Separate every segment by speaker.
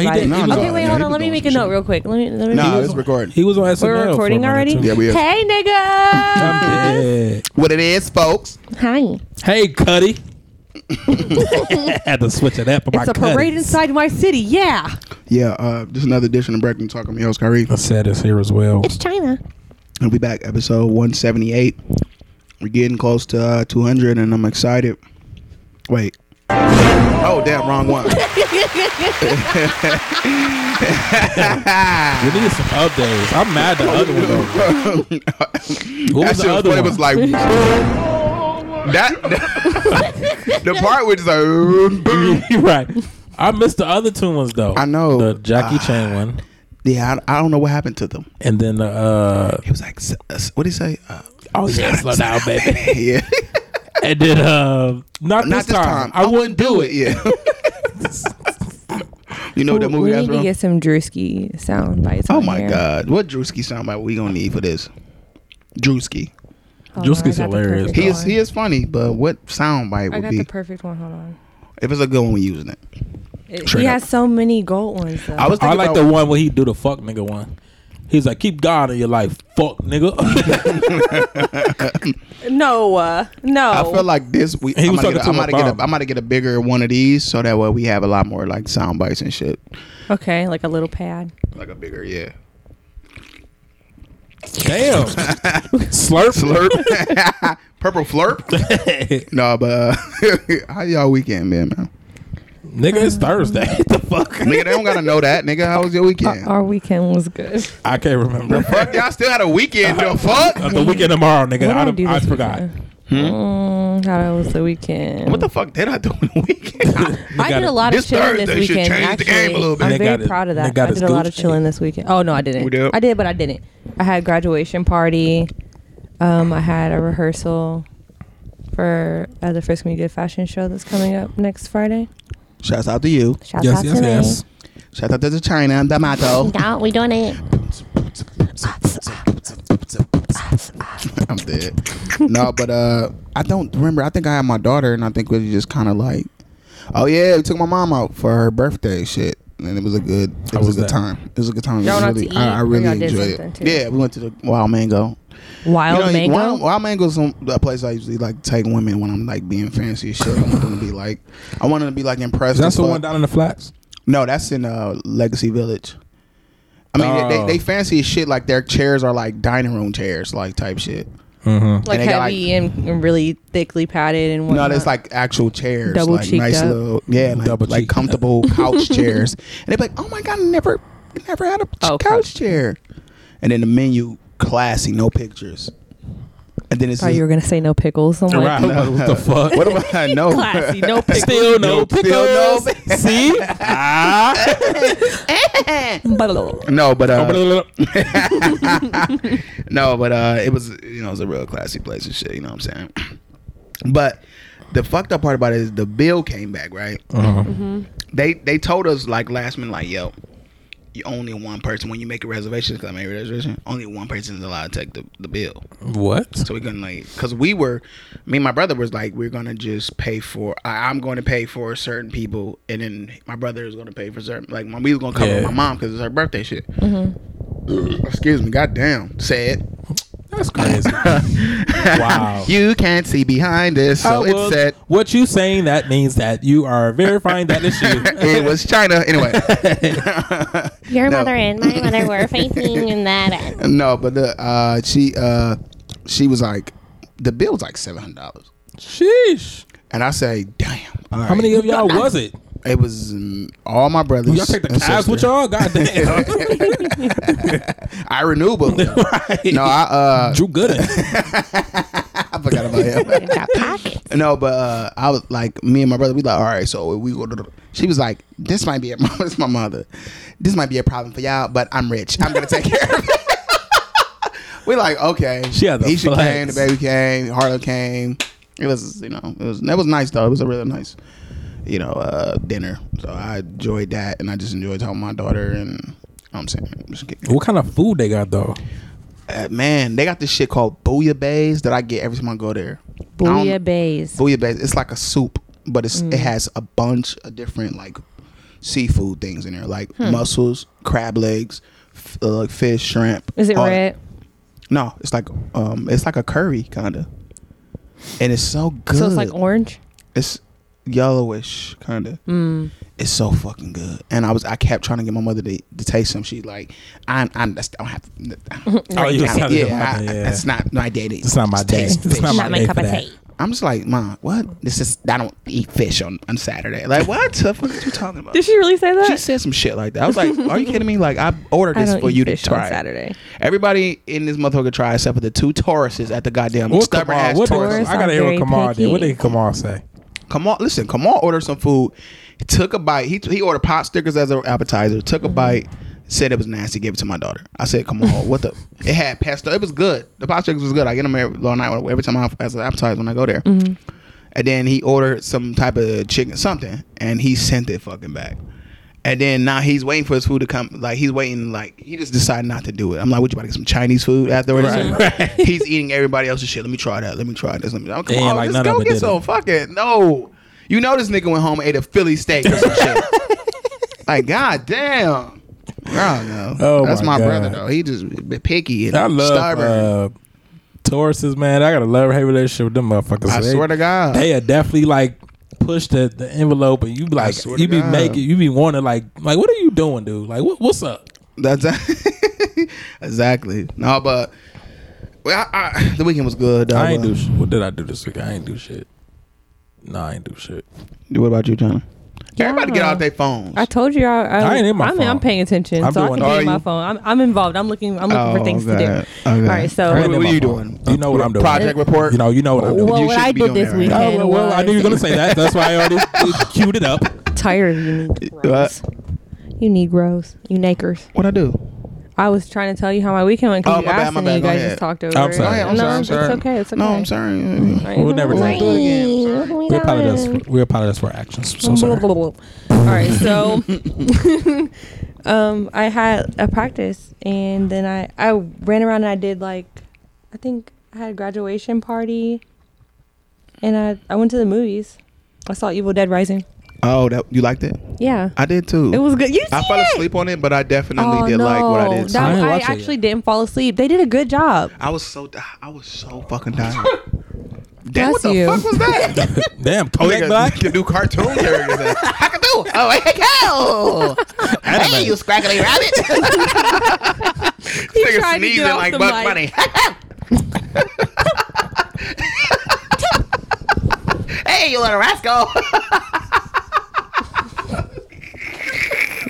Speaker 1: He
Speaker 2: Right.
Speaker 1: did.
Speaker 3: No,
Speaker 1: he,
Speaker 3: no.
Speaker 1: was
Speaker 2: okay,
Speaker 1: on-
Speaker 2: wait,
Speaker 3: yeah,
Speaker 2: hold
Speaker 3: he
Speaker 2: on.
Speaker 3: was
Speaker 2: Let me
Speaker 3: on
Speaker 2: make a
Speaker 3: some
Speaker 2: note
Speaker 3: shit.
Speaker 2: real quick. Let me. Let me
Speaker 3: Nah,
Speaker 2: do
Speaker 3: it's
Speaker 2: this.
Speaker 3: recording.
Speaker 1: he was on SNL. for
Speaker 2: We're
Speaker 1: a
Speaker 2: recording
Speaker 1: minute,
Speaker 2: already.
Speaker 1: too.
Speaker 3: Yeah, we are.
Speaker 2: Hey, nigga.
Speaker 1: Yeah.
Speaker 3: What it is, folks?
Speaker 2: Hi.
Speaker 1: Hey, Cuddy. had to switch it up. for my
Speaker 2: It's a parade
Speaker 1: Cuddies.
Speaker 2: inside my city. Yeah.
Speaker 3: Yeah, uh, just another edition of Breakfast Talk. I'm your host, Kyrie.
Speaker 1: I said it's here as well.
Speaker 2: It's China.
Speaker 3: We'll be back, episode 178. We're getting close to uh, 200, and I'm excited. Wait. Oh, damn, wrong one.
Speaker 1: We need some updates. I'm mad the other one. Though. What
Speaker 3: That
Speaker 1: was
Speaker 3: shit
Speaker 1: the
Speaker 3: was
Speaker 1: other one?
Speaker 3: funny. It was like that. the part which is like boom.
Speaker 1: You're right. I missed the other two ones though.
Speaker 3: I know. Ah.
Speaker 1: the Jackie Chan one,
Speaker 3: Yeah, I, I don't know what happened to them.
Speaker 1: and then the uh,
Speaker 3: It was like, s- uh, s- what did he say? Uh,
Speaker 1: oh yeah, slow down, baby.
Speaker 3: yeah,
Speaker 1: And then uh, not,
Speaker 3: not this time.
Speaker 1: I, wouldn't do it.
Speaker 3: Yeah. you know what that movie
Speaker 2: we
Speaker 3: has
Speaker 2: need to
Speaker 3: from?
Speaker 2: get some Drewski sound bites.
Speaker 3: Oh
Speaker 2: on
Speaker 3: my
Speaker 2: here.
Speaker 3: God! What Drewski soundbite we gonna need for this? Drewski.
Speaker 2: Hold on, I
Speaker 1: Drewski's
Speaker 2: got the
Speaker 1: hilarious,
Speaker 2: perfect
Speaker 3: He is
Speaker 2: one.
Speaker 3: he is funny, but what soundbite
Speaker 2: I
Speaker 3: would
Speaker 2: got
Speaker 3: be
Speaker 2: the perfect one. Hold on.
Speaker 3: if it's a good one? We using it.
Speaker 2: It-
Speaker 3: Straight
Speaker 2: he
Speaker 3: up.
Speaker 2: has so many gold ones. Though.
Speaker 3: I was
Speaker 1: I
Speaker 3: thinking
Speaker 1: like
Speaker 3: about,
Speaker 1: the one where he do the fuck nigga one. He's like, keep God in your life, fuck nigga.
Speaker 2: no, uh, no.
Speaker 3: I feel like this. We,
Speaker 1: He
Speaker 3: I'm
Speaker 1: was
Speaker 3: gonna
Speaker 1: talking
Speaker 3: get, a- I'm
Speaker 1: to my
Speaker 3: gonna get
Speaker 1: mom.
Speaker 3: a, I'm gonna get a bigger one of these so that way we have a lot more like sound bites and shit.
Speaker 2: okay, like a little pad.
Speaker 3: Like a bigger, yeah.
Speaker 1: Damn, slurp.
Speaker 3: Slurp. Purple flurp. no, but uh, how y'all weekend been, man?
Speaker 1: Nigga, it's Thursday. the fuck?
Speaker 3: Nigga, they don't gotta know that. Nigga, how was your weekend?
Speaker 2: Our weekend was good.
Speaker 1: I can't remember.
Speaker 3: Fuck, y'all still had a weekend. The fuck?
Speaker 1: Uh, the weekend tomorrow, nigga.
Speaker 2: What
Speaker 1: I,
Speaker 2: did I do
Speaker 1: I,
Speaker 2: this
Speaker 1: forgot.
Speaker 2: weekend? Mm, how was the weekend?
Speaker 3: What the fuck did I do in the weekend?
Speaker 2: I did
Speaker 1: got
Speaker 2: a
Speaker 1: it.
Speaker 2: lot of
Speaker 3: This
Speaker 2: chilling
Speaker 3: Thursday
Speaker 2: this
Speaker 3: should
Speaker 2: weekend.
Speaker 3: change the
Speaker 2: Actually,
Speaker 3: game a little bit.
Speaker 2: I'm
Speaker 1: They
Speaker 2: very
Speaker 1: got it.
Speaker 2: proud of
Speaker 1: They
Speaker 2: that.
Speaker 1: got
Speaker 2: I did
Speaker 1: his
Speaker 2: a lot
Speaker 1: Gucci.
Speaker 2: of chilling this weekend. Oh no, I didn't.
Speaker 3: We did?
Speaker 2: I did, but I didn't. I had graduation party. Um, I had a rehearsal for uh, the Frisco Media Fashion Show that's coming up next Friday.
Speaker 3: Shouts out to you.
Speaker 2: Shout
Speaker 1: Yes,
Speaker 2: out
Speaker 1: yes,
Speaker 2: to
Speaker 1: yes.
Speaker 3: Shout out to the China and D'Amato.
Speaker 4: Oh,
Speaker 2: me. We doing it.
Speaker 3: I'm dead. no, but uh, I don't remember. I think I had my daughter, and I think we just kind of like, oh yeah, we took my mom out for her birthday shit, and it was a good, it
Speaker 1: How
Speaker 3: was,
Speaker 1: was
Speaker 3: a good
Speaker 1: that?
Speaker 3: time. It was a good time. It
Speaker 2: Y'all went
Speaker 3: was
Speaker 2: out to eat,
Speaker 3: I, I
Speaker 2: or
Speaker 3: really
Speaker 2: y'all did
Speaker 3: enjoyed
Speaker 2: something
Speaker 3: it.
Speaker 2: too?
Speaker 3: Yeah, we went to the Wild Mango.
Speaker 2: Wild
Speaker 3: you know,
Speaker 2: mango.
Speaker 3: Wild, Wild Mango's some, a place I usually like take women when I'm like being fancy as shit. I want them to be like, I want them to be like impressed.
Speaker 1: That's
Speaker 3: as
Speaker 1: the
Speaker 3: fuck.
Speaker 1: one down in the flats.
Speaker 3: No, that's in uh, Legacy Village. I mean, they,
Speaker 1: Oh.
Speaker 3: they, they fancy as shit. Like their chairs are like dining room chairs, like type shit.
Speaker 2: like
Speaker 3: and they got,
Speaker 2: heavy and, and really thickly padded and
Speaker 3: No,
Speaker 2: whatnot.
Speaker 3: it's like actual chairs,
Speaker 2: Double
Speaker 3: like
Speaker 2: cheeked
Speaker 3: nice
Speaker 2: up.
Speaker 3: little, yeah, like,
Speaker 1: Double
Speaker 3: like
Speaker 1: cheeked up.
Speaker 3: comfortable couch chairs. And they're like, oh my god, I never, never had a ch-
Speaker 2: Oh,
Speaker 3: couch, chair. And then the menu, classy, no pictures. And then it's
Speaker 2: Thought you were gonna say no pickles. I'm like,
Speaker 1: Right. What the fuck?
Speaker 3: what am I? No,
Speaker 2: classy, no pickles.
Speaker 1: Still no
Speaker 3: Still
Speaker 1: pickles.
Speaker 3: no
Speaker 1: See? Ah.
Speaker 3: no, but uh, no, but uh, it was you know it was a real classy place and shit. You know what I'm saying? But the fucked up part about it is the bill came back right.
Speaker 1: Uh-huh.
Speaker 2: Mm-hmm.
Speaker 3: They they told us like last minute like yo, you only one person when you make a reservation because I made a reservation only one person is allowed to take the, the bill.
Speaker 1: What?
Speaker 3: So we couldn't like because we were me and my brother was like we're gonna just pay for I, I'm going to pay for certain people and then my brother is going to pay for certain like my, we was gonna cover
Speaker 1: Yeah.
Speaker 3: my mom because it's her birthday shit. Excuse me, goddamn, said.
Speaker 1: That's crazy. wow.
Speaker 3: You can't see behind us, so
Speaker 1: Oh,
Speaker 3: it
Speaker 1: well,
Speaker 3: said
Speaker 1: What you saying? That means that you are verifying that it's you.
Speaker 3: it was China. Anyway,
Speaker 4: Your
Speaker 3: No.
Speaker 4: mother and my mother were fighting in that.
Speaker 3: no, but the, uh, she uh, she was like, the bill was like seven hundred dollars,
Speaker 1: Sheesh.
Speaker 3: and I say, damn. all
Speaker 1: How
Speaker 3: right.
Speaker 1: many of y'all was it?
Speaker 3: It was mm, all my brothers.
Speaker 1: Y'all take the
Speaker 3: and
Speaker 1: cabs with
Speaker 3: sister.
Speaker 1: y'all? God damn.
Speaker 3: I renewable.
Speaker 1: right.
Speaker 3: No, I uh,
Speaker 1: Drew Gooden.
Speaker 3: I forgot about him.
Speaker 4: Got pockets.
Speaker 3: No, but uh, I was like, me and my brother, we like, all right, so we go to. The, she was like, this might be a, this is my mother, this might be a problem for y'all, but I'm rich, I'm gonna take care of it. we like, okay.
Speaker 1: She had the
Speaker 3: Isha
Speaker 1: flex.
Speaker 3: came, the baby came, Harlow came. It was, you know, it was that was nice though. It was a really nice, you know, uh, dinner. So I enjoyed that, and I just enjoyed talking to my daughter, and I'm saying, I'm just kidding.
Speaker 1: What kind of food they got though?
Speaker 3: Uh, man, they got this shit called bouillabaisse that I get every time I go there. I don't-
Speaker 2: Booyah bays. Mm.
Speaker 3: bouillabaisse. It's like a soup, but it's it has a bunch of different like seafood things in there, like
Speaker 2: Hmm.
Speaker 3: mussels, crab legs, f- uh, like fish, shrimp.
Speaker 2: Is it
Speaker 3: all-
Speaker 2: red?
Speaker 3: No, it's like um, it's like a curry kinda, and it's so good.
Speaker 2: So it's like orange.
Speaker 3: it's yellowish kinda.
Speaker 2: Mm.
Speaker 3: It's so fucking good. And I was I kept trying to get my mother to, to taste some. She's like, I'm I'm that's, I don't have. To,
Speaker 1: Oh, you was
Speaker 3: yeah,
Speaker 1: telling your
Speaker 3: I,
Speaker 1: mother,
Speaker 3: I-
Speaker 1: yeah.
Speaker 3: that's not my day. To
Speaker 1: It's not my day.
Speaker 3: taste
Speaker 1: It's
Speaker 3: fish.
Speaker 1: not my,
Speaker 4: Not my
Speaker 1: day
Speaker 4: cup
Speaker 1: for
Speaker 4: of
Speaker 1: that.
Speaker 4: tea.
Speaker 3: I'm just like, mom, what? This is I don't eat fish on, on Saturday. Like, what the fuck are you talking about?
Speaker 2: Did she really say that?
Speaker 3: She said some shit like that. I was like, are you kidding me? Like, I ordered
Speaker 2: I
Speaker 3: this
Speaker 2: don't
Speaker 3: for
Speaker 2: eat
Speaker 3: you
Speaker 2: fish
Speaker 3: to try.
Speaker 2: on Saturday.
Speaker 3: Everybody in this motherfucker try except for the two Tauruses at the goddamn
Speaker 1: What
Speaker 3: stubborn
Speaker 1: Kamal?
Speaker 3: ass
Speaker 1: What
Speaker 2: Taurus
Speaker 1: Taurus? I
Speaker 2: are
Speaker 1: gotta hear
Speaker 2: very
Speaker 1: what Kamal
Speaker 2: picky.
Speaker 1: did. What did Kamal say?
Speaker 3: Kamal, listen, Kamal ordered some food, took a bite. He he ordered pop stickers as an appetizer, took a bite, said it was nasty, gave it to my daughter. I said, Kamal, what the? It had pesto. It was good. The pop stickers was good. I get them every, all night every time I as an appetizer when I go there. And then he ordered some type of chicken something, and he sent it fucking back. And then now he's waiting for his food to come. Like he's waiting. Like he just decided not to do it. I'm like, "What you about to get some Chinese food afterwards?" He's eating everybody else's shit. Let me try that. Let me try this. Let me. Oh,
Speaker 1: They
Speaker 3: come
Speaker 1: ain't
Speaker 3: on,
Speaker 1: like
Speaker 3: just
Speaker 1: none
Speaker 3: go
Speaker 1: of it,
Speaker 3: get
Speaker 1: did
Speaker 3: some
Speaker 1: it?
Speaker 3: fucking no. You know this nigga went home and ate a Philly steak or some shit. Like god damn. I don't know.
Speaker 1: Oh,
Speaker 3: That's my,
Speaker 1: my
Speaker 3: brother
Speaker 1: God.
Speaker 3: though. He just b- picky and
Speaker 1: I love
Speaker 3: stubborn.
Speaker 1: uh, Tauruses, man. I got a love hate relationship with them motherfuckers.
Speaker 3: I
Speaker 1: They-
Speaker 3: swear to God.
Speaker 1: they are definitely like push the, the envelope, and you be like,
Speaker 3: swear to
Speaker 1: you be
Speaker 3: God.
Speaker 1: making, you be wanting like, like what are you doing, dude? Like, what, what's up?
Speaker 3: That's exactly. No, but well, I, I, the weekend was good. Though,
Speaker 1: I ain't
Speaker 3: but-
Speaker 1: do. Sh- what did I do this week? I ain't do shit. No, I ain't do shit.
Speaker 3: What about you, John? Everybody get
Speaker 2: Yeah.
Speaker 3: out their phones.
Speaker 2: I told you I, I,
Speaker 1: I ain't in my
Speaker 2: I mean, I'm
Speaker 1: phone.
Speaker 2: paying attention,
Speaker 1: I'm
Speaker 2: so I
Speaker 1: doing-
Speaker 2: can be
Speaker 3: Are
Speaker 2: in my
Speaker 3: you? Oh,
Speaker 2: phone. I'm, I'm involved. I'm looking. I'm looking for things to do. All right, so
Speaker 1: I ain't
Speaker 3: what,
Speaker 1: in my
Speaker 3: what are you
Speaker 1: phone.
Speaker 3: doing?
Speaker 1: You know what I'm doing.
Speaker 3: Project report.
Speaker 1: You know, you know what I'm doing.
Speaker 2: Well,
Speaker 3: you
Speaker 2: what
Speaker 3: shouldn't
Speaker 2: I
Speaker 3: be
Speaker 2: did
Speaker 3: doing
Speaker 2: this
Speaker 3: that right
Speaker 2: weekend-
Speaker 3: now.
Speaker 1: Oh, well, well, I knew you were gonna say that. That's why I already queued it up.
Speaker 2: tired. of You Negroes. You Negroes. You Nakers.
Speaker 3: What I do?
Speaker 2: I was trying to tell you how my weekend went
Speaker 3: Oh,
Speaker 2: because you
Speaker 3: my bad,
Speaker 2: asked
Speaker 3: my
Speaker 2: and then you
Speaker 3: bad. Go
Speaker 2: guys
Speaker 3: ahead.
Speaker 2: just talked over.
Speaker 1: I'm
Speaker 2: it.
Speaker 1: sorry,
Speaker 3: Go ahead. I'm
Speaker 2: no,
Speaker 3: sorry, I'm sorry.
Speaker 2: it's okay. It's okay.
Speaker 3: No, I'm sorry.
Speaker 1: We'll never do
Speaker 3: Right.
Speaker 1: it.
Speaker 3: again.
Speaker 1: We apologize. For, we apologize for our actions. So sorry.
Speaker 2: All right, so um, I had a practice, and then I I ran around and I did like I think I had a graduation party, and I I went to the movies. I saw Evil Dead Rising.
Speaker 3: Oh, that you liked it?
Speaker 2: Yeah,
Speaker 3: I did too.
Speaker 2: it was good. You
Speaker 3: I
Speaker 2: see
Speaker 3: fell
Speaker 2: it?
Speaker 3: asleep on it, but I definitely
Speaker 2: Oh
Speaker 3: did
Speaker 2: no,
Speaker 3: like what I did.
Speaker 2: That-
Speaker 1: I didn't
Speaker 2: I,
Speaker 1: watch it
Speaker 2: actually didn't fall asleep. They did a good job.
Speaker 3: I was so I was so fucking tired. Damn,
Speaker 2: Bless
Speaker 3: what the
Speaker 2: you.
Speaker 3: fuck was that?
Speaker 1: Damn,
Speaker 3: Oh,
Speaker 1: Kodak
Speaker 3: nigga,
Speaker 1: Black.
Speaker 3: the new cartoon character. that- Hackadoo. Oh, hey, go. Hey, you scraggly rabbit.
Speaker 2: He
Speaker 3: Nigga
Speaker 2: tried to get
Speaker 3: sneezing
Speaker 2: off
Speaker 3: like
Speaker 2: the
Speaker 3: Buck
Speaker 2: mic.
Speaker 3: Bunny. hey, you little rascal.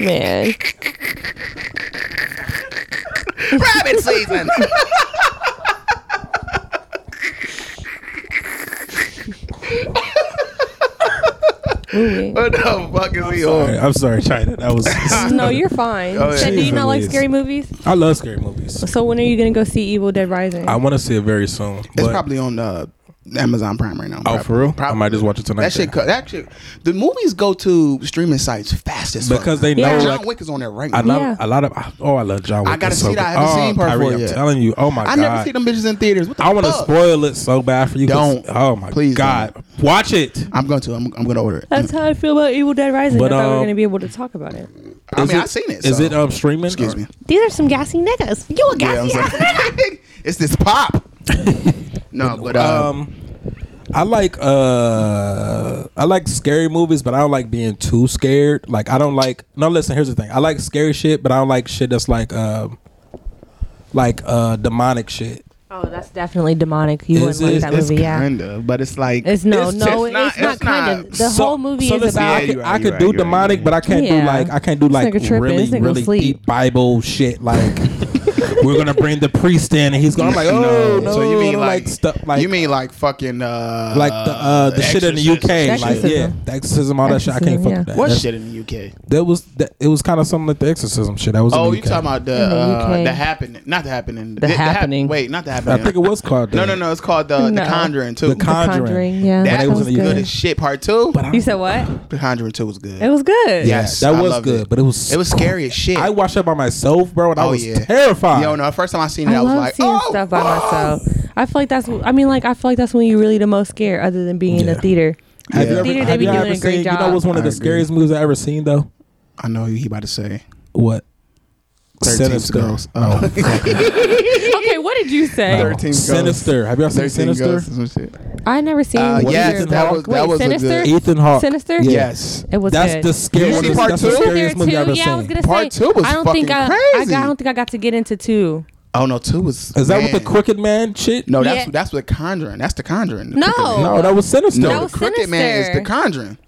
Speaker 2: Man,
Speaker 3: rabbit season.
Speaker 2: Ooh-wee.
Speaker 3: what the fuck is he
Speaker 1: All right,
Speaker 3: on?
Speaker 1: I'm sorry, China. That was.
Speaker 2: no, you're fine.
Speaker 3: Oh, yeah.
Speaker 2: Chad, do you not like
Speaker 1: Jeez
Speaker 2: scary movies?
Speaker 1: I love scary movies.
Speaker 2: So when are you gonna go see Evil Dead Rising?
Speaker 1: I want to see it very soon.
Speaker 3: It's
Speaker 1: but-
Speaker 3: probably on uh, Amazon Prime right now.
Speaker 1: Oh, for real? I might just watch it tonight.
Speaker 3: That shit,
Speaker 1: then.
Speaker 3: co- that shit. The movies go to streaming sites fast as fuck.
Speaker 1: Because they
Speaker 2: Yeah.
Speaker 1: know,
Speaker 3: John
Speaker 1: like,
Speaker 3: Wick is on there right
Speaker 1: I
Speaker 3: now.
Speaker 1: love
Speaker 2: Yeah.
Speaker 1: a lot of. Oh, I love John Wick.
Speaker 3: I gotta
Speaker 1: It's
Speaker 3: see
Speaker 1: so
Speaker 3: that. I
Speaker 1: good.
Speaker 3: haven't
Speaker 1: Oh,
Speaker 3: seen part
Speaker 1: Kyrie,
Speaker 3: four
Speaker 1: I'm
Speaker 3: yet.
Speaker 1: telling you. Oh my
Speaker 3: I
Speaker 1: god.
Speaker 3: never see them bitches in theaters. What the
Speaker 1: I want to
Speaker 3: fuck?
Speaker 1: spoil it so bad for you. 'cause-
Speaker 3: Don't.
Speaker 1: Oh my
Speaker 3: Please
Speaker 1: god. Watch it.
Speaker 3: I'm going to. I'm, I'm going to order it.
Speaker 2: That's how I feel about Evil Dead Rising.
Speaker 1: But,
Speaker 2: I thought we were
Speaker 1: um,
Speaker 2: gonna be able to talk about it.
Speaker 3: I
Speaker 1: Is
Speaker 3: mean, I've seen it.
Speaker 1: Is
Speaker 3: so-
Speaker 1: it um streaming?
Speaker 3: Excuse
Speaker 1: or-
Speaker 3: me.
Speaker 4: These are some gassy niggas. You a
Speaker 3: Yeah, I'm
Speaker 4: gassy ass nigga.
Speaker 3: sorry. it's this pop. no, but uh,
Speaker 1: Um, I like uh I like scary movies, but I don't like being too scared. Like I don't like no. Listen, here's the thing. I like scary shit, but I don't like shit that's like um like uh demonic shit.
Speaker 2: Oh, that's definitely demonic. You
Speaker 1: Is
Speaker 2: wouldn't like
Speaker 1: it-
Speaker 2: that
Speaker 3: it's
Speaker 2: movie, yeah.
Speaker 3: kind of, but it's like
Speaker 2: It's no, no,
Speaker 3: just
Speaker 2: it's, not, kind of. The
Speaker 1: So-
Speaker 2: whole movie
Speaker 1: so
Speaker 2: is
Speaker 1: listen,
Speaker 2: about.
Speaker 1: I
Speaker 3: Yeah,
Speaker 1: could,
Speaker 3: you right,
Speaker 1: I
Speaker 3: you
Speaker 1: could
Speaker 3: right,
Speaker 1: do
Speaker 3: you right,
Speaker 1: demonic,
Speaker 3: you
Speaker 1: but I can't do
Speaker 2: Yeah.
Speaker 1: like I can't do like
Speaker 2: nigga tripping,
Speaker 1: really
Speaker 2: this nigga
Speaker 1: really
Speaker 2: sleep.
Speaker 1: deep Bible shit. Like we're gonna bring the priest in, and he's going to like, oh no,
Speaker 3: so you mean
Speaker 1: no,"
Speaker 3: like,
Speaker 1: stuff like
Speaker 3: you mean like fucking uh,
Speaker 1: like the uh, the shit in the
Speaker 3: Exorcist or
Speaker 1: UK,
Speaker 3: some
Speaker 1: like
Speaker 3: shit?
Speaker 1: yeah,
Speaker 2: Exorcism.
Speaker 1: the exorcism, all that shit. I can't
Speaker 2: Exorcism,
Speaker 1: fuck
Speaker 2: yeah.
Speaker 1: with that.
Speaker 3: What
Speaker 1: That's-
Speaker 3: shit in the UK?
Speaker 1: That was that, it was kind of something like the exorcism shit. That was in
Speaker 3: Oh,
Speaker 1: the
Speaker 3: you
Speaker 1: UK.
Speaker 3: talking about the
Speaker 2: the
Speaker 3: uh,
Speaker 2: UK.
Speaker 3: the happening? Not the happening. The, hap-
Speaker 2: Happening.
Speaker 3: wait, not the
Speaker 1: I
Speaker 3: happening.
Speaker 1: think it was called.
Speaker 3: no,
Speaker 1: that.
Speaker 3: no, no. It's called the,
Speaker 2: No.
Speaker 3: the Conjuring too.
Speaker 1: The Conjuring.
Speaker 2: Conjuring, yeah.
Speaker 1: When
Speaker 3: that
Speaker 1: they
Speaker 2: That
Speaker 3: was,
Speaker 2: was
Speaker 1: in the
Speaker 3: good
Speaker 1: UK.
Speaker 3: as shit. Part two.
Speaker 1: But I
Speaker 2: You said what?
Speaker 3: the Conjuring two was good.
Speaker 2: It was good.
Speaker 1: Yeah,
Speaker 3: Yes,
Speaker 1: that
Speaker 3: I
Speaker 1: was
Speaker 3: loved
Speaker 1: good,
Speaker 3: it.
Speaker 1: but it was
Speaker 3: It was scary as shit.
Speaker 1: I watched it by myself, bro, and I
Speaker 3: Oh,
Speaker 1: was
Speaker 3: yeah.
Speaker 1: terrified.
Speaker 3: Yo, no. The first time I seen it,
Speaker 2: I,
Speaker 3: I, was
Speaker 2: love
Speaker 3: like,
Speaker 2: seeing
Speaker 3: oh,
Speaker 2: stuff by
Speaker 3: oh.
Speaker 2: myself. I feel like that's. I mean, like I feel like that's when you're really the most scared, other than being in the
Speaker 1: Yeah.
Speaker 2: theater.
Speaker 1: Have
Speaker 3: Yeah.
Speaker 1: you ever,
Speaker 2: Theater, they
Speaker 1: have
Speaker 2: be
Speaker 1: you
Speaker 2: doing
Speaker 1: ever
Speaker 2: a great
Speaker 1: seen? You know
Speaker 2: job.
Speaker 1: what's one of the
Speaker 3: I agree.
Speaker 1: scariest movies I ever seen though?
Speaker 3: I know who he about to say.
Speaker 1: What?
Speaker 3: 13
Speaker 1: Sinister.
Speaker 3: Girls.
Speaker 1: Oh,
Speaker 3: Oh.
Speaker 1: fuck no.
Speaker 2: okay, what did you say?
Speaker 3: No. 13 Ghosts.
Speaker 1: Sinister. Have y'all seen
Speaker 3: 13
Speaker 1: Sinister?
Speaker 3: Ghosts or some shit.
Speaker 2: I never seen.
Speaker 3: Uh,
Speaker 2: either
Speaker 1: yes,
Speaker 2: of
Speaker 1: that
Speaker 2: those.
Speaker 3: was- that
Speaker 2: Wait,
Speaker 3: was a
Speaker 2: sinister.
Speaker 3: good-
Speaker 1: Ethan Hawke.
Speaker 2: Sinister.
Speaker 1: Yeah.
Speaker 3: Yes.
Speaker 2: it was
Speaker 1: That's
Speaker 2: good.
Speaker 1: the scariest.
Speaker 3: Did you see part
Speaker 1: that's
Speaker 3: two?
Speaker 1: the
Speaker 3: Was
Speaker 2: Was there
Speaker 1: scariest movie
Speaker 2: two?
Speaker 1: I've ever
Speaker 2: yeah, I was
Speaker 1: seen.
Speaker 2: gonna
Speaker 3: Part
Speaker 2: say.
Speaker 3: two was
Speaker 2: I don't
Speaker 3: fucking
Speaker 2: think I,
Speaker 3: crazy.
Speaker 2: I, got, I don't think I got to get into two.
Speaker 3: Oh no, two was.
Speaker 1: Is that what the
Speaker 3: man.
Speaker 1: Crooked Man shit?
Speaker 3: No, that's
Speaker 2: Yeah.
Speaker 3: that's the Conjuring. That's the Conjuring. The
Speaker 2: No.
Speaker 3: Crooked Man.
Speaker 1: no, that was Sinister.
Speaker 3: no,
Speaker 2: That
Speaker 3: the
Speaker 2: was
Speaker 3: Crooked Man is
Speaker 2: Sinister.
Speaker 3: the Conjuring.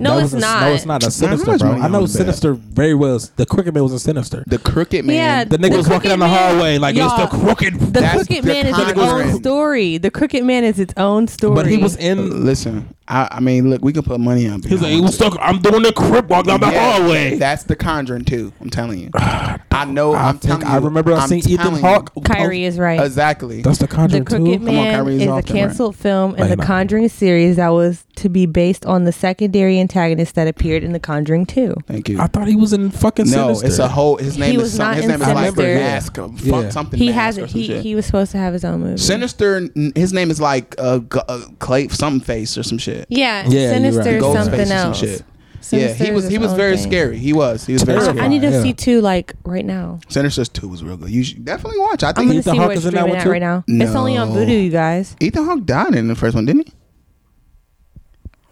Speaker 2: No,
Speaker 1: That was
Speaker 2: it's
Speaker 1: a-
Speaker 2: not.
Speaker 1: No, it's not. That's
Speaker 3: Man, how
Speaker 1: Sinister,
Speaker 3: much
Speaker 1: bro.
Speaker 3: money
Speaker 1: I know
Speaker 3: was that?
Speaker 1: Sinister very well. The Crooked Man was in Sinister.
Speaker 3: The Crooked Man.
Speaker 2: Yeah,
Speaker 1: The nigga was
Speaker 2: The
Speaker 1: walking
Speaker 2: Crooked
Speaker 1: down the
Speaker 2: Man-
Speaker 1: hallway like it's
Speaker 2: Y'all,
Speaker 1: the Crooked.
Speaker 2: The
Speaker 3: That's
Speaker 2: Crooked
Speaker 3: the
Speaker 2: Man is its
Speaker 3: Conjuring.
Speaker 2: own story. The Crooked Man is its own story.
Speaker 1: but he was in.
Speaker 3: Listen, I, I mean, look, we can put money on. it.
Speaker 1: He's like, "Hey, what's up? I'm doing the crib walk down the
Speaker 3: Yeah,
Speaker 1: hallway.
Speaker 3: That's the Conjuring too. I'm telling you. I know.
Speaker 1: I
Speaker 3: I'm
Speaker 1: think
Speaker 3: telling you.
Speaker 1: I remember I
Speaker 3: I'm
Speaker 1: seen Ethan
Speaker 3: telling you.
Speaker 1: Hawke. Oh,
Speaker 2: Kyrie is right.
Speaker 3: Exactly.
Speaker 1: That's the
Speaker 2: The
Speaker 1: Conjuring
Speaker 2: Crooked
Speaker 1: too.
Speaker 3: on,
Speaker 2: Man
Speaker 3: Kyrie's
Speaker 2: is a
Speaker 3: off the mark.
Speaker 2: canceled film in
Speaker 1: Wait a
Speaker 2: the
Speaker 1: minute.
Speaker 2: Conjuring series that was to be based on the secondary antagonist that appeared in The Conjuring 2.
Speaker 3: Thank you.
Speaker 1: I thought he was in fucking
Speaker 3: no,
Speaker 1: Sinister.
Speaker 3: it's a whole. His name
Speaker 2: He
Speaker 3: is
Speaker 2: was
Speaker 3: some,
Speaker 2: not
Speaker 3: his
Speaker 2: in
Speaker 3: name is like
Speaker 2: Sinister.
Speaker 3: Mask. Fuck
Speaker 1: Yeah.
Speaker 3: something.
Speaker 2: He
Speaker 3: Mask
Speaker 2: has
Speaker 3: or some
Speaker 2: he
Speaker 3: shit.
Speaker 2: he was supposed to have his own movie.
Speaker 3: Sinister. n- His name is like uh, G- uh, Clay some face or some shit.
Speaker 2: yeah,
Speaker 1: Yeah, you're
Speaker 2: Sinister
Speaker 1: right.
Speaker 2: is
Speaker 3: Ghostface
Speaker 2: something
Speaker 3: or some
Speaker 2: else.
Speaker 3: shit.
Speaker 2: Sinister
Speaker 3: yeah, he
Speaker 2: is
Speaker 3: was he
Speaker 2: its
Speaker 3: was
Speaker 2: own
Speaker 3: very
Speaker 2: thing.
Speaker 3: scary. He was he was very
Speaker 1: Terrifying.
Speaker 3: scary.
Speaker 2: I need to
Speaker 1: Yeah.
Speaker 2: see two like right now.
Speaker 3: Sinister Two was real good. You should definitely watch. I
Speaker 2: I'm
Speaker 3: think
Speaker 2: gonna
Speaker 1: Ethan
Speaker 2: see
Speaker 1: Hawke
Speaker 2: what's
Speaker 1: is in that
Speaker 2: streaming
Speaker 1: one
Speaker 2: at
Speaker 1: too?
Speaker 2: right now. It's only on
Speaker 3: No.
Speaker 2: Voodoo, you guys.
Speaker 3: Ethan Hawke died in the first one, didn't he?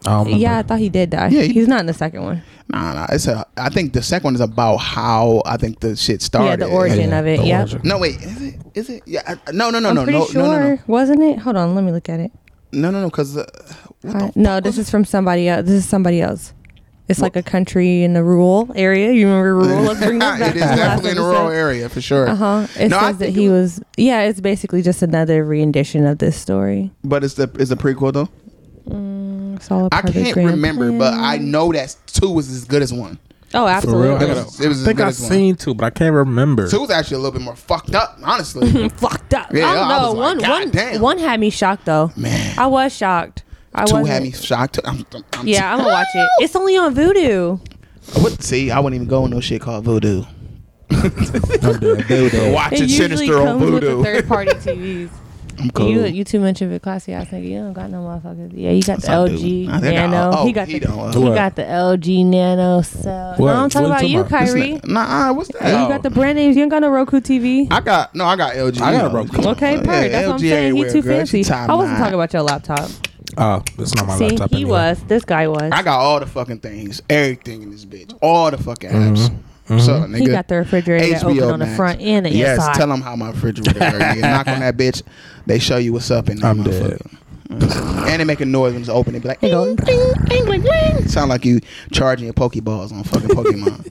Speaker 1: I don't remember.
Speaker 2: Yeah, I thought he did die.
Speaker 3: Oh Yeah, he-
Speaker 2: He's not in the second one.
Speaker 3: Nah, nah. It's a. I think the second one is about how I think the shit started.
Speaker 2: Yeah, the origin
Speaker 1: Yeah,
Speaker 2: of it.
Speaker 1: the
Speaker 2: Yep.
Speaker 1: origin.
Speaker 3: No, wait. Is it? Is it? Yeah. I, no, Oh, no, no,
Speaker 2: I'm
Speaker 3: no,
Speaker 2: pretty
Speaker 3: no,
Speaker 2: sure,
Speaker 3: no, no, no,
Speaker 2: wasn't it? Hold on, let me look at it.
Speaker 3: no, no, no. Because uh, what the
Speaker 2: I- no,
Speaker 3: fuck
Speaker 2: this
Speaker 3: was
Speaker 2: is from somebody else. This is somebody else. It's like a country in the rural area. You remember rural? Let's bring that back.
Speaker 3: it is definitely in a rural area for sure.
Speaker 2: Uh huh. It
Speaker 3: No, I
Speaker 2: says that
Speaker 3: think
Speaker 2: he
Speaker 3: it
Speaker 2: was. Yeah, it's basically just another rendition of this story.
Speaker 3: But it's the is the prequel though.
Speaker 2: It's all a
Speaker 3: I
Speaker 2: part of Oh, the
Speaker 3: can't
Speaker 2: grand
Speaker 3: remember,
Speaker 2: plan.
Speaker 3: but I know that two was as good as one.
Speaker 1: For
Speaker 2: oh,
Speaker 1: real, I,
Speaker 2: absolutely.
Speaker 1: gotta,
Speaker 3: was- it was
Speaker 1: I
Speaker 3: as
Speaker 1: think
Speaker 3: good
Speaker 1: I've
Speaker 3: as one.
Speaker 1: seen two, but I can't remember.
Speaker 3: Two was actually a little bit more fucked up, honestly.
Speaker 2: Fucked up.
Speaker 3: Yeah,
Speaker 2: I don't
Speaker 3: I
Speaker 2: know.
Speaker 3: was like,
Speaker 2: one, one,
Speaker 3: "Goddamn."
Speaker 2: one had me shocked though.
Speaker 3: Man,
Speaker 2: I was shocked. I
Speaker 3: two
Speaker 2: wasn't-
Speaker 3: had me shocked. I'm, I'm, I'm
Speaker 2: Yeah, I'm gonna watch it. It's only on Voodoo.
Speaker 3: What? See, I wouldn't even go on no shit called voodoo.
Speaker 1: I'm dead. They were
Speaker 3: Watching
Speaker 2: It usually
Speaker 3: Sinister on
Speaker 2: comes with the
Speaker 3: voodoo.
Speaker 2: third party TVs.
Speaker 3: I'm cool.
Speaker 2: You you too much of a classy ass nigga. You don't got no motherfuckers. Yeah, you got the
Speaker 3: Some
Speaker 2: LG
Speaker 3: dude. I think I-
Speaker 2: Nano.
Speaker 3: oh,
Speaker 2: he got
Speaker 3: he
Speaker 2: the
Speaker 3: don't, uh,
Speaker 2: he
Speaker 1: What?
Speaker 2: got the LG Nano. So
Speaker 1: What?
Speaker 2: no, I'm talking
Speaker 1: What
Speaker 2: about
Speaker 1: you
Speaker 2: you,
Speaker 1: talking about?
Speaker 2: Kyrie.
Speaker 3: This nigga- oh. Nah, what's that?
Speaker 2: You got the brand names. You ain't got no Roku TV.
Speaker 3: I got no. I got LG.
Speaker 1: I got a
Speaker 3: though.
Speaker 1: Roku.
Speaker 2: Okay,
Speaker 3: Yeah,
Speaker 2: perfect. That's what I'm
Speaker 3: LG
Speaker 2: saying. He
Speaker 3: everywhere,
Speaker 2: too
Speaker 3: girl. She
Speaker 2: fancy.
Speaker 3: top
Speaker 2: I wasn't
Speaker 3: notch.
Speaker 2: talking about your laptop.
Speaker 1: Oh, it's not my
Speaker 2: See,
Speaker 1: laptop.
Speaker 2: he
Speaker 1: anyway.
Speaker 2: was. This guy was.
Speaker 3: I got all the fucking things, everything in this bitch, all the fucking
Speaker 1: Mm-hmm.
Speaker 3: apps. So nigga,
Speaker 2: he got the refrigerator that open on the
Speaker 3: Max.
Speaker 2: front and the
Speaker 3: yes,
Speaker 2: inside.
Speaker 3: tell them how my refrigerator. works. Knock on that bitch, they show you what's up in that
Speaker 1: I'm dead.
Speaker 3: motherfucker. Mm. and they make a noise when it's open. They be like,
Speaker 2: He go,
Speaker 3: "Ding, ding, ding, ding, ding." sound like you charging your Pokeballs on fucking Pokemon.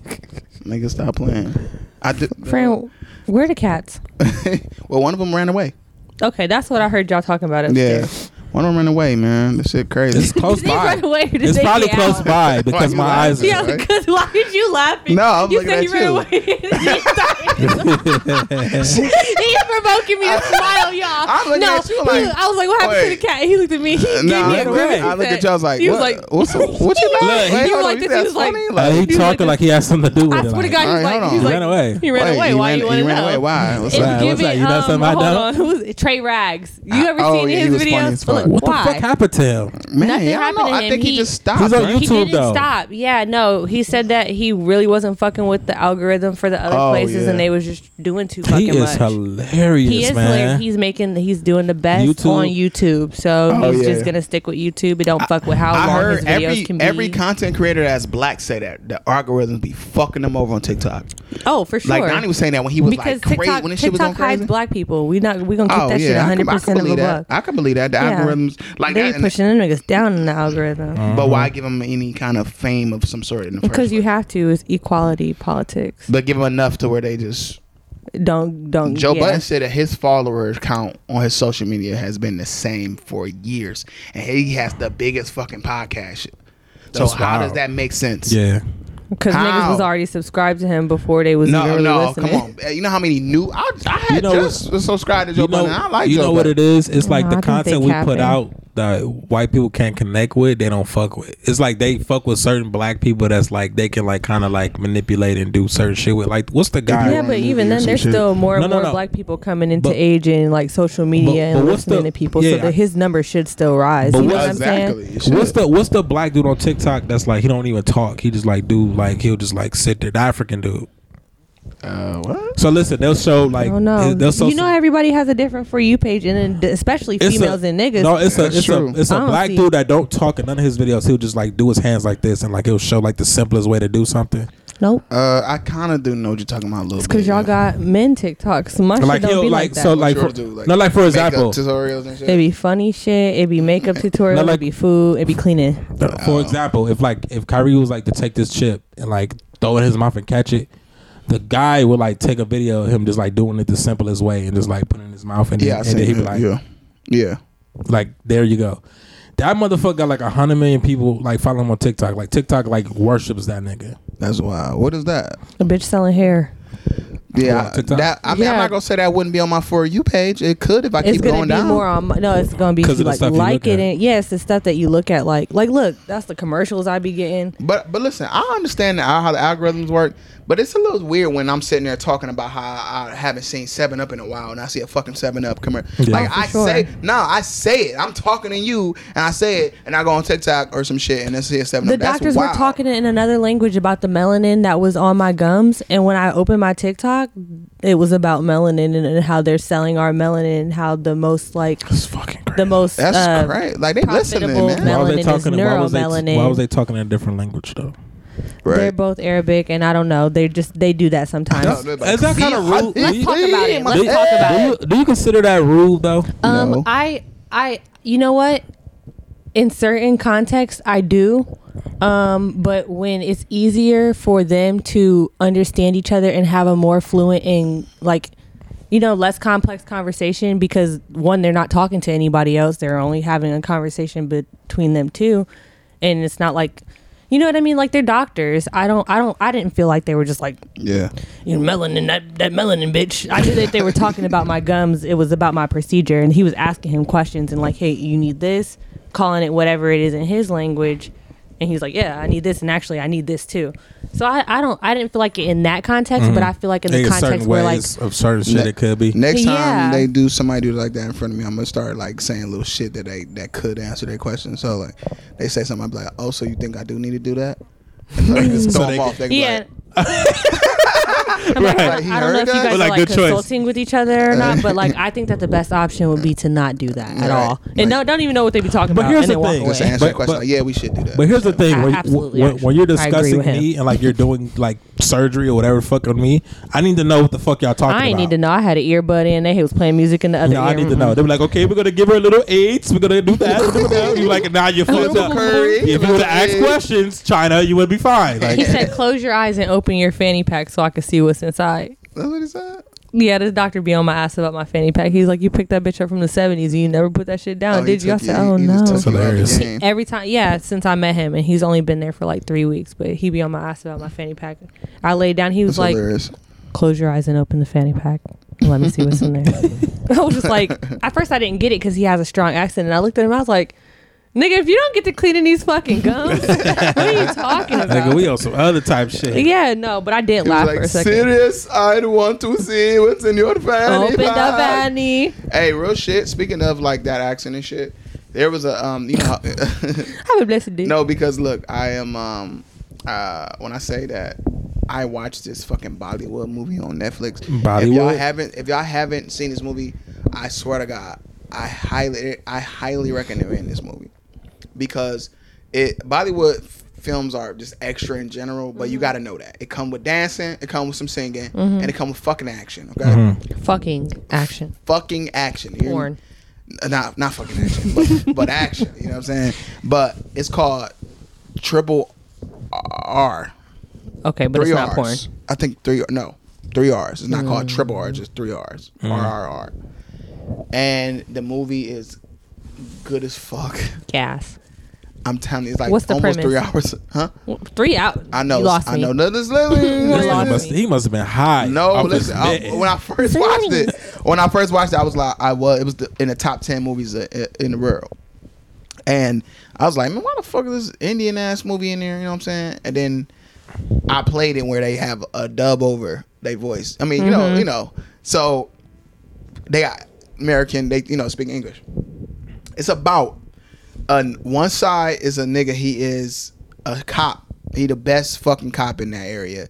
Speaker 3: nigga, stop playing. I do.
Speaker 2: Friend, where the cats?
Speaker 3: well, one of them ran away.
Speaker 2: Okay, that's what I heard y'all talking about
Speaker 3: Yeah,
Speaker 2: upstairs.
Speaker 3: one of them ran away, man. This shit crazy.
Speaker 1: It's close
Speaker 2: Did they
Speaker 1: by.
Speaker 2: run away or did
Speaker 1: it's
Speaker 2: they
Speaker 1: probably
Speaker 2: get
Speaker 1: close
Speaker 2: out?
Speaker 1: by
Speaker 3: Why
Speaker 1: because
Speaker 3: you
Speaker 1: my eyes. Are,
Speaker 3: laughing?
Speaker 2: Yeah,
Speaker 3: right?
Speaker 2: because why did you laughing?
Speaker 3: No, I'm
Speaker 2: you
Speaker 3: looking
Speaker 2: said
Speaker 3: at
Speaker 2: you ran
Speaker 3: you.
Speaker 2: away. He's provoking me to smile, y'all.
Speaker 3: I'm looking
Speaker 2: no,
Speaker 3: at you
Speaker 2: he
Speaker 3: like,
Speaker 2: was- I was like, what happened
Speaker 3: wait.
Speaker 2: to the cat? He looked at me. He
Speaker 3: Uh,
Speaker 2: gave
Speaker 3: nah,
Speaker 2: me
Speaker 3: I
Speaker 2: a
Speaker 1: look-
Speaker 2: grimace.
Speaker 3: I look at
Speaker 2: and
Speaker 3: y'all like,
Speaker 2: he was
Speaker 3: what,
Speaker 2: like,
Speaker 3: what's what you
Speaker 2: Look,
Speaker 3: like? Wait,
Speaker 2: he
Speaker 3: hold
Speaker 2: was
Speaker 3: on,
Speaker 2: like
Speaker 3: you
Speaker 2: this, he
Speaker 3: think
Speaker 2: was like-
Speaker 3: that's funny?
Speaker 1: Uh, he
Speaker 2: He was like
Speaker 1: talking
Speaker 2: this.
Speaker 1: like he has something to do with
Speaker 2: I
Speaker 1: it.
Speaker 2: swear to
Speaker 1: like,
Speaker 2: God,
Speaker 3: All right, hold
Speaker 2: he's
Speaker 3: on.
Speaker 2: like,
Speaker 1: He
Speaker 2: he's
Speaker 1: ran
Speaker 2: like,
Speaker 1: away.
Speaker 2: he ran
Speaker 3: Wait,
Speaker 2: away.
Speaker 3: he
Speaker 2: Why
Speaker 3: ran-
Speaker 2: you
Speaker 3: he
Speaker 2: want to
Speaker 3: ran
Speaker 2: know?
Speaker 3: away. Why? What's
Speaker 2: It's
Speaker 1: up? What's
Speaker 2: giving,
Speaker 1: up? You know
Speaker 2: um,
Speaker 1: something I
Speaker 2: hold
Speaker 1: don't?
Speaker 2: on, who's it? Trey Rags? You
Speaker 3: I-
Speaker 2: ever
Speaker 3: oh,
Speaker 2: seen
Speaker 3: yeah, he
Speaker 2: his
Speaker 3: was funny
Speaker 2: videos?
Speaker 3: as fuck.
Speaker 2: Look,
Speaker 1: what
Speaker 2: why?
Speaker 1: the fuck happened to him?
Speaker 3: Man,
Speaker 2: Nothing
Speaker 3: I don't know.
Speaker 2: happened to
Speaker 3: I
Speaker 2: him.
Speaker 3: think he,
Speaker 2: He-
Speaker 3: just stopped.
Speaker 1: He's on
Speaker 3: right?
Speaker 2: he
Speaker 1: YouTube,
Speaker 2: didn't
Speaker 1: though.
Speaker 2: stop. Yeah, no, he said that he really wasn't fucking with the algorithm for the other
Speaker 3: Oh,
Speaker 2: places,
Speaker 3: yeah.
Speaker 2: and they was just doing too fucking
Speaker 1: he is
Speaker 2: much.
Speaker 1: hilarious,
Speaker 2: He is
Speaker 1: man.
Speaker 2: hilarious. He's making. He's doing the best
Speaker 1: YouTube.
Speaker 2: on YouTube. So
Speaker 3: Oh,
Speaker 2: he's
Speaker 3: yeah.
Speaker 2: just gonna stick with YouTube and don't fuck with how
Speaker 3: I
Speaker 2: long
Speaker 3: heard
Speaker 2: his videos
Speaker 3: every
Speaker 2: can be.
Speaker 3: every content creator that's black say that the algorithms be fucking them over on TikTok.
Speaker 2: oh, for sure.
Speaker 3: Like Donnie was saying that when he was
Speaker 2: because
Speaker 3: like crazy
Speaker 2: TikTok,
Speaker 3: when this shit was
Speaker 2: TikTok
Speaker 3: on
Speaker 2: hides
Speaker 3: crazy.
Speaker 2: black people. We not. We gonna keep
Speaker 3: oh
Speaker 2: that shit
Speaker 3: yeah, I can-
Speaker 2: hundred
Speaker 3: I can
Speaker 2: percent of
Speaker 3: believe
Speaker 2: a
Speaker 3: that.
Speaker 2: buck.
Speaker 3: I can believe that the
Speaker 2: Yeah.
Speaker 3: algorithms like
Speaker 2: they
Speaker 3: that.
Speaker 2: be
Speaker 3: and- Oh,
Speaker 2: pushing them niggas down in the algorithm
Speaker 3: But why give them any kind of fame of some sort in the first?
Speaker 2: because you
Speaker 3: place?
Speaker 2: have to. Is equality politics?
Speaker 3: But give them enough to where they just
Speaker 2: Don't don't.
Speaker 3: Joe
Speaker 2: yeah.
Speaker 3: Budden said that his follower count on his social media has been the same for years, and he has the biggest fucking podcast. So
Speaker 1: That's
Speaker 3: how
Speaker 1: wild.
Speaker 3: does that make sense?
Speaker 1: Yeah,
Speaker 2: Because niggas
Speaker 3: How?
Speaker 2: was already subscribed to him before they was even
Speaker 3: No,
Speaker 2: really
Speaker 3: no,
Speaker 2: listening.
Speaker 3: come on. Uh, You know how many new? I, I had
Speaker 1: You know
Speaker 3: just subscribed to Joe
Speaker 1: you know,
Speaker 3: Budden. I like
Speaker 1: you
Speaker 3: Joe
Speaker 1: know what
Speaker 3: Budden.
Speaker 1: it is. It's like
Speaker 2: No,
Speaker 1: the
Speaker 2: I think they
Speaker 1: content we put
Speaker 2: capping.
Speaker 1: out that white people can't connect with, they don't fuck with. It's like they fuck with certain black people that's like they can like kind of like manipulate and do certain shit with. Like, what's the guy?
Speaker 2: yeah, but even then, there's still more and
Speaker 1: No, no,
Speaker 2: more
Speaker 1: no.
Speaker 2: black people coming into
Speaker 1: But-
Speaker 2: age and like social media
Speaker 1: but
Speaker 2: and
Speaker 1: what's
Speaker 2: listening
Speaker 1: the-
Speaker 2: to people,
Speaker 1: yeah,
Speaker 2: so that
Speaker 1: I-
Speaker 2: his number should still rise.
Speaker 1: But
Speaker 2: you know
Speaker 1: what-
Speaker 2: what I'm saying?
Speaker 3: Exactly.
Speaker 1: What's the what's the black dude on TikTok that's like he don't even talk. He just like do like he'll just like sit there. The African dude.
Speaker 3: Uh, what?
Speaker 1: So listen, they'll show like
Speaker 2: I don't know.
Speaker 1: they'll show
Speaker 2: you know,
Speaker 1: some-
Speaker 2: everybody has a different for you page, and then d- especially
Speaker 1: It's a-
Speaker 2: females and niggas.
Speaker 1: No, it's a
Speaker 3: That's
Speaker 1: it's
Speaker 3: true.
Speaker 1: a it's
Speaker 2: I
Speaker 1: a
Speaker 2: don't
Speaker 1: black
Speaker 2: see-
Speaker 1: dude that don't talk in none of his videos. He'll just like do his hands like this and like he'll show like the simplest way to do something.
Speaker 2: nope.
Speaker 3: Uh, I kind of do know what you're talking about a little
Speaker 2: It's
Speaker 3: bit.
Speaker 2: because y'all got men TikToks. My
Speaker 1: like
Speaker 2: shit don't
Speaker 1: he'll
Speaker 2: be
Speaker 1: like,
Speaker 2: like, that.
Speaker 1: so like,
Speaker 3: Sure
Speaker 1: for,
Speaker 3: do, like,
Speaker 1: no like for
Speaker 3: Makeup
Speaker 1: example
Speaker 3: tutorials and shit.
Speaker 2: it be funny shit. It be makeup tutorial.
Speaker 1: like-
Speaker 2: it be food. It be cleaning.
Speaker 1: Uh, For example, if like if Kyrie was like to take this chip and like throw it in his mouth and catch it, the guy would like take a video of him just like doing it the simplest way and just like putting it in his mouth and,
Speaker 3: Yeah, I
Speaker 1: then, and then
Speaker 3: seen
Speaker 1: he'd be
Speaker 3: it.
Speaker 1: like,
Speaker 3: yeah, yeah.
Speaker 1: like there you go. That motherfucker got like a hundred million people like following him on TikTok. Like TikTok like worships that nigga.
Speaker 3: That's wild. What is that?
Speaker 2: A bitch selling hair.
Speaker 1: Well,
Speaker 3: Yeah, I-
Speaker 1: TikTok.
Speaker 3: that, I mean, I'm
Speaker 2: Yeah.
Speaker 3: not gonna say that wouldn't be on my for you page. It could if I
Speaker 2: it's
Speaker 3: keep
Speaker 2: gonna
Speaker 3: going
Speaker 2: be
Speaker 3: down.
Speaker 2: more on my, no it's gonna be
Speaker 1: 'Cause of
Speaker 2: if you
Speaker 1: the
Speaker 2: like
Speaker 1: stuff you look
Speaker 2: like
Speaker 1: at.
Speaker 2: it and yeah it's the stuff that you look at like like look that's the commercials i be getting
Speaker 3: But but listen, I understand uh, how how the algorithms work, but it's a little weird when I'm sitting there talking about how I haven't seen Seven Up in a while, and I see a fucking Seven Up commercial.
Speaker 1: Yeah.
Speaker 3: Like
Speaker 1: Oh,
Speaker 2: for
Speaker 3: I
Speaker 2: sure.
Speaker 3: say, no, I say it. I'm talking to you, and I say it, and I go on TikTok or some shit, and I see a Seven
Speaker 2: the
Speaker 3: Up. That's
Speaker 2: doctors were
Speaker 3: wild.
Speaker 2: talking in another language about the melanin that was on my gums and when i opened my tiktok it was about melanin and, and how they're selling our melanin and how the most like
Speaker 1: It's fucking crazy.
Speaker 2: the most
Speaker 3: That's
Speaker 2: uh,
Speaker 3: great. Like they listening,
Speaker 2: profitable
Speaker 3: man.
Speaker 1: why was
Speaker 2: melanin
Speaker 1: they
Speaker 2: is
Speaker 1: talking? Why was they,
Speaker 2: neuromelanin.
Speaker 1: why was they talking in a different language though?
Speaker 2: they're both arabic and i don't know they just they do that sometimes
Speaker 1: Is that kind of rude? Do you-
Speaker 2: talk about it. Let's
Speaker 1: do you-
Speaker 2: talk
Speaker 1: do
Speaker 2: about it.
Speaker 1: you- Do you consider that rude though?
Speaker 2: Um,
Speaker 3: No.
Speaker 2: I, I, you know what? In certain contexts, I do. Um, but when it's easier for them to understand each other and have a more fluent and like, you know, less complex conversation because one, they're not talking to anybody else; they're only having a conversation between them two, and it's not like, you know what I mean? Like they're doctors. I don't, I don't, I didn't feel like they were just like
Speaker 3: Yeah,
Speaker 2: you know, melanin, that, that melanin bitch. I knew that they were talking about my gums. It was about my procedure. And he was asking him questions and, like, hey, you need this, calling it whatever it is in his language. And he's like, yeah, I need this. And actually, I need this too. So I, I don't, I didn't feel like it in that context, but
Speaker 1: Mm-hmm.
Speaker 2: I feel like in the
Speaker 1: Nigga,
Speaker 2: context where, like,
Speaker 1: of certain shit
Speaker 3: Ne-
Speaker 1: it could be.
Speaker 3: Next
Speaker 2: Yeah.
Speaker 3: time they do somebody do like that in front of me, I'm gonna start like saying little shit that they that could answer their question. So like they say something, I'm like, oh, so you think I do need to do that? And like, just throw
Speaker 1: Mm. So they
Speaker 3: them off. They be
Speaker 2: yeah.
Speaker 3: like,
Speaker 2: I'm like,
Speaker 1: Right.
Speaker 2: I,
Speaker 3: He
Speaker 2: don't- I don't know
Speaker 3: heard
Speaker 2: if you guys
Speaker 3: that? Well,
Speaker 2: are
Speaker 1: like,
Speaker 2: like,
Speaker 1: good choice.
Speaker 2: consulting with each other or not, but like I think that the best option would be to not do that at all, and no, don't even know what they be talking
Speaker 1: But
Speaker 2: about,
Speaker 1: here's
Speaker 2: and
Speaker 1: the
Speaker 2: then
Speaker 1: thing.
Speaker 2: walk
Speaker 1: But-
Speaker 3: just
Speaker 2: away.
Speaker 3: answer the
Speaker 1: but-
Speaker 3: question.
Speaker 1: but-
Speaker 3: like, yeah, we should do that.
Speaker 1: But here's the thing:
Speaker 2: I
Speaker 1: when,
Speaker 2: absolutely
Speaker 1: when, when you're
Speaker 2: actually- I agree
Speaker 1: discussing
Speaker 2: with him.
Speaker 1: me and like you're doing like surgery or whatever the fuck on me, I need to know what the fuck y'all talking about.
Speaker 2: I ain't need to know. I had an earbud in, and he was playing music in the other.
Speaker 1: No,
Speaker 2: ear.
Speaker 1: I need to know. They were like, okay, we're gonna give her a little AIDS. We're gonna do that. We're gonna do that. You like, nah, you're fucked up.
Speaker 3: Curry.
Speaker 1: If you would have asked questions, China, you would be fine.
Speaker 2: He
Speaker 1: Like,
Speaker 2: said, "Close your eyes and open your fanny pack so I can see what's inside."
Speaker 3: That's what he said.
Speaker 2: Yeah, this doctor be on my ass about my fanny pack. He's like, "You picked that bitch up from the '70s and you never put that shit down,
Speaker 3: he
Speaker 2: did you?" I
Speaker 3: took
Speaker 2: said,
Speaker 3: you-
Speaker 2: "Oh
Speaker 3: he
Speaker 2: no."
Speaker 3: just took you out the
Speaker 1: Hilarious.
Speaker 3: game.
Speaker 2: Every time, yeah, since I met him, and he's only been there for like three weeks, but he be on my ass about my fanny pack. I laid down. He was
Speaker 3: That's
Speaker 2: like,
Speaker 3: hilarious.
Speaker 2: "Close your eyes and open the fanny pack. and Let me see what's in there." I was just like, at first I didn't get it because he has a strong accent, and I looked at him. I was like, "Nigga, if you don't get to cleaning these fucking gums, what are you talking about?"
Speaker 1: nigga, we on some other type shit.
Speaker 2: Yeah, no, but I did
Speaker 3: He was
Speaker 2: laugh for
Speaker 3: like,
Speaker 2: a second.
Speaker 3: serious. I want to see what's in your fanny
Speaker 2: Open the
Speaker 3: pack."
Speaker 2: fanny.
Speaker 3: Hey, real shit. Speaking of like that accent and shit, there was a um, you know.
Speaker 2: Have a blessed day.
Speaker 3: No, because look, I am um uh when I say that I watched this fucking Bollywood movie on Netflix. If y'all
Speaker 1: Bollywood?
Speaker 3: haven't if y'all haven't seen this movie, I swear to God, I highly I highly recommend this movie. Because it Bollywood f- films are just extra in general, but you gotta know that. It come with dancing, it come with some singing, and it come with fucking action, okay?
Speaker 2: Fucking action.
Speaker 3: Fucking action. you hear me?
Speaker 2: Porn.
Speaker 3: Uh, not not fucking action, but, but action. You know what I'm saying? But it's called Triple R.
Speaker 2: Okay, but
Speaker 3: Three
Speaker 2: it's
Speaker 3: R's.
Speaker 2: not porn. Mm.
Speaker 3: I think three. No, three R's. It's not called Triple R. Just three R's. R R R. And the movie is good as fuck.
Speaker 2: Gas.
Speaker 3: I'm telling you, it's like
Speaker 2: What's the
Speaker 3: almost three
Speaker 2: premise?
Speaker 3: hours. Huh?
Speaker 2: Three out.
Speaker 3: I know.
Speaker 2: You lost
Speaker 3: I
Speaker 2: me.
Speaker 3: know. No, this- listen,
Speaker 1: This
Speaker 3: listen.
Speaker 1: nigga must, he must have been high.
Speaker 3: No,
Speaker 1: off his
Speaker 3: listen. I,
Speaker 1: dick.
Speaker 3: when I first watched it, when I first watched it, I was like, I was. It was the, in the top ten movies uh, in the world. And I was like, man, why the fuck is this Indian ass movie in there? You know what I'm saying? And then I played it where they have a dub over their voice. I mean, you know, you know. So they are American, they you know, speak English. It's about on one side is a nigga, he is a cop. He the best fucking cop in that area.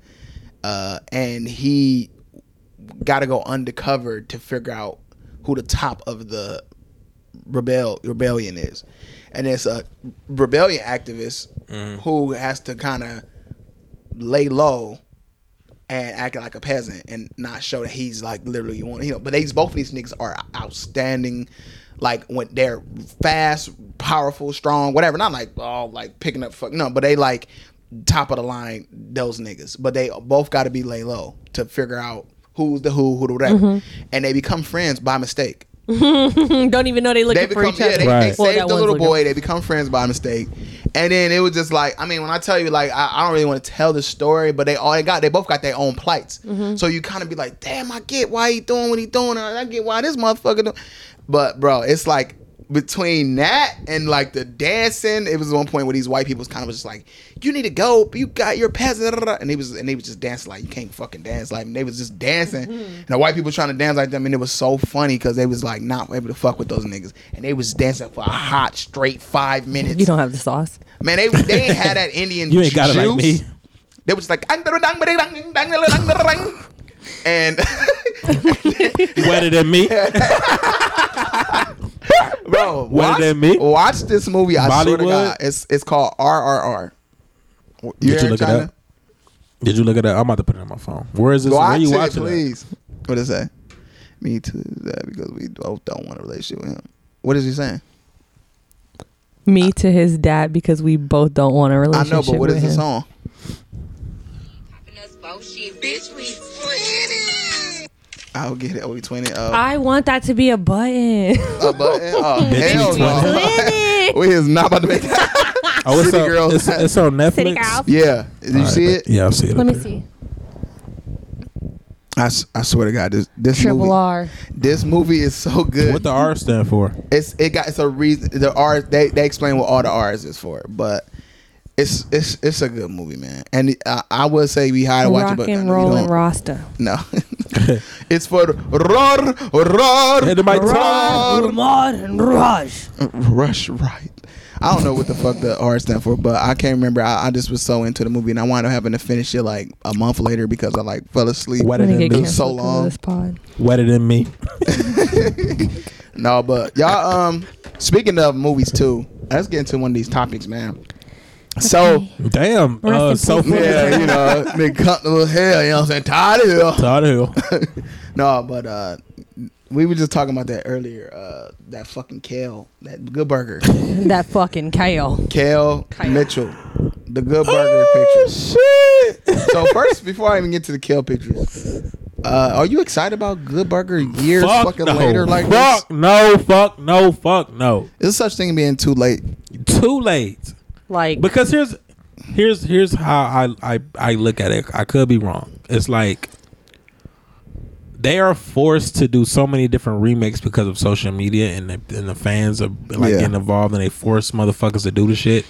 Speaker 3: Uh, and he got to go undercover to figure out who the top of the rebel rebellion is, and it's a rebellion activist who has to kind of lay low and act like a peasant and not show that he's like literally one. You know, but these both of these niggas are outstanding. Like when they're fast, powerful, strong, whatever. Not like all like picking up fuck no, but they like top of the line those niggas. But they both got to be lay low to figure out who's the who, who the whatever, and they become friends by mistake
Speaker 2: Don't even know they looking
Speaker 3: they
Speaker 2: for
Speaker 3: become
Speaker 2: each
Speaker 3: yeah,
Speaker 2: other.
Speaker 3: they,
Speaker 1: Right.
Speaker 3: they
Speaker 2: Well,
Speaker 3: saved
Speaker 2: that
Speaker 3: the
Speaker 2: one's
Speaker 3: little
Speaker 2: looking-
Speaker 3: boy. They become friends by mistake, and then it was just like I mean, when I tell you like I, I don't really want to tell the story, but they all they got they both got their own plights.
Speaker 2: Mm-hmm.
Speaker 3: So you kind of be like, damn, I get why he doing what he doing, and I get why this motherfucker. Do-. But bro, it's like between that and like the dancing, it was one point where these white people was kind of just like, you need to go, you got your peasant, da, da, da," and he was and they was just dancing like you can't fucking dance like, and they was just dancing,
Speaker 1: Mm-hmm.
Speaker 3: and the white people trying to dance like them, and it was so funny because they was like not able to fuck with those niggas, and they was dancing for a hot straight five minutes.
Speaker 2: You don't have the sauce.
Speaker 3: Man, they they ain't had that Indian.
Speaker 1: You ain't got it like
Speaker 3: juice.
Speaker 1: me.
Speaker 3: They was like, and
Speaker 1: Wetter than me.
Speaker 3: bro,
Speaker 1: Wetter
Speaker 3: watch,
Speaker 1: than me?
Speaker 3: watch this movie. I swear to
Speaker 1: Bollywood?
Speaker 3: God, it's it's called RRR. You
Speaker 1: Did you
Speaker 3: heard,
Speaker 1: look it
Speaker 3: China?
Speaker 1: up? Did you look it up? I'm about to put it on my phone. Where is this? Where
Speaker 3: Watch
Speaker 1: you
Speaker 3: it,
Speaker 1: watching it?
Speaker 3: please. What does it say? Me too, that because we both don't want a relationship with him. What is he saying?
Speaker 2: Me to his dad because we both don't want a
Speaker 3: I
Speaker 2: relationship.
Speaker 3: know, but what is
Speaker 2: with
Speaker 3: the
Speaker 2: him.
Speaker 3: song? I'll get it. Oh, we twinning. Uh,
Speaker 2: I want that to be a button.
Speaker 3: a button. Oh,
Speaker 1: Bitch,
Speaker 3: hell
Speaker 1: we twinning.
Speaker 3: no. We is not about to make that.
Speaker 1: Oh, it's,
Speaker 3: City
Speaker 1: on,
Speaker 3: Girls.
Speaker 1: it's, it's on Netflix.
Speaker 4: City girls.
Speaker 3: Yeah. Did you
Speaker 1: All right,
Speaker 3: see
Speaker 1: bet.
Speaker 3: it?
Speaker 1: Yeah, I see it.
Speaker 4: Let
Speaker 1: up
Speaker 4: me
Speaker 1: there.
Speaker 4: see.
Speaker 3: I, s- I swear to God, this this
Speaker 2: Triple
Speaker 3: movie,
Speaker 2: R.
Speaker 3: this movie is so good.
Speaker 1: What the R stand for?
Speaker 3: it's it got it's a reason the R's they they explain what all the R's is for, but it's it's it's a good movie, man. And I, I would say we high to watch it,
Speaker 2: Rock
Speaker 3: but
Speaker 2: and
Speaker 3: no, we
Speaker 2: roll and
Speaker 3: don't.
Speaker 2: Rasta.
Speaker 3: no. it's for the roar roar
Speaker 1: Hit my
Speaker 3: roar.
Speaker 1: tongue.
Speaker 3: Rush Right. I don't know what the fuck the R stand for, but I can't remember. I, I just was so into the movie, and I wound up having to finish it like a month later because I like fell asleep.
Speaker 1: Wetter
Speaker 2: I'm gonna
Speaker 1: than
Speaker 2: get
Speaker 1: me.
Speaker 3: so
Speaker 2: canceled 'cause of
Speaker 3: long.
Speaker 2: This pod.
Speaker 1: Wetter than me.
Speaker 3: No, but y'all. Um, speaking of movies too, let's get into one of these topics, man. So
Speaker 1: Damn.
Speaker 2: Rest in
Speaker 1: Uh,
Speaker 2: peace,
Speaker 1: so
Speaker 2: Lil
Speaker 1: far.
Speaker 3: yeah, you know, been comfortable as hell. You know what I'm saying? Tired of hell.
Speaker 1: Todd Hill.
Speaker 3: No, but uh, we were just talking about that earlier. Uh, that fucking Kale, that Good Burger,
Speaker 2: that fucking kale.
Speaker 3: Kale,
Speaker 2: Kale.
Speaker 3: Mitchell, the Good Burger pictures.
Speaker 1: Oh, Shit.
Speaker 3: So first, before I even get to the Kale pictures, uh, are you excited about Good Burger years
Speaker 1: Fuck
Speaker 3: fucking
Speaker 1: no.
Speaker 3: later like this?
Speaker 1: fuck no. Fuck no. Fuck no.
Speaker 3: There's such thing as being too late.
Speaker 1: Too late.
Speaker 2: Like
Speaker 1: Because here's here's here's how I I I look at it. I could be wrong. It's like they are forced to do so many different remakes because of social media and the, and the fans are like
Speaker 3: Yeah.
Speaker 1: getting involved and they force motherfuckers to do the shit.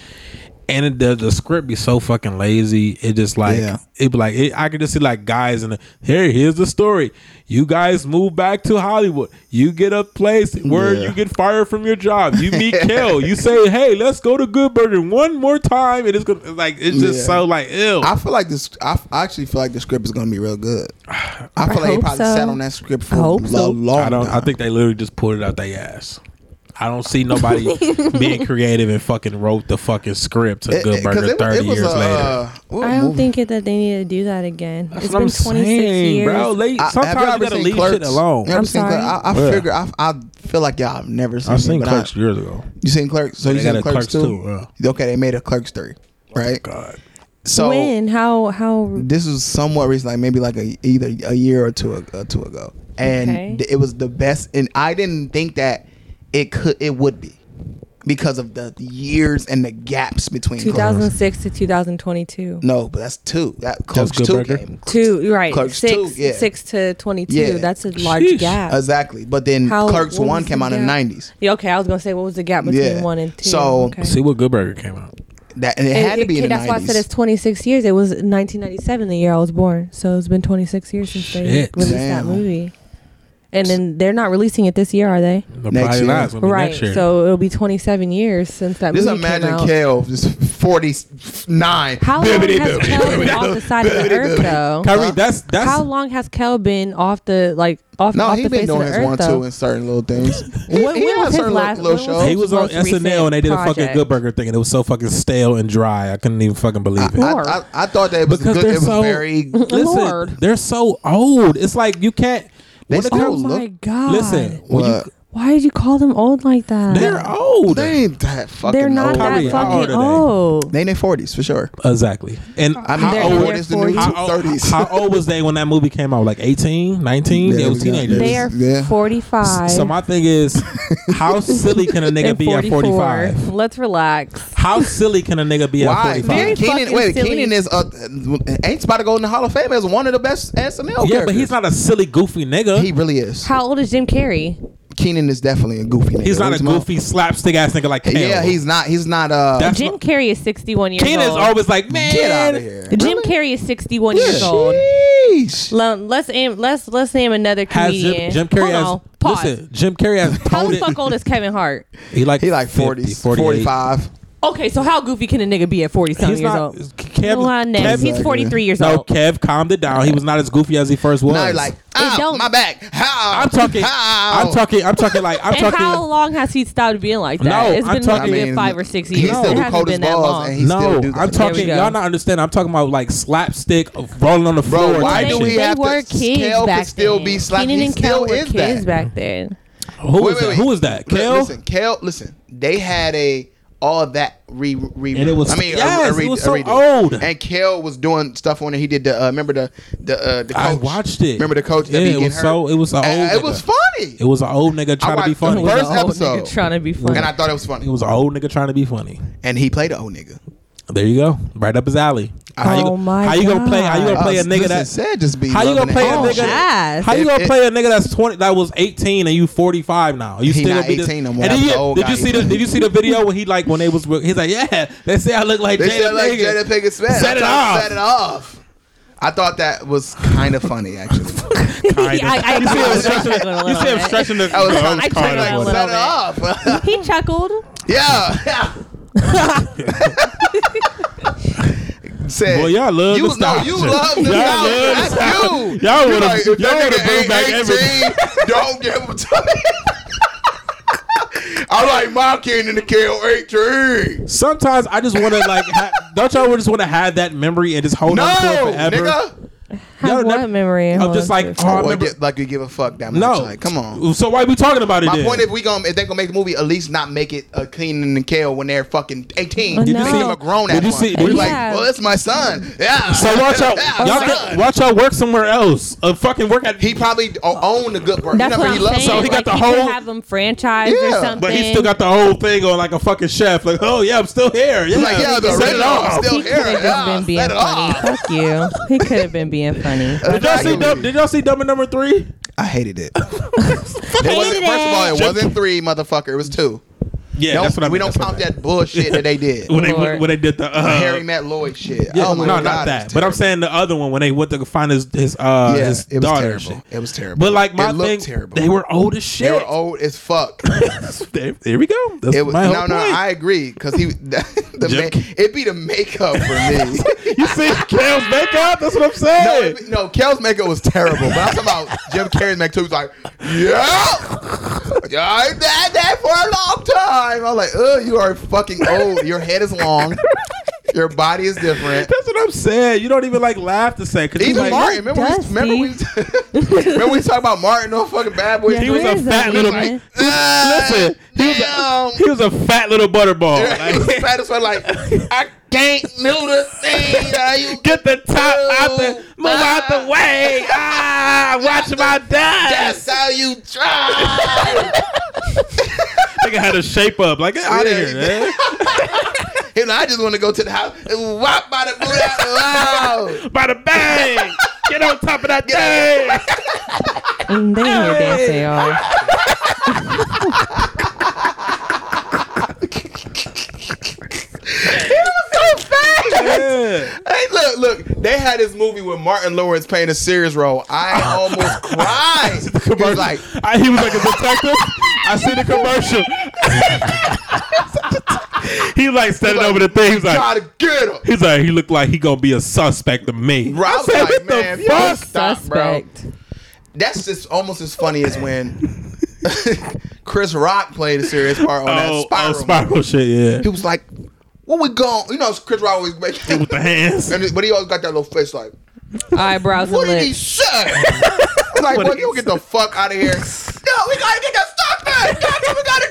Speaker 1: And it, the the script be so fucking lazy. It just like
Speaker 3: Yeah.
Speaker 1: it be like it, I can just see like guys in the here here's the story. You guys move back to Hollywood. You get a place where
Speaker 3: Yeah.
Speaker 1: you get fired from your job. You meet Kel. You say hey let's go to Good Burger one more time. And it's gonna it's like it's just
Speaker 3: Yeah.
Speaker 1: so like ill.
Speaker 3: I feel like this. I, I actually feel like the script is gonna be real good. I feel like they
Speaker 2: hope
Speaker 3: probably
Speaker 2: so.
Speaker 3: sat on that script for
Speaker 2: I hope
Speaker 3: a
Speaker 2: so.
Speaker 3: long
Speaker 1: I don't.
Speaker 3: time.
Speaker 1: I think they literally just pulled it out their ass. I don't see nobody being creative and fucking wrote the fucking script to Good
Speaker 3: because
Speaker 1: Burger thirty years later.
Speaker 3: a, uh, what
Speaker 2: I don't
Speaker 3: movie?
Speaker 2: think it that they need to do that again.
Speaker 1: That's
Speaker 2: it's
Speaker 1: what
Speaker 2: been
Speaker 1: I'm
Speaker 2: 26
Speaker 1: saying,
Speaker 2: years.
Speaker 1: bro. Like,
Speaker 3: I- have y'all
Speaker 1: sometimes
Speaker 3: ever
Speaker 1: you gotta
Speaker 3: seen
Speaker 1: leave shit
Speaker 3: Clerks?
Speaker 1: alone.
Speaker 3: You ever
Speaker 2: I'm
Speaker 3: seen
Speaker 2: sorry.
Speaker 3: Clerks? I, I
Speaker 1: Yeah.
Speaker 3: figure I, I feel like y'all have never seen.
Speaker 1: I
Speaker 3: it,
Speaker 1: seen
Speaker 3: but
Speaker 1: Clerks years ago.
Speaker 3: you seen Clerks? So you
Speaker 1: They got
Speaker 3: seen
Speaker 1: a
Speaker 3: Clerks,
Speaker 1: Clerks
Speaker 3: too?
Speaker 1: too. Oh
Speaker 3: Okay, they made a Clerks three, right?
Speaker 1: God.
Speaker 3: So
Speaker 2: when? How? How?
Speaker 3: this was somewhat recent, like maybe like a either a year or two ag- uh, two ago, and
Speaker 2: Okay.
Speaker 3: th- it was the best. And I didn't think that it could it would be because of the years and the gaps between. Clerks.
Speaker 2: 2006 to 2022.
Speaker 3: No, but that's two. That Clerks
Speaker 1: Good
Speaker 3: two
Speaker 1: Burger?
Speaker 3: came.
Speaker 2: Two right,
Speaker 3: Clerks
Speaker 2: six
Speaker 3: two, yeah.
Speaker 2: six to twenty two.
Speaker 3: Yeah.
Speaker 2: That's a large
Speaker 1: Sheesh.
Speaker 2: gap.
Speaker 3: Exactly, but then
Speaker 2: How-
Speaker 3: Clerks
Speaker 2: what
Speaker 3: one
Speaker 2: was
Speaker 3: came
Speaker 2: the
Speaker 3: out in the
Speaker 2: gap?
Speaker 3: nineties.
Speaker 2: Yeah, okay, I was gonna say what was the gap between
Speaker 3: Yeah.
Speaker 2: one and two.
Speaker 3: So-
Speaker 2: okay.
Speaker 1: See what Good Burger came out.
Speaker 3: That and it, had to be in the
Speaker 2: that's why I said it's
Speaker 3: nineties.
Speaker 2: 26 years. It was 1997, the year I was born. So it's been 26 years since they
Speaker 1: Shit.
Speaker 2: released that
Speaker 3: Damn.
Speaker 2: movie. And then they're not releasing it this year, are they?
Speaker 1: No,
Speaker 3: Next
Speaker 1: probably
Speaker 3: year.
Speaker 1: not. It's gonna be
Speaker 2: Right.
Speaker 1: next year.
Speaker 2: So it'll be 27 years since that
Speaker 3: Just
Speaker 2: movie came
Speaker 3: imagine
Speaker 2: out.
Speaker 3: Kale, just forty nine.
Speaker 2: How long has Kel been off the side of the earth though?
Speaker 1: Kyrie, that's that's
Speaker 2: How long has Kel been off the like off,
Speaker 3: No,
Speaker 2: off
Speaker 3: he
Speaker 2: the
Speaker 3: been
Speaker 2: face of
Speaker 3: doing
Speaker 2: the
Speaker 3: his
Speaker 2: earth
Speaker 3: one,
Speaker 2: though?
Speaker 3: two, and certain little things.
Speaker 2: When- when
Speaker 3: had
Speaker 2: was his
Speaker 3: certain
Speaker 2: last- when
Speaker 3: little
Speaker 2: was
Speaker 3: shows.
Speaker 2: his
Speaker 1: he was on
Speaker 2: most recent
Speaker 1: SNL and they did a fucking
Speaker 2: project.
Speaker 1: Good Burger thing and it was so fucking stale and dry. I couldn't even fucking believe it.
Speaker 3: I, I, I thought that it was
Speaker 1: Because
Speaker 3: good.
Speaker 1: they're
Speaker 3: It was
Speaker 1: so-
Speaker 3: very.
Speaker 1: Listen,
Speaker 2: Lord.
Speaker 1: they're so old. It's like you can't.
Speaker 3: They
Speaker 1: when it
Speaker 3: old.
Speaker 2: Oh
Speaker 1: comes-
Speaker 2: my
Speaker 3: look.
Speaker 2: god!
Speaker 1: Listen, when you,
Speaker 3: What?
Speaker 2: why did you call them old like that?
Speaker 1: they're old.
Speaker 3: They ain't that fucking.
Speaker 2: They're not
Speaker 3: old.
Speaker 2: that
Speaker 1: Kyrie, how old
Speaker 2: fucking
Speaker 1: are they?
Speaker 2: old.
Speaker 3: They in their forties for sure.
Speaker 1: Exactly. And
Speaker 3: I mean,
Speaker 1: how,
Speaker 2: They're-
Speaker 3: how old
Speaker 2: they're
Speaker 3: is the new
Speaker 2: 40s.
Speaker 1: how old,
Speaker 3: thirties?
Speaker 1: how old was they when that movie came out? Like 18, 19?
Speaker 3: Yeah,
Speaker 1: they
Speaker 3: they
Speaker 1: was
Speaker 3: was young.
Speaker 1: teenagers.
Speaker 2: They are
Speaker 3: Yeah.
Speaker 2: 45.
Speaker 1: so my thing is, how silly can a nigga
Speaker 2: and
Speaker 1: be at 45?
Speaker 2: Let's relax.
Speaker 1: How silly can a nigga be
Speaker 3: Why?
Speaker 1: at 45?
Speaker 2: Very
Speaker 3: Keenan,
Speaker 2: fucking
Speaker 3: wait,
Speaker 2: silly.
Speaker 3: Keenan is uh, ain't about to go in the Hall of Fame as one of the best SNL characters.
Speaker 1: yeah, but he's not a silly, goofy nigga.
Speaker 3: He really is.
Speaker 2: How old is Jim Carrey?
Speaker 3: Keenan is definitely a goofy. Nigga.
Speaker 1: he's not
Speaker 3: Where's
Speaker 1: a
Speaker 3: my-
Speaker 1: goofy, slapstick ass nigga like Kale.
Speaker 3: Yeah, he's not. He's not. Uh,
Speaker 1: That's
Speaker 2: Jim
Speaker 1: what-
Speaker 2: Carrey is 61 years
Speaker 1: Keenan's
Speaker 2: old.
Speaker 1: always like, man.
Speaker 3: get out of here.
Speaker 2: Jim Carrey is 61 years old.
Speaker 3: Sheesh.
Speaker 2: Lo- Let's aim, let's let's name another
Speaker 1: Has
Speaker 2: comedian.
Speaker 1: Jim, Jim Carrey
Speaker 2: Hold on.
Speaker 1: has
Speaker 2: Pause.
Speaker 1: listen. Jim Carrey has
Speaker 2: How the
Speaker 1: pounded.
Speaker 2: fuck old is Kevin Hart?
Speaker 1: He like
Speaker 3: He like 40,
Speaker 1: 50, 48.
Speaker 3: 45.
Speaker 2: Okay, so how goofy can a nigga be at 40 something
Speaker 1: He's
Speaker 2: years
Speaker 1: not.
Speaker 2: old?
Speaker 1: Kev,
Speaker 2: Come on, next.
Speaker 1: Kev,
Speaker 2: He's 43 years
Speaker 1: no,
Speaker 2: old.
Speaker 1: Kev calmed it down. He was not as goofy as he first was.
Speaker 3: Now he like, ow,
Speaker 2: don't-
Speaker 3: my back. How?
Speaker 1: I'm talking.
Speaker 3: How?
Speaker 1: I'm talking. I'm talking like I'm
Speaker 2: And
Speaker 1: talking.
Speaker 2: how long has he stopped being like that?
Speaker 1: No,
Speaker 2: it's
Speaker 1: I'm
Speaker 2: been
Speaker 1: talking-
Speaker 2: like a good
Speaker 3: I mean,
Speaker 2: five or six
Speaker 3: he
Speaker 2: years.
Speaker 3: still
Speaker 2: it
Speaker 3: do
Speaker 2: hasn't
Speaker 3: cold as
Speaker 2: been that
Speaker 3: balls,
Speaker 2: long.
Speaker 3: and he
Speaker 1: no,
Speaker 3: still do that.
Speaker 1: I'm
Speaker 2: There we
Speaker 1: talking.
Speaker 2: go.
Speaker 1: Y'all not understand. I'm talking about like slapstick, of rolling on the floor.
Speaker 3: Bro, why
Speaker 1: type
Speaker 3: do
Speaker 1: shit.
Speaker 3: we
Speaker 2: they
Speaker 3: have to-
Speaker 2: were kids
Speaker 3: Kale could
Speaker 2: back
Speaker 3: still
Speaker 2: then.
Speaker 3: be slap-
Speaker 2: Keenan
Speaker 3: he
Speaker 2: and
Speaker 3: still
Speaker 2: Kel were
Speaker 3: is
Speaker 2: kids
Speaker 3: that.
Speaker 2: back then.
Speaker 1: Who
Speaker 3: Wait,
Speaker 1: was
Speaker 3: wait,
Speaker 1: that?
Speaker 3: wait.
Speaker 1: Who was that?
Speaker 3: Li-
Speaker 1: Kale.
Speaker 3: Listen, Kale. Listen, they had a all that re re.
Speaker 1: And it was-
Speaker 3: I mean, a-
Speaker 1: yes,
Speaker 3: a,
Speaker 1: it
Speaker 3: re-
Speaker 1: was
Speaker 3: a
Speaker 1: so
Speaker 3: redo.
Speaker 1: old.
Speaker 3: And Kale was doing stuff on it. He did the uh, remember the the uh, the coach.
Speaker 1: I watched it.
Speaker 3: Remember the coach?
Speaker 1: Yeah,
Speaker 3: that
Speaker 1: it
Speaker 3: be getting
Speaker 1: was
Speaker 3: hurt?
Speaker 1: so. It was an old.
Speaker 3: And it
Speaker 1: nigga.
Speaker 3: was funny.
Speaker 1: It was an old nigga trying to be
Speaker 3: watched the
Speaker 1: funny.
Speaker 2: An
Speaker 3: first-
Speaker 2: old
Speaker 3: episode.
Speaker 2: nigga trying to be funny.
Speaker 3: and I thought it was
Speaker 1: It
Speaker 3: funny.
Speaker 1: was an old nigga trying to be funny.
Speaker 3: And he played an old nigga.
Speaker 1: There you go, right up his alley.
Speaker 2: Oh
Speaker 1: you,
Speaker 2: my
Speaker 1: How you gonna play? How you gonna
Speaker 2: God.
Speaker 1: play a
Speaker 3: Us-
Speaker 1: nigga
Speaker 3: this
Speaker 1: that?
Speaker 3: is sad just be
Speaker 1: how you gonna
Speaker 3: loving
Speaker 1: play a
Speaker 3: that
Speaker 2: oh,
Speaker 3: old
Speaker 1: nigga?
Speaker 3: shit.
Speaker 2: ass.
Speaker 1: How you
Speaker 3: If
Speaker 1: gonna
Speaker 3: it-
Speaker 1: play a nigga that's twenty? That was eighteen and you forty five now. You
Speaker 3: He
Speaker 1: still
Speaker 3: not
Speaker 1: gonna be this-
Speaker 3: 18 no
Speaker 1: and
Speaker 3: more.
Speaker 1: then
Speaker 3: That's
Speaker 1: you-
Speaker 3: the old
Speaker 1: Did
Speaker 3: guy.
Speaker 1: you see the? Did you see the video when he like when they was with- he's like yeah they say I look like
Speaker 3: They
Speaker 1: Jada
Speaker 3: said like
Speaker 1: Pinkett."
Speaker 3: Jada Pinkett Smith.
Speaker 1: Set
Speaker 3: I
Speaker 1: it
Speaker 3: thought-
Speaker 1: off.
Speaker 3: Set it off. I thought that was kind of funny actually.
Speaker 2: Yeah, I- I-
Speaker 1: You see
Speaker 2: I
Speaker 1: him
Speaker 2: was
Speaker 1: stretching
Speaker 2: chuckling a
Speaker 1: the- you
Speaker 2: little
Speaker 1: see him
Speaker 2: bit.
Speaker 1: stretching the.
Speaker 3: I was
Speaker 1: the-
Speaker 2: I
Speaker 3: like, kind
Speaker 2: chuckled a
Speaker 3: of
Speaker 2: little
Speaker 3: set
Speaker 2: bit.
Speaker 3: it off.
Speaker 2: He chuckled.
Speaker 3: Yeah. Said,
Speaker 1: Well, y'all love
Speaker 3: you,
Speaker 1: nostalgia.
Speaker 3: No, you love
Speaker 1: Y'all
Speaker 3: nostalgia.
Speaker 1: love
Speaker 3: That's
Speaker 1: nostalgia.
Speaker 3: you.
Speaker 1: Y'all
Speaker 3: You
Speaker 1: would've-
Speaker 3: like, if
Speaker 1: y'all
Speaker 3: that
Speaker 1: would've
Speaker 3: nigga
Speaker 1: bring
Speaker 3: ain't
Speaker 1: back
Speaker 3: 18,
Speaker 1: everything.
Speaker 3: Don't give him to me. I like my kid in the kill 18.
Speaker 1: Sometimes I just want to like. Ha- don't y'all just want to have that memory and just hold
Speaker 3: No,
Speaker 1: on to it forever?
Speaker 3: nigga.
Speaker 1: Y'all
Speaker 2: Have
Speaker 1: never-
Speaker 2: what memory?
Speaker 1: I'm
Speaker 2: Hold
Speaker 1: just
Speaker 2: on
Speaker 1: like,
Speaker 2: to it.
Speaker 1: oh, I
Speaker 3: Boy,
Speaker 1: remember-
Speaker 3: get- like you give a fuck that much.
Speaker 1: no.
Speaker 3: Like, come on.
Speaker 1: So why are we talking about it?
Speaker 3: My
Speaker 1: then?
Speaker 3: point if we gonna if they gonna make the movie, at least not make it a Keenan and Kale when they're fucking eighteen.
Speaker 2: Did you
Speaker 3: make
Speaker 2: see-
Speaker 3: them a grown ass
Speaker 1: did you
Speaker 3: one.
Speaker 1: see- did
Speaker 3: We're
Speaker 1: you
Speaker 3: like,
Speaker 2: see-
Speaker 3: well, that's my son. Yeah.
Speaker 1: So watch out,
Speaker 3: Yeah,
Speaker 1: y'all
Speaker 3: son.
Speaker 1: can, watch y'all work somewhere else. Uh, fucking work at
Speaker 3: He probably o- owned the good burger.
Speaker 2: That's
Speaker 3: you know,
Speaker 2: what
Speaker 3: he
Speaker 2: I'm
Speaker 3: loved
Speaker 2: saying.
Speaker 1: So
Speaker 3: Good
Speaker 1: he
Speaker 3: Burger.
Speaker 1: got
Speaker 2: Like,
Speaker 1: the
Speaker 2: you could
Speaker 1: whole-
Speaker 2: have them franchised
Speaker 3: Yeah,
Speaker 2: or
Speaker 3: but
Speaker 2: something.
Speaker 1: But he still got the whole thing on like a fucking chef. Like, oh yeah, I'm still here. Yeah,
Speaker 3: Like, yeah, the
Speaker 1: set it
Speaker 3: original, I'm
Speaker 1: off.
Speaker 3: still-
Speaker 2: He could have
Speaker 3: Yeah,
Speaker 2: just been being
Speaker 3: set it
Speaker 2: funny.
Speaker 3: off.
Speaker 2: Fuck you. He could have been being funny.
Speaker 1: Did y'all see? Dumb, did y'all see Dumb and Number Three?
Speaker 3: I hated it. it wasn't, first of all, it wasn't three, motherfucker. It was two.
Speaker 1: Yeah,
Speaker 3: Don't-
Speaker 1: that's what I mean.
Speaker 3: we don't
Speaker 1: that's what
Speaker 3: count
Speaker 1: I mean.
Speaker 3: that bullshit that they did.
Speaker 1: when they
Speaker 2: Lord.
Speaker 1: when they did the uh,
Speaker 3: Harry Matt Lloyd shit.
Speaker 1: Yeah,
Speaker 3: oh
Speaker 1: no,
Speaker 3: my god,
Speaker 1: not that.
Speaker 3: it was
Speaker 1: But I'm
Speaker 3: terrible.
Speaker 1: saying the other one when they went to find his his uh
Speaker 3: Yeah,
Speaker 1: his
Speaker 3: it was
Speaker 1: daughter. and
Speaker 3: terrible.
Speaker 1: shit.
Speaker 3: It was terrible.
Speaker 1: But like my
Speaker 3: it looked
Speaker 1: thing,
Speaker 3: terrible.
Speaker 1: they were old as shit.
Speaker 3: They were old as fuck.
Speaker 1: there, there we go. That's
Speaker 3: It was
Speaker 1: my
Speaker 3: no,
Speaker 1: whole
Speaker 3: no.
Speaker 1: point.
Speaker 3: I agree because he, the, the
Speaker 1: Jim-
Speaker 3: ma- it be the makeup for me.
Speaker 1: you see Kale's makeup? That's what I'm
Speaker 3: no,
Speaker 1: saying.
Speaker 3: it be- no, Kel's makeup was terrible. But I'm talking about Jim Carrey's makeup too. He's like, yeah, yeah, I ain't had that for a long time. I'm like, oh, you are fucking old. Your head is long. Your body is different.
Speaker 1: that's what I'm saying. You don't even like laugh to say because
Speaker 3: Even
Speaker 1: like,
Speaker 3: Martin, remember we,
Speaker 2: Dusty.
Speaker 3: remember we, remember we talked about Martin on fucking Bad Boys.
Speaker 2: Yeah,
Speaker 1: he was
Speaker 2: Where
Speaker 1: a
Speaker 2: is that
Speaker 1: fat little.
Speaker 2: nigga?
Speaker 3: Ah,
Speaker 1: Listen, he was,
Speaker 3: damn.
Speaker 1: a, he was a fat little butterball.
Speaker 3: He was
Speaker 1: Like,
Speaker 3: satisfied, like I can't do the thing. How you
Speaker 1: get the top out the move out the
Speaker 3: Ah.
Speaker 1: way. Ah, watch my dad.
Speaker 3: That's how you try.
Speaker 1: nigga had a shape up. Like, get out of here, man.
Speaker 3: And I just want to go to the house and whop by the boot out loud.
Speaker 1: By the bang. Get on top of that thing.
Speaker 2: Mm, they here dancing, y'all.
Speaker 1: Yeah.
Speaker 3: Hey, look, look. They had this movie with Martin Lawrence playing a serious role. I almost cried. He
Speaker 1: Commercial.
Speaker 3: was like,
Speaker 1: I, he was like a detective. I see the commercial. he like standing over the thing. He's
Speaker 3: try
Speaker 1: like,
Speaker 3: to get him.
Speaker 1: he's like, he looked like he gonna be a suspect to me.
Speaker 3: Bro, I
Speaker 1: I
Speaker 3: was
Speaker 1: said,
Speaker 3: like,
Speaker 1: what
Speaker 3: man,
Speaker 1: the
Speaker 3: you
Speaker 1: fuck?
Speaker 3: Stop, bro.
Speaker 2: Suspect.
Speaker 3: That's just almost as funny as when Chris Rock played a serious part on
Speaker 1: Oh,
Speaker 3: that spiral.
Speaker 1: oh, spiral shit. Yeah.
Speaker 3: He was like, "What we going?" You know, Chris Rock always making,
Speaker 1: with the hands.
Speaker 3: and, but he always got that little face like,
Speaker 2: Eyebrows
Speaker 3: "What
Speaker 2: and
Speaker 3: did he
Speaker 2: lips.
Speaker 3: say?" I'm like,
Speaker 1: What
Speaker 3: "Boy,
Speaker 1: did
Speaker 3: you
Speaker 1: he
Speaker 3: get the fuck out of here!" no, we gotta get that stuff back. That's what we gotta do.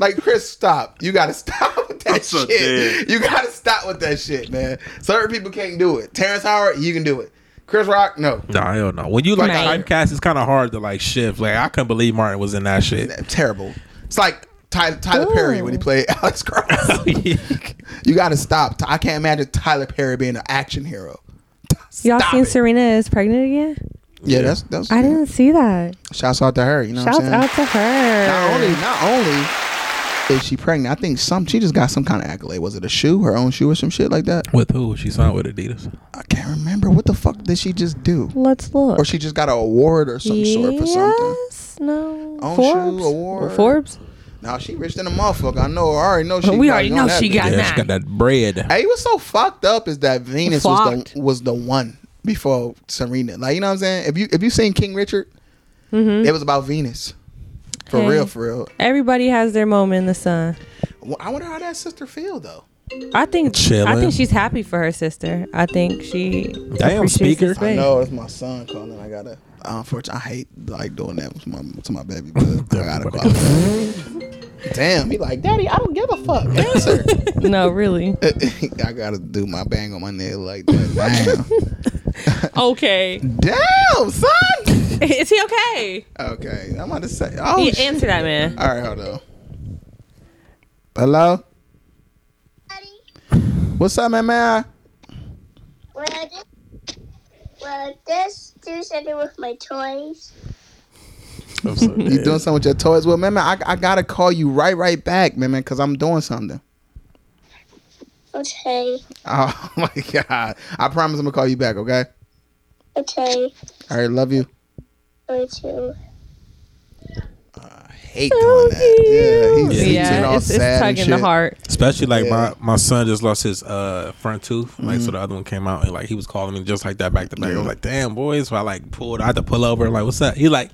Speaker 3: Like Chris, stop. You gotta stop with that
Speaker 5: so
Speaker 3: shit. You gotta stop with that shit, man. Certain people can't do it. Terrence Howard, you can do it. Chris Rock, no.
Speaker 1: Nah, hell no. When you like
Speaker 2: Right.
Speaker 1: typecast, it's kind of hard to like shift. Like I couldn't believe Martin was in that shit.
Speaker 3: terrible. It's like Tyler, Tyler Perry when he played Alex Cross. you got to stop. I can't imagine Tyler Perry being an action hero.
Speaker 2: Y'all
Speaker 3: Stop
Speaker 2: seen
Speaker 3: it.
Speaker 2: Serena is pregnant again?
Speaker 3: Yeah, that's that's.
Speaker 2: I didn't see that.
Speaker 3: Shouts out to her. You know
Speaker 2: Shouts
Speaker 3: what I'm saying?
Speaker 2: out to her.
Speaker 3: Not only, not only is she pregnant, I think some she just got some kind of accolade. Was it a shoe, her own shoe, or some shit like that?
Speaker 1: with who? She signed with Adidas.
Speaker 3: I can't remember. What the fuck did she just do?
Speaker 2: Let's look.
Speaker 3: Or she just got an award or some sort for something.
Speaker 2: Yes, No.
Speaker 3: Own shoe
Speaker 2: Forbes.
Speaker 3: award.
Speaker 2: Forbes.
Speaker 3: Now she rich than a motherfucker. I know. I already know she.
Speaker 2: We
Speaker 3: got
Speaker 2: already
Speaker 3: it
Speaker 2: know
Speaker 3: on that
Speaker 2: she
Speaker 3: bitch.
Speaker 2: got
Speaker 1: Yeah, she got that bread.
Speaker 3: Hey, what's so fucked up is that Venus was
Speaker 2: Fucked.
Speaker 3: the, was the one before Serena. Like you know what I'm saying? If you if you seen King Richard, it was about Venus. For
Speaker 2: Mm-hmm. Hey.
Speaker 3: real, for real.
Speaker 2: Everybody has their moment in the sun.
Speaker 3: Well, I wonder how that sister feel though.
Speaker 2: I think I
Speaker 1: Chilling.
Speaker 2: think she's happy for her sister. I think she
Speaker 1: Damn,
Speaker 2: appreciates
Speaker 1: speaker.
Speaker 2: the space.
Speaker 3: I know it's my son calling. I gotta. Unfortunately, I hate like doing that with my to my baby, but I gotta call. Damn, he like, Daddy, I don't give a fuck. Answer.
Speaker 2: No, really.
Speaker 3: I gotta do my bang on my nail like that.
Speaker 2: okay.
Speaker 3: Damn, damn, son.
Speaker 2: Is he okay?
Speaker 3: Okay, I'm about to say. Oh,
Speaker 2: Yeah,
Speaker 3: shit.
Speaker 2: answer that man.
Speaker 3: All right, hold on. Hello.
Speaker 6: Daddy,
Speaker 3: What's up, man? man?
Speaker 6: will this, will this do something with my toys?
Speaker 3: You doing something with your toys? Well, man, man, I, I gotta call you right, right back, man, man, because I'm doing something.
Speaker 6: Okay,
Speaker 3: Oh my god! I promise I'm gonna call you back. Okay.
Speaker 6: okay,
Speaker 3: All right, love you.
Speaker 6: me too.
Speaker 3: I hate doing that. Yeah, he's, he's
Speaker 2: Yeah,
Speaker 3: all
Speaker 2: it's, it's
Speaker 3: sad and
Speaker 2: tugging the
Speaker 3: shit.
Speaker 2: heart.
Speaker 1: Especially like
Speaker 3: Yeah. Mm-hmm.
Speaker 1: my, my son just lost his uh front tooth. Like so the other one came out and like he was calling me just like that back to back. I was like, damn boys. So I like pulled I had to pull over. like, what's up? He like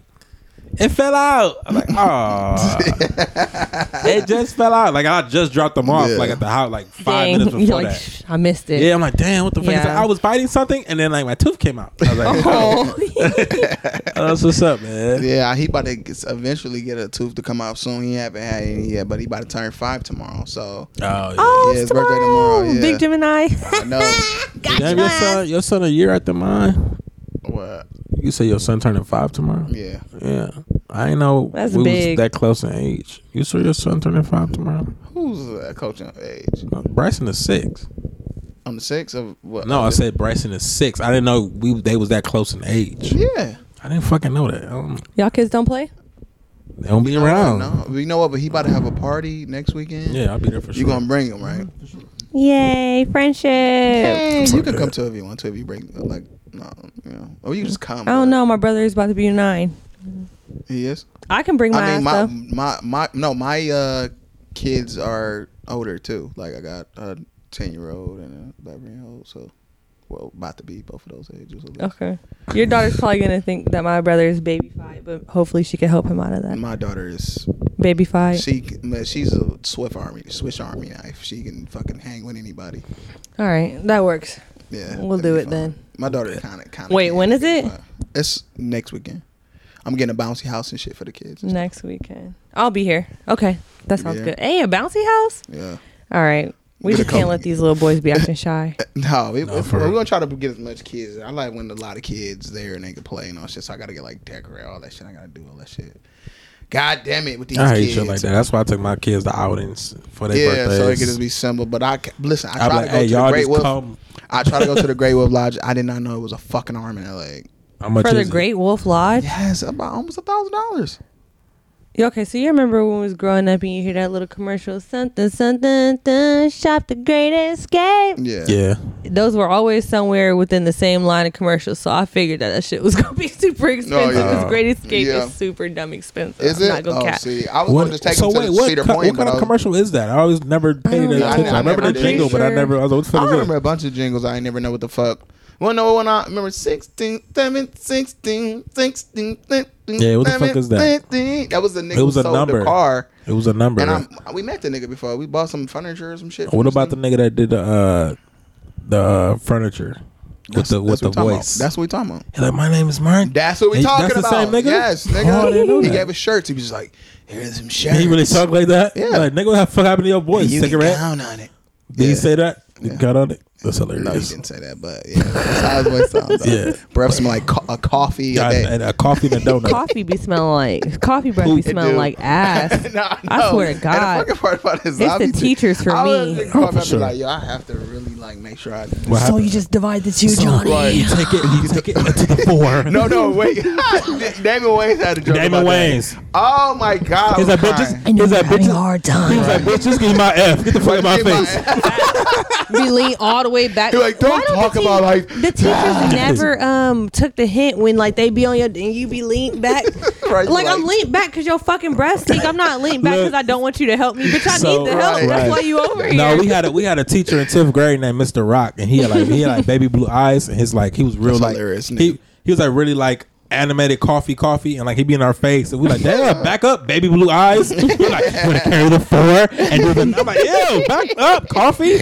Speaker 1: it fell out. I'm like, oh, it just fell out. Like I just dropped them off,
Speaker 3: Yeah.
Speaker 1: like at the house, like five
Speaker 2: Dang,
Speaker 1: minutes
Speaker 2: you're
Speaker 1: before
Speaker 2: like,
Speaker 1: that.
Speaker 2: "Shh, I missed it.
Speaker 1: Yeah, I'm like, damn, what the fuck? He's
Speaker 2: Yeah.
Speaker 1: like, I was biting something, and then like my tooth came out. I was like, oh, that's what's up, man.
Speaker 3: Yeah, he about to get- eventually get a tooth to come out soon. He haven't had any yet, but he about to turn five tomorrow. So
Speaker 1: Oh,
Speaker 2: oh, it's
Speaker 3: Yeah, his birthday
Speaker 2: tomorrow.
Speaker 3: tomorrow, yeah.
Speaker 2: Big Gemini.
Speaker 3: I know.
Speaker 1: yeah. Damn, your son, your son a year after mine.
Speaker 3: what?
Speaker 1: You say your son turning five tomorrow?
Speaker 3: Yeah.
Speaker 1: Yeah, I ain't know
Speaker 2: That's
Speaker 1: we
Speaker 2: big.
Speaker 1: was that close in age. You saw your son turning five tomorrow.
Speaker 3: Who's uh, coaching age?
Speaker 1: No, Bryson is six.
Speaker 3: On the six of what?
Speaker 1: No, I said Bryson is six. I didn't know we they was that close in age.
Speaker 3: Yeah.
Speaker 1: I didn't fucking know that. I don't,
Speaker 2: Y'all kids don't play?
Speaker 1: they don't be around.
Speaker 3: No, you know what? But he about to have a party next weekend.
Speaker 1: Yeah, I'll be there for
Speaker 3: You
Speaker 1: sure.
Speaker 3: gonna bring him, right?
Speaker 2: Yay, friendship.
Speaker 3: Hey, you can
Speaker 1: that.
Speaker 3: come to if you want to. If you bring like, no, you know, or you can just come.
Speaker 2: I don't
Speaker 3: but
Speaker 2: know. My brother is about to be nine.
Speaker 3: He is.
Speaker 2: I can bring my
Speaker 3: I mean, my,
Speaker 2: ass
Speaker 3: my my no, my uh, kids are older too. Like I got a ten year old and a eleven year old. So, well, about to be both of those ages.
Speaker 2: though. Okay. Your daughter's probably gonna think that my brother is baby fight, but hopefully she can help him out of that.
Speaker 3: My daughter is
Speaker 2: Baby fight.
Speaker 3: she man, she's a Swiss Army Swiss Army knife. She can fucking hang with anybody.
Speaker 2: All right, that works.
Speaker 3: Yeah,
Speaker 2: We'll
Speaker 3: that'd
Speaker 2: do
Speaker 3: be
Speaker 2: it
Speaker 3: fun.
Speaker 2: then.
Speaker 3: My daughter kind of kind of.
Speaker 2: Wait, when is it?
Speaker 3: It's next weekend. I'm getting a bouncy house and shit for the kids.
Speaker 2: Next weekend. I'll be here. Okay, that sounds
Speaker 3: Yeah.
Speaker 2: good. Hey, a bouncy house.
Speaker 3: Yeah.
Speaker 2: All right, we
Speaker 3: Get a
Speaker 2: just can't
Speaker 3: couple.
Speaker 2: let these little boys be acting shy.
Speaker 3: No, it,
Speaker 1: for
Speaker 3: we're
Speaker 1: real.
Speaker 3: gonna try to get as much kids. I like when a lot of kids there and they can play and all shit. So I gotta get like decorate all that shit. I gotta do all that shit. God damn it with these
Speaker 1: I hate
Speaker 3: kids.
Speaker 1: shit like that. That's why I took my kids to outings for their
Speaker 3: Yeah,
Speaker 1: birthdays.
Speaker 3: so it could just be simple. But I ca- listen. I
Speaker 1: I'm
Speaker 3: try
Speaker 1: like,
Speaker 3: to go
Speaker 1: hey,
Speaker 3: to
Speaker 1: y'all
Speaker 3: the Great
Speaker 1: just
Speaker 3: Wolf.
Speaker 1: come.
Speaker 3: I try to go to the Great Wolf Lodge. I did not know it was a fucking arm and a leg.
Speaker 1: How much
Speaker 2: For the
Speaker 1: is it?
Speaker 2: Great Wolf Lodge.
Speaker 3: Yes, about almost a thousand dollars.
Speaker 2: Yeah, Okay, so you remember when we was growing up and you hear that little commercial, something, something, dun, shop the Great Escape.
Speaker 3: Yeah.
Speaker 1: Yeah.
Speaker 2: Those were always somewhere within the same line of commercials, so I figured that that shit was gonna be super expensive.
Speaker 3: yeah.
Speaker 2: Because Great Escape
Speaker 3: Yeah.
Speaker 2: is super dumb expensive.
Speaker 3: Is
Speaker 2: I'm
Speaker 3: it?
Speaker 2: not gonna
Speaker 3: oh,
Speaker 2: cap.
Speaker 3: see, I was
Speaker 1: What,
Speaker 3: gonna just take
Speaker 1: so
Speaker 3: them to
Speaker 1: wait,
Speaker 3: the
Speaker 1: what,
Speaker 3: Cedar
Speaker 1: co-
Speaker 3: Point.
Speaker 1: what kind
Speaker 3: but
Speaker 1: of
Speaker 3: I was-
Speaker 1: commercial is that? I always never paid
Speaker 2: don't know.
Speaker 1: attention.
Speaker 3: I
Speaker 1: I, remember the
Speaker 3: never did.
Speaker 1: jingle, but I
Speaker 2: Sure.
Speaker 1: never. I was like,
Speaker 3: I
Speaker 1: what the fuck is
Speaker 3: remember
Speaker 1: that?
Speaker 3: a bunch of jingles. I ain't never know what the fuck. Well, no, when I remember 16, 17, 16, 16, 16,
Speaker 1: Yeah, what the fuck is that?
Speaker 3: 16. That was the nigga
Speaker 1: It was
Speaker 3: who
Speaker 1: a
Speaker 3: sold
Speaker 1: number.
Speaker 3: the car.
Speaker 1: It was a number.
Speaker 3: And
Speaker 1: right?
Speaker 3: I'm, we met the nigga before. We bought some furniture or some shit.
Speaker 1: What about the nigga that did the uh, the uh, furniture with the with the voice?
Speaker 3: That's what we talking about.
Speaker 1: He's like, my name is Mark.
Speaker 3: That's what we
Speaker 1: Hey,
Speaker 3: talking
Speaker 1: that's
Speaker 3: about.
Speaker 1: the same nigga?
Speaker 3: Yes,
Speaker 1: Oh, I didn't
Speaker 3: nigga.
Speaker 1: know
Speaker 3: he
Speaker 1: that.
Speaker 3: gave us shirts. He was just like, "Here's some shirts."
Speaker 1: He really talked like that.
Speaker 3: Yeah.
Speaker 1: Like, nigga, what the fuck happened to your voice?
Speaker 3: You can
Speaker 1: Cigarette?
Speaker 3: count on it.
Speaker 1: Did he
Speaker 3: Yeah.
Speaker 1: say that? You Got on it. That's hilarious.
Speaker 3: No, he didn't say that, but yeah, that's how his voice sounds.
Speaker 1: Yeah.
Speaker 3: breath smell like co- a coffee.
Speaker 1: Got
Speaker 3: a day.
Speaker 1: a, a coffee and a donut.
Speaker 2: Coffee be smelling like coffee breath
Speaker 1: Who-
Speaker 2: be
Speaker 1: It
Speaker 2: smelling
Speaker 3: do.
Speaker 2: like ass.
Speaker 3: Nah,
Speaker 2: I
Speaker 3: no.
Speaker 2: swear to
Speaker 3: And the
Speaker 2: God.
Speaker 3: fucking part about it is
Speaker 2: It's
Speaker 3: I'll
Speaker 2: the
Speaker 3: be-
Speaker 2: teachers for
Speaker 3: I was
Speaker 2: me.
Speaker 3: thinking about
Speaker 1: Oh, for
Speaker 3: that, be
Speaker 1: sure.
Speaker 3: Like, yo, I have to really like make sure I.
Speaker 1: What
Speaker 2: so
Speaker 1: happened?
Speaker 2: Oh, you just divide the two, Johnny.
Speaker 1: you take it. You take it to the four.
Speaker 3: No, no, wait. Damon Wayans had a joke.
Speaker 1: Damon
Speaker 3: about that.
Speaker 1: Wayans.
Speaker 3: Oh my God. I
Speaker 1: He's
Speaker 3: was
Speaker 1: like, bitch, just,
Speaker 3: crying.
Speaker 1: he's like, bitch, just,
Speaker 2: hard time.
Speaker 1: he's like, bitch, just give me my F. Get the fuck out my
Speaker 3: Get my-
Speaker 1: face.
Speaker 2: be lean all the way back.
Speaker 3: You're like, don't
Speaker 2: the
Speaker 3: talk about life.
Speaker 2: The teachers never um took the hint when like they be on your and you be leaned back.
Speaker 3: Right,
Speaker 2: like I'm
Speaker 3: right.
Speaker 2: leaned back because your fucking breath stink. I'm not leaned back
Speaker 1: Look.
Speaker 2: because I don't want you to help me, bitch. I
Speaker 1: So-
Speaker 2: need the help.
Speaker 3: Right,
Speaker 2: That's
Speaker 1: right.
Speaker 2: why you over here.
Speaker 1: No, we had a we had a teacher in tenth grade named Mr. Rock, and he had like he had like baby blue eyes, and his like he was real
Speaker 3: That's
Speaker 1: like
Speaker 3: hilarious,
Speaker 1: he
Speaker 3: nigga.
Speaker 1: he was like really like animated coffee coffee, and like he'd be in our face, and we like damn back up baby blue eyes. We're like gonna carry the four, and do the, I'm like yo back up coffee.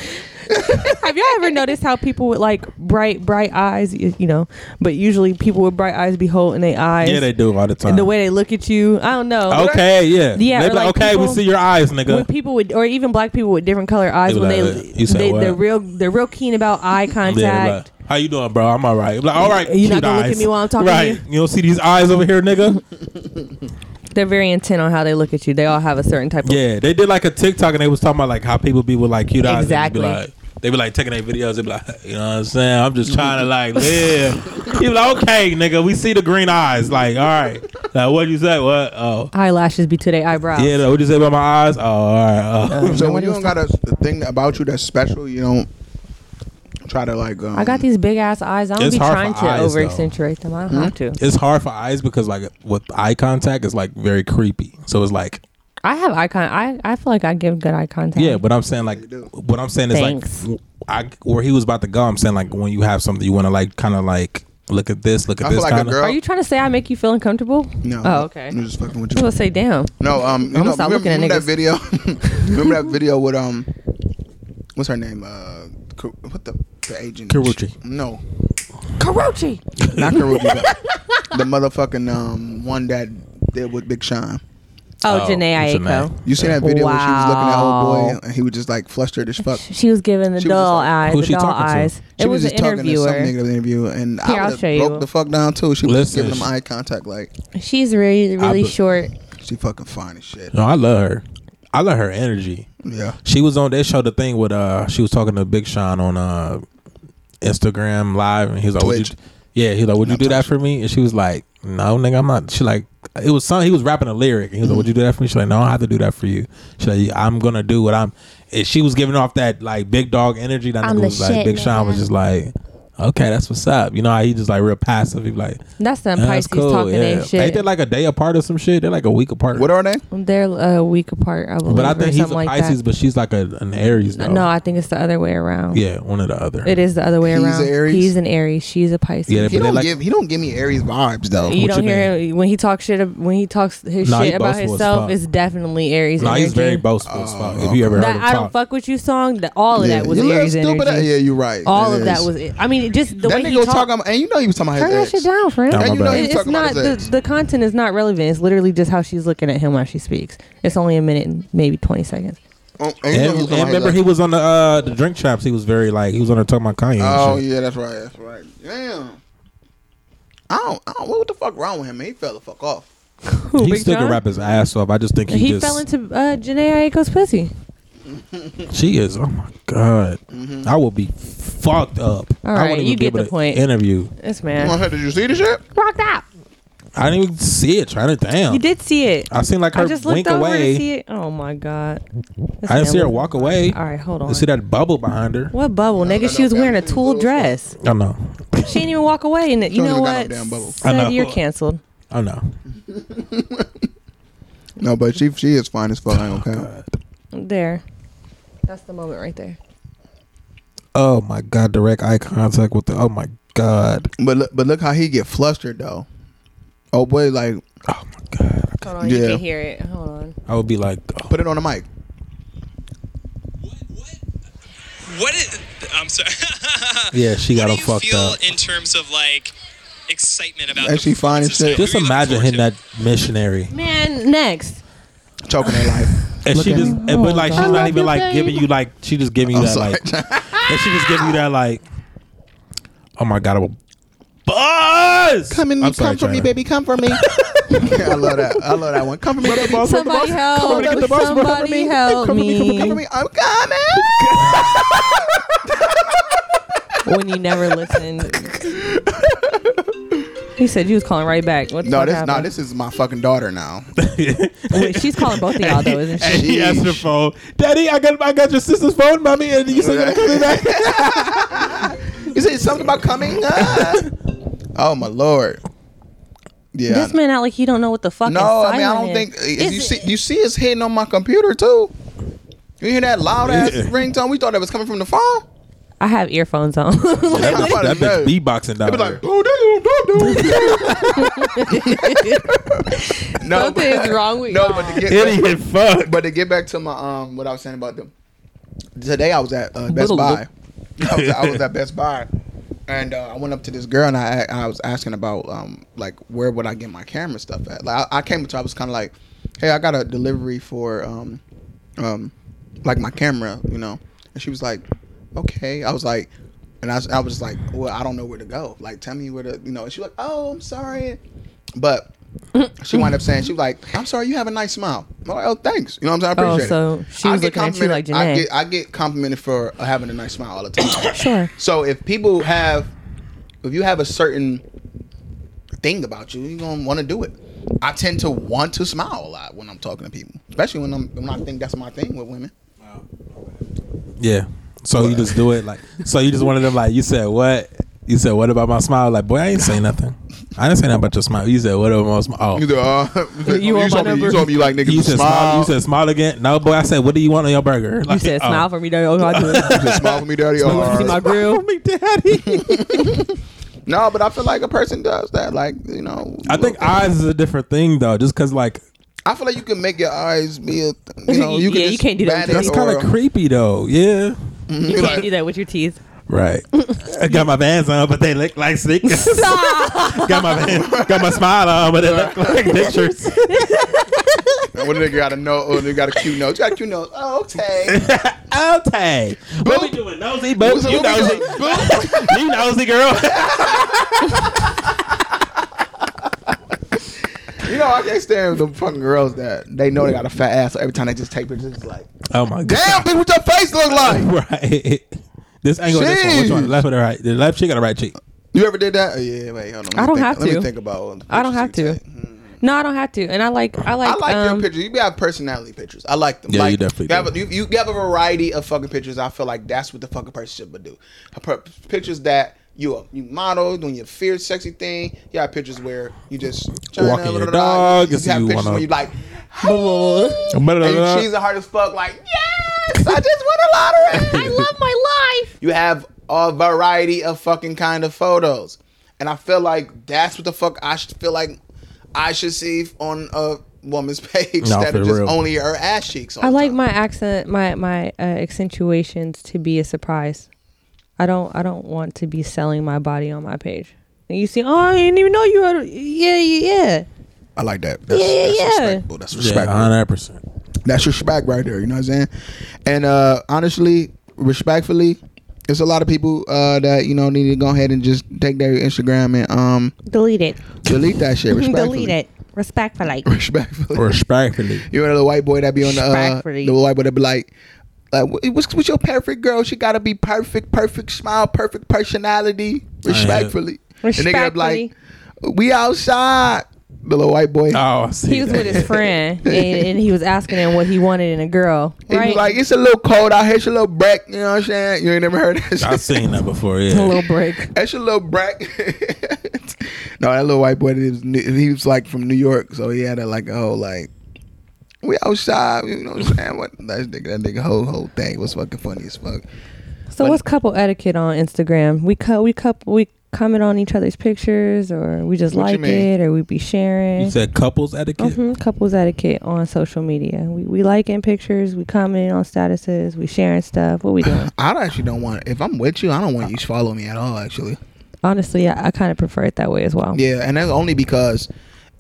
Speaker 2: Have y'all ever noticed how people with like bright bright eyes, y- you know, but usually people with bright eyes be holding their eyes.
Speaker 1: Yeah, they do all the time.
Speaker 2: and the way they look at you, I don't know.
Speaker 1: okay, yeah,
Speaker 2: Yeah,
Speaker 1: They
Speaker 2: or,
Speaker 1: be like,
Speaker 2: like,
Speaker 1: okay, we
Speaker 2: people-
Speaker 1: see your eyes, nigga.
Speaker 2: when people would or even black people with different color eyes
Speaker 1: They
Speaker 2: when
Speaker 1: like,
Speaker 2: they,
Speaker 1: uh, you said
Speaker 2: they
Speaker 1: what?
Speaker 2: they're real they're real keen about eye
Speaker 1: Yeah, they
Speaker 2: contact
Speaker 1: like, how you doing, bro? I'm all right. I'm like, all right,
Speaker 2: You not
Speaker 1: cute
Speaker 2: gonna look at
Speaker 1: eyes.
Speaker 2: me while I'm talking to
Speaker 1: Right,
Speaker 2: you?
Speaker 1: you don't see these eyes over here, nigga.
Speaker 2: they're very intent on how they look at you they all have a certain type of
Speaker 1: Yeah, they did like a TikTok and they was talking about like how people be with like cute eyes.
Speaker 2: Exactly.
Speaker 1: And they be like, they be like taking their videos. They be like, you know what I'm saying? I'm just trying to like live. He was like, okay, nigga, we see the green eyes. Like, all right. Like, what you say? What? Oh.
Speaker 2: eyelashes be to their eyebrows
Speaker 1: Yeah, what you say about my eyes? Oh, all right. Oh.
Speaker 3: So when you don't got a a thing about you that's special, you don't try to like. Um,
Speaker 2: I got these big ass eyes. I don't
Speaker 1: It's
Speaker 2: be
Speaker 1: hard
Speaker 2: trying
Speaker 1: for
Speaker 2: to
Speaker 1: eyes,
Speaker 2: over
Speaker 1: though. Hmm?
Speaker 2: accentuate them. I don't have to.
Speaker 1: It's hard for eyes because like with eye contact, it's like very creepy. So it's like,
Speaker 2: I have eye con I, I feel like I give good eye contact.
Speaker 1: yeah, but I'm saying like, what I'm saying is
Speaker 2: Thanks.
Speaker 1: like, I, where he was about to go, I'm saying like when you have something you want to like kind of like look at this, look at
Speaker 3: I feel
Speaker 1: this
Speaker 3: like a
Speaker 1: kind of.
Speaker 3: girl.
Speaker 2: Are you trying to say I make you feel uncomfortable?
Speaker 3: No.
Speaker 2: Oh, okay.
Speaker 3: I'm just fucking with
Speaker 2: I
Speaker 3: you.
Speaker 2: was gonna say, damn.
Speaker 3: No, um, you
Speaker 2: I'ma
Speaker 3: know,
Speaker 2: stop
Speaker 3: remember,
Speaker 2: looking at
Speaker 3: remember that
Speaker 2: niggas.
Speaker 3: video? remember that video with um, what's her name? Uh, Ku- what the the agent?
Speaker 1: Karrueche.
Speaker 3: No,
Speaker 2: Karochi.
Speaker 3: not Karuchi. the motherfucking um one that did with Big Sean.
Speaker 2: Oh,
Speaker 1: Oh,
Speaker 2: Janae
Speaker 1: Jhené.
Speaker 2: Aiko.
Speaker 3: You seen that video where she was looking at
Speaker 2: Wow.
Speaker 3: old boy and he was just like flustered as fuck.
Speaker 2: She was giving the
Speaker 3: She was
Speaker 2: doll
Speaker 3: just like-
Speaker 2: eyes.
Speaker 1: Who's
Speaker 2: The
Speaker 1: she
Speaker 2: doll
Speaker 1: talking to?
Speaker 2: eyes.
Speaker 3: She
Speaker 2: It
Speaker 3: was,
Speaker 2: was an
Speaker 3: just talking to some
Speaker 2: interviewer.
Speaker 3: nigga in the interview, and
Speaker 2: Here, I'll
Speaker 3: I
Speaker 2: show
Speaker 3: would've
Speaker 2: you.
Speaker 3: broke the fuck down too. She was just
Speaker 1: Listen.
Speaker 3: giving him eye contact, like
Speaker 2: She's really really
Speaker 1: be-
Speaker 2: short.
Speaker 3: she fucking fine as shit.
Speaker 1: No, I love her. I love her energy.
Speaker 3: Yeah,
Speaker 1: She was on that show, the thing with uh, she was talking to Big Sean on uh, Instagram Live, and he was like, "Would you?"
Speaker 3: Twitch.
Speaker 1: Yeah, he was like, "Would you do that for me?" And she was like, "No, nigga, I'm not." She like, it was some. He was rapping a lyric, and he was like, "Would you do that for me?" She like, "No, I don't have to do that for you." She like, "Yeah, "I'm gonna do what I'm." And she was giving off that like big dog energy. That
Speaker 4: I'm
Speaker 1: nigga
Speaker 4: the
Speaker 1: was like,
Speaker 4: shit,
Speaker 1: Big Sean was
Speaker 4: nigga.
Speaker 1: just like, "Okay, that's what's up." You know how he just like real passive. He like,
Speaker 2: That's them
Speaker 1: "Yeah,
Speaker 2: Pisces
Speaker 1: "That's cool."
Speaker 2: talking
Speaker 1: yeah,
Speaker 2: their shit.
Speaker 1: ain't they like a day apart or some shit? They're like a week apart.
Speaker 3: what are they?
Speaker 2: They're a week apart, I believe,
Speaker 1: But I
Speaker 2: or
Speaker 1: think
Speaker 2: something
Speaker 1: he's a
Speaker 2: like
Speaker 1: Pisces,
Speaker 2: that.
Speaker 1: but she's like a, an Aries. Though.
Speaker 2: No, I think it's the other way around.
Speaker 1: yeah, one or the other.
Speaker 2: It is the other way
Speaker 3: He's
Speaker 2: around.
Speaker 3: an Aries?
Speaker 2: He's an Aries. She's a Pisces.
Speaker 1: Yeah,
Speaker 3: He
Speaker 1: But they
Speaker 3: don't
Speaker 1: like-
Speaker 3: give he don't give me Aries vibes though.
Speaker 2: you
Speaker 1: what
Speaker 2: don't
Speaker 1: you
Speaker 2: hear him when he talks shit. ab- When he talks his
Speaker 1: Nah,
Speaker 2: shit
Speaker 1: he
Speaker 2: about
Speaker 1: boastful as
Speaker 2: himself,
Speaker 1: fuck.
Speaker 2: it's definitely Aries.
Speaker 1: No,
Speaker 2: energy.
Speaker 1: he's very boastful. as fuck. If
Speaker 3: okay.
Speaker 1: you ever heard
Speaker 2: That
Speaker 1: him
Speaker 2: I don't
Speaker 1: talk,
Speaker 2: fuck with you song. That all of that was
Speaker 3: you little
Speaker 2: Aries energy.
Speaker 3: stupid ass- Yeah, you're right.
Speaker 2: all
Speaker 3: It
Speaker 2: of that
Speaker 3: is.
Speaker 2: was. It. I mean, just the
Speaker 3: that
Speaker 2: way
Speaker 3: nigga
Speaker 2: he
Speaker 3: was
Speaker 2: talked.
Speaker 3: talking, about- and you know he was talking about
Speaker 2: turn that
Speaker 3: his
Speaker 2: shit
Speaker 3: ex.
Speaker 2: down, friend.
Speaker 1: Nah,
Speaker 3: And
Speaker 1: my
Speaker 3: you know
Speaker 1: bad.
Speaker 3: he was
Speaker 2: It- it's
Speaker 3: talking about
Speaker 2: not
Speaker 3: his
Speaker 2: the,
Speaker 3: ex.
Speaker 2: the content is not relevant. It's literally just how she's looking at him while she speaks. It's only a minute and maybe twenty seconds.
Speaker 3: Oh, and you know
Speaker 1: and,
Speaker 3: he was
Speaker 1: and
Speaker 3: talking about his
Speaker 1: remember
Speaker 3: ex.
Speaker 1: he was on the uh, the drink traps. He was very like he was on there talking about Kanye. and
Speaker 3: Oh
Speaker 1: shit.
Speaker 3: yeah, that's right. That's right. Damn. I don't. I don't. What the fuck wrong with him? Man? He fell the fuck off.
Speaker 1: he
Speaker 2: Big
Speaker 1: still can
Speaker 2: John?
Speaker 1: rap his ass off. I just think he,
Speaker 2: He
Speaker 1: just
Speaker 2: fell into uh, Janae Aiko's pussy.
Speaker 1: she is. Oh my god, I will be fucked up.
Speaker 2: All
Speaker 1: I
Speaker 2: right, you get the
Speaker 1: to
Speaker 2: point.
Speaker 1: Interview.
Speaker 2: This
Speaker 3: I'm
Speaker 2: man.
Speaker 3: like, Did you see the shit?
Speaker 4: Rock that.
Speaker 1: I didn't even see it. Trying it down.
Speaker 2: You did see it.
Speaker 1: I seen like her
Speaker 2: I just
Speaker 1: wink
Speaker 2: looked over
Speaker 1: away.
Speaker 2: to see it. Oh my god. This
Speaker 1: I didn't
Speaker 2: man
Speaker 1: see her
Speaker 2: was-
Speaker 1: walk away.
Speaker 2: All right, hold on.
Speaker 1: I see that bubble behind her.
Speaker 2: What bubble, nigga?
Speaker 3: no,
Speaker 2: she was
Speaker 3: no,
Speaker 2: wearing a
Speaker 3: no,
Speaker 2: tulle
Speaker 3: no.
Speaker 2: dress.
Speaker 1: I know.
Speaker 2: She didn't even walk away. And you know
Speaker 3: Don't even got no
Speaker 2: what?
Speaker 3: damn bubble.
Speaker 1: I know.
Speaker 2: Said you're canceled.
Speaker 1: I know.
Speaker 3: No, but she she is fine as fuck. I don't care.
Speaker 2: There. That's the moment right there.
Speaker 1: Oh my god, direct eye contact with the. Oh my god.
Speaker 3: But look, but look how he get flustered though. Oh boy, like
Speaker 1: Oh my god.
Speaker 2: Hold on,
Speaker 3: Yeah.
Speaker 2: you can hear it. Hold on.
Speaker 1: I would be like, oh,
Speaker 3: put it on the mic.
Speaker 7: What is? I'm sorry.
Speaker 1: Yeah, she got
Speaker 7: what
Speaker 1: him
Speaker 7: do you
Speaker 1: fucked
Speaker 7: feel
Speaker 1: up.
Speaker 7: in terms of like excitement about?
Speaker 3: Actually
Speaker 7: the
Speaker 3: fine as
Speaker 7: performance this
Speaker 3: shit.
Speaker 7: night?
Speaker 1: just
Speaker 7: What are you looking
Speaker 1: imagine
Speaker 7: forward
Speaker 1: hitting
Speaker 7: to?
Speaker 1: that missionary,
Speaker 2: Man, next.
Speaker 3: Choking their life.
Speaker 1: and she
Speaker 3: at
Speaker 1: just,
Speaker 3: me. Oh,
Speaker 1: and, but like she's not even like
Speaker 4: babe.
Speaker 1: giving you like she just giving you
Speaker 3: I'm
Speaker 1: that
Speaker 3: sorry.
Speaker 1: like, and she just giving you that like, oh my god, I will buzz.
Speaker 3: Come and
Speaker 1: I'm
Speaker 3: come
Speaker 1: sorry,
Speaker 3: for me,
Speaker 1: China.
Speaker 3: baby. Come for me. I love that. I love that one. Come for me, baby. Come for me,
Speaker 2: Somebody help.
Speaker 3: get the bus, come for
Speaker 2: Somebody
Speaker 3: me.
Speaker 2: help
Speaker 3: come for
Speaker 2: me.
Speaker 3: me. I'm coming.
Speaker 2: When you never listened. He said you was calling right back. What the
Speaker 3: No,
Speaker 2: fuck
Speaker 3: this no,
Speaker 2: happened?
Speaker 3: this is my fucking daughter now.
Speaker 2: Wait, she's calling both of y'all though, isn't she?
Speaker 1: And he asked her
Speaker 3: Sheesh.
Speaker 1: phone, Daddy, I got I got your sister's phone, mommy, and you said you're coming back.
Speaker 3: You said something about coming. Ah. oh my lord. Yeah.
Speaker 2: This man not like he don't know what the fuck. is
Speaker 3: no, I mean I
Speaker 2: silent
Speaker 3: don't
Speaker 2: is.
Speaker 3: think uh,
Speaker 2: Is
Speaker 3: you
Speaker 2: it-
Speaker 3: see you see it's hitting on my computer too. You hear that loud ass
Speaker 1: Yeah.
Speaker 3: ringtone? We thought that was coming from the phone.
Speaker 2: I have earphones on.
Speaker 1: That
Speaker 3: I'm
Speaker 1: bitch,
Speaker 3: about
Speaker 1: that
Speaker 3: to
Speaker 1: bitch
Speaker 3: know.
Speaker 1: beatboxing down
Speaker 3: It was
Speaker 1: there.
Speaker 3: like doo, doo, doo, doo, doo. no,
Speaker 2: Something
Speaker 3: but-
Speaker 2: is wrong with
Speaker 3: no,
Speaker 2: y'all.
Speaker 3: but to get back-
Speaker 1: Idiot, fuck.
Speaker 3: but to get back to my um, what I was saying about them. Today I was at uh, Best
Speaker 2: Little
Speaker 3: Buy. I was, I was at Best Buy, and uh, I went up to this girl and I I was asking about um like where would I get my camera stuff at? Like I, I came to her, I was kind of like, hey, I got a delivery for um um like my camera, you know. And she was like, okay. I was like, and I was, I was just like, well, I don't know where to go. Like, tell me where to, you know. And she was like, oh, I'm sorry, but. She wound up saying, she was like, I'm sorry, you have a nice smile. I'm like, oh, thanks. You know what I'm saying? I
Speaker 2: Oh,
Speaker 3: appreciate it.
Speaker 2: so she
Speaker 3: I
Speaker 2: was
Speaker 3: get
Speaker 2: looking at you like
Speaker 3: complimented- I
Speaker 2: Janae.
Speaker 3: get, I get complimented for having a nice smile all the time.
Speaker 2: sure.
Speaker 3: so if people have, if you have a certain thing about you, you're going to want to do it. I tend to want to smile a lot when I'm talking to people, especially when, I'm, when I think that's my thing with women.
Speaker 1: Yeah. So you just do it like so you just one of them like you said what you said what about my smile like boy I ain't say nothing I didn't say nothing about your smile you said what about my smile oh.
Speaker 3: Either, uh,
Speaker 2: You want my number?
Speaker 3: me like niggas
Speaker 1: You said smile. You said smile again. No, boy. I said, what do you want on your burger?
Speaker 2: You
Speaker 1: Like,
Speaker 2: said
Speaker 1: oh.
Speaker 2: smile for me, though. Oh, I do it.
Speaker 3: said smile for me, daddy.
Speaker 2: You want to see my grill?
Speaker 3: no, but I feel like a person does that. Like, you know.
Speaker 1: I think eyes is a different thing though, just because like
Speaker 3: I feel like you can make your eyes be a, you know, you can
Speaker 2: Yeah, you
Speaker 3: just
Speaker 2: can't do that
Speaker 3: bat
Speaker 2: with
Speaker 3: it
Speaker 1: that's kind
Speaker 3: or-
Speaker 1: of creepy though. Yeah.
Speaker 2: You can't do that with your teeth.
Speaker 1: Right. I got my vans on, but they look like stickers. got my van, got my smile on, but they look like pictures.
Speaker 3: And what do they got a note? Oh, they got a cute note. You got a cute note. Oh, okay.
Speaker 1: okay. What we doing? Nosy, but
Speaker 3: What's-
Speaker 1: you
Speaker 3: what we
Speaker 1: nosy. you nosy girl.
Speaker 3: You know, I can't stand the fucking girls that they know they got a fat ass. So every time they just take pictures, it's like,
Speaker 1: Oh my
Speaker 3: damn,
Speaker 1: god.
Speaker 3: bitch, what your face look like?
Speaker 1: Right. This angle, this one, which one?
Speaker 3: Jeez.
Speaker 1: Left or the right? The left cheek or the right cheek?
Speaker 3: You ever did that? Oh, yeah, wait, hold on. Let me
Speaker 2: I don't
Speaker 3: think,
Speaker 2: have
Speaker 3: let
Speaker 2: to.
Speaker 3: me think about. all the
Speaker 2: I don't
Speaker 3: pictures
Speaker 2: have
Speaker 3: you
Speaker 2: to.
Speaker 3: take.
Speaker 2: No, I don't have to. And I like, I like,
Speaker 3: I like
Speaker 2: um,
Speaker 3: your pictures. You have personality pictures. I like them.
Speaker 1: Yeah,
Speaker 3: like,
Speaker 1: you definitely
Speaker 3: have a,
Speaker 1: do.
Speaker 3: you, you have a variety of fucking pictures. I feel like that's what the fucking person should do. A per- Pictures that you a- you model doing your fierce, sexy thing. You have pictures where you just
Speaker 1: Walking
Speaker 3: da- da-
Speaker 1: your
Speaker 3: da- da-
Speaker 1: dog,
Speaker 3: You,
Speaker 1: it's
Speaker 3: have
Speaker 1: you
Speaker 3: pictures
Speaker 1: wanna-
Speaker 3: where you like and you
Speaker 1: Blah-blah-blah.
Speaker 3: cheese hard as fuck. Like yes, I just won a lottery.
Speaker 4: I love my life.
Speaker 3: You have a variety of fucking kind of photos. And I feel like that's what the fuck I should feel like I should see on a woman's page
Speaker 1: No,
Speaker 3: that
Speaker 1: for
Speaker 3: are just
Speaker 1: real.
Speaker 3: only her ass cheeks. all
Speaker 2: I
Speaker 3: the
Speaker 2: like
Speaker 3: time.
Speaker 2: my accent, my my uh, accentuations to be a surprise. I don't I don't want to be selling my body on my page. And you see, oh, I didn't even know you were. Yeah, yeah,
Speaker 3: I like that. That's,
Speaker 2: Yeah, yeah,
Speaker 3: that's
Speaker 2: yeah.
Speaker 3: respectful. That's
Speaker 1: Yeah,
Speaker 3: respect.
Speaker 1: hundred percent.
Speaker 3: that's respect right there. You know what I'm saying? And uh, honestly, respectfully, there's a lot of people uh, that you know need to go ahead and just take their Instagram and um,
Speaker 2: yeah. Delete it.
Speaker 3: delete that shit. Respectfully.
Speaker 2: Delete it.
Speaker 4: Respectfully.
Speaker 3: Respectfully.
Speaker 1: Respectfully.
Speaker 3: You know the white boy that be on the uh,
Speaker 4: Respectfully.
Speaker 3: the white boy that be like, like what- what's, what's your perfect girl? She gotta be perfect, perfect smile, perfect personality. Respectfully. And they gotta be like, we outside. The little white boy.
Speaker 1: Oh, I see.
Speaker 2: He was with his friend and, and he was asking him what he wanted in a girl.
Speaker 3: He was
Speaker 2: Right?
Speaker 3: like, it's a little cold out here. It's a little break. You know what I'm saying? You ain't never heard that shit.
Speaker 1: I've seen that before.
Speaker 2: a
Speaker 1: Yeah.
Speaker 2: little break.
Speaker 3: That's your little brat. no, that little white boy. That was, New- he was like from New York, so he had a, like a whole like we outside. You know what I'm saying? What that nigga, that nigga whole whole thing was fucking funny as fuck.
Speaker 2: So what's couple etiquette on Instagram? We co- we couple we comment on each other's pictures or we just
Speaker 3: What you
Speaker 2: like it
Speaker 3: mean?
Speaker 2: or we be
Speaker 1: You
Speaker 2: sharing.
Speaker 1: said couples etiquette.
Speaker 2: Mhm, Couples etiquette on social media. We we liking pictures, we commenting on statuses, we sharing stuff. What we doing?
Speaker 3: I don't- actually don't want. If I'm with you, I don't want you to follow me at all. Actually,
Speaker 2: Honestly, I, I kind of prefer it that way as well.
Speaker 3: yeah, and that's only because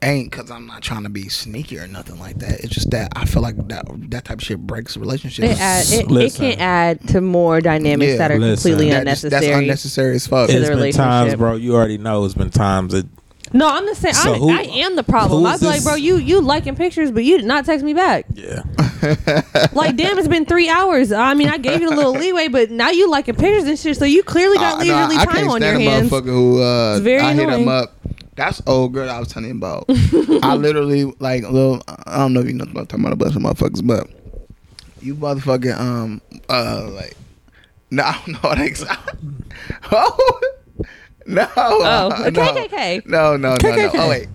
Speaker 3: ain't because I'm not trying to be sneaky or nothing like that. It's just that I feel like that that type of shit breaks relationships.
Speaker 2: It, add, it, it
Speaker 1: Listen.
Speaker 2: can add to more dynamics
Speaker 3: Yeah,
Speaker 2: that are
Speaker 1: listen.
Speaker 2: completely
Speaker 3: That just-
Speaker 2: unnecessary.
Speaker 3: that's unnecessary as fuck.
Speaker 2: To
Speaker 1: It's
Speaker 2: the
Speaker 1: been times,
Speaker 2: relationship.
Speaker 1: bro. You already know it's been times. It,
Speaker 2: No, I'm just saying
Speaker 1: So
Speaker 2: I,
Speaker 1: who-
Speaker 2: I am the problem.
Speaker 1: who
Speaker 2: I
Speaker 1: is
Speaker 2: was like,
Speaker 1: this?
Speaker 2: bro, you you liking pictures, but you did not text me back.
Speaker 1: yeah.
Speaker 2: Like, damn, it's been three hours. I mean, I gave you a little leeway, but now you liking pictures and shit, so you clearly got
Speaker 3: I- no,
Speaker 2: leisurely
Speaker 3: Ah, Uh, I,
Speaker 2: time
Speaker 3: can't
Speaker 2: on your
Speaker 3: stand a
Speaker 2: hands.
Speaker 3: motherfucker who uh,
Speaker 2: It's very
Speaker 3: I hit him
Speaker 2: annoying.
Speaker 3: up. That's old girl I was telling you about. I literally like little. I don't know if you know what I'm talking about a bunch of motherfuckers, but you motherfucking um uh like no, I don't know what I. oh no. Oh,
Speaker 2: KKK.
Speaker 3: No, no, no, no.
Speaker 2: KKK.
Speaker 3: Oh wait,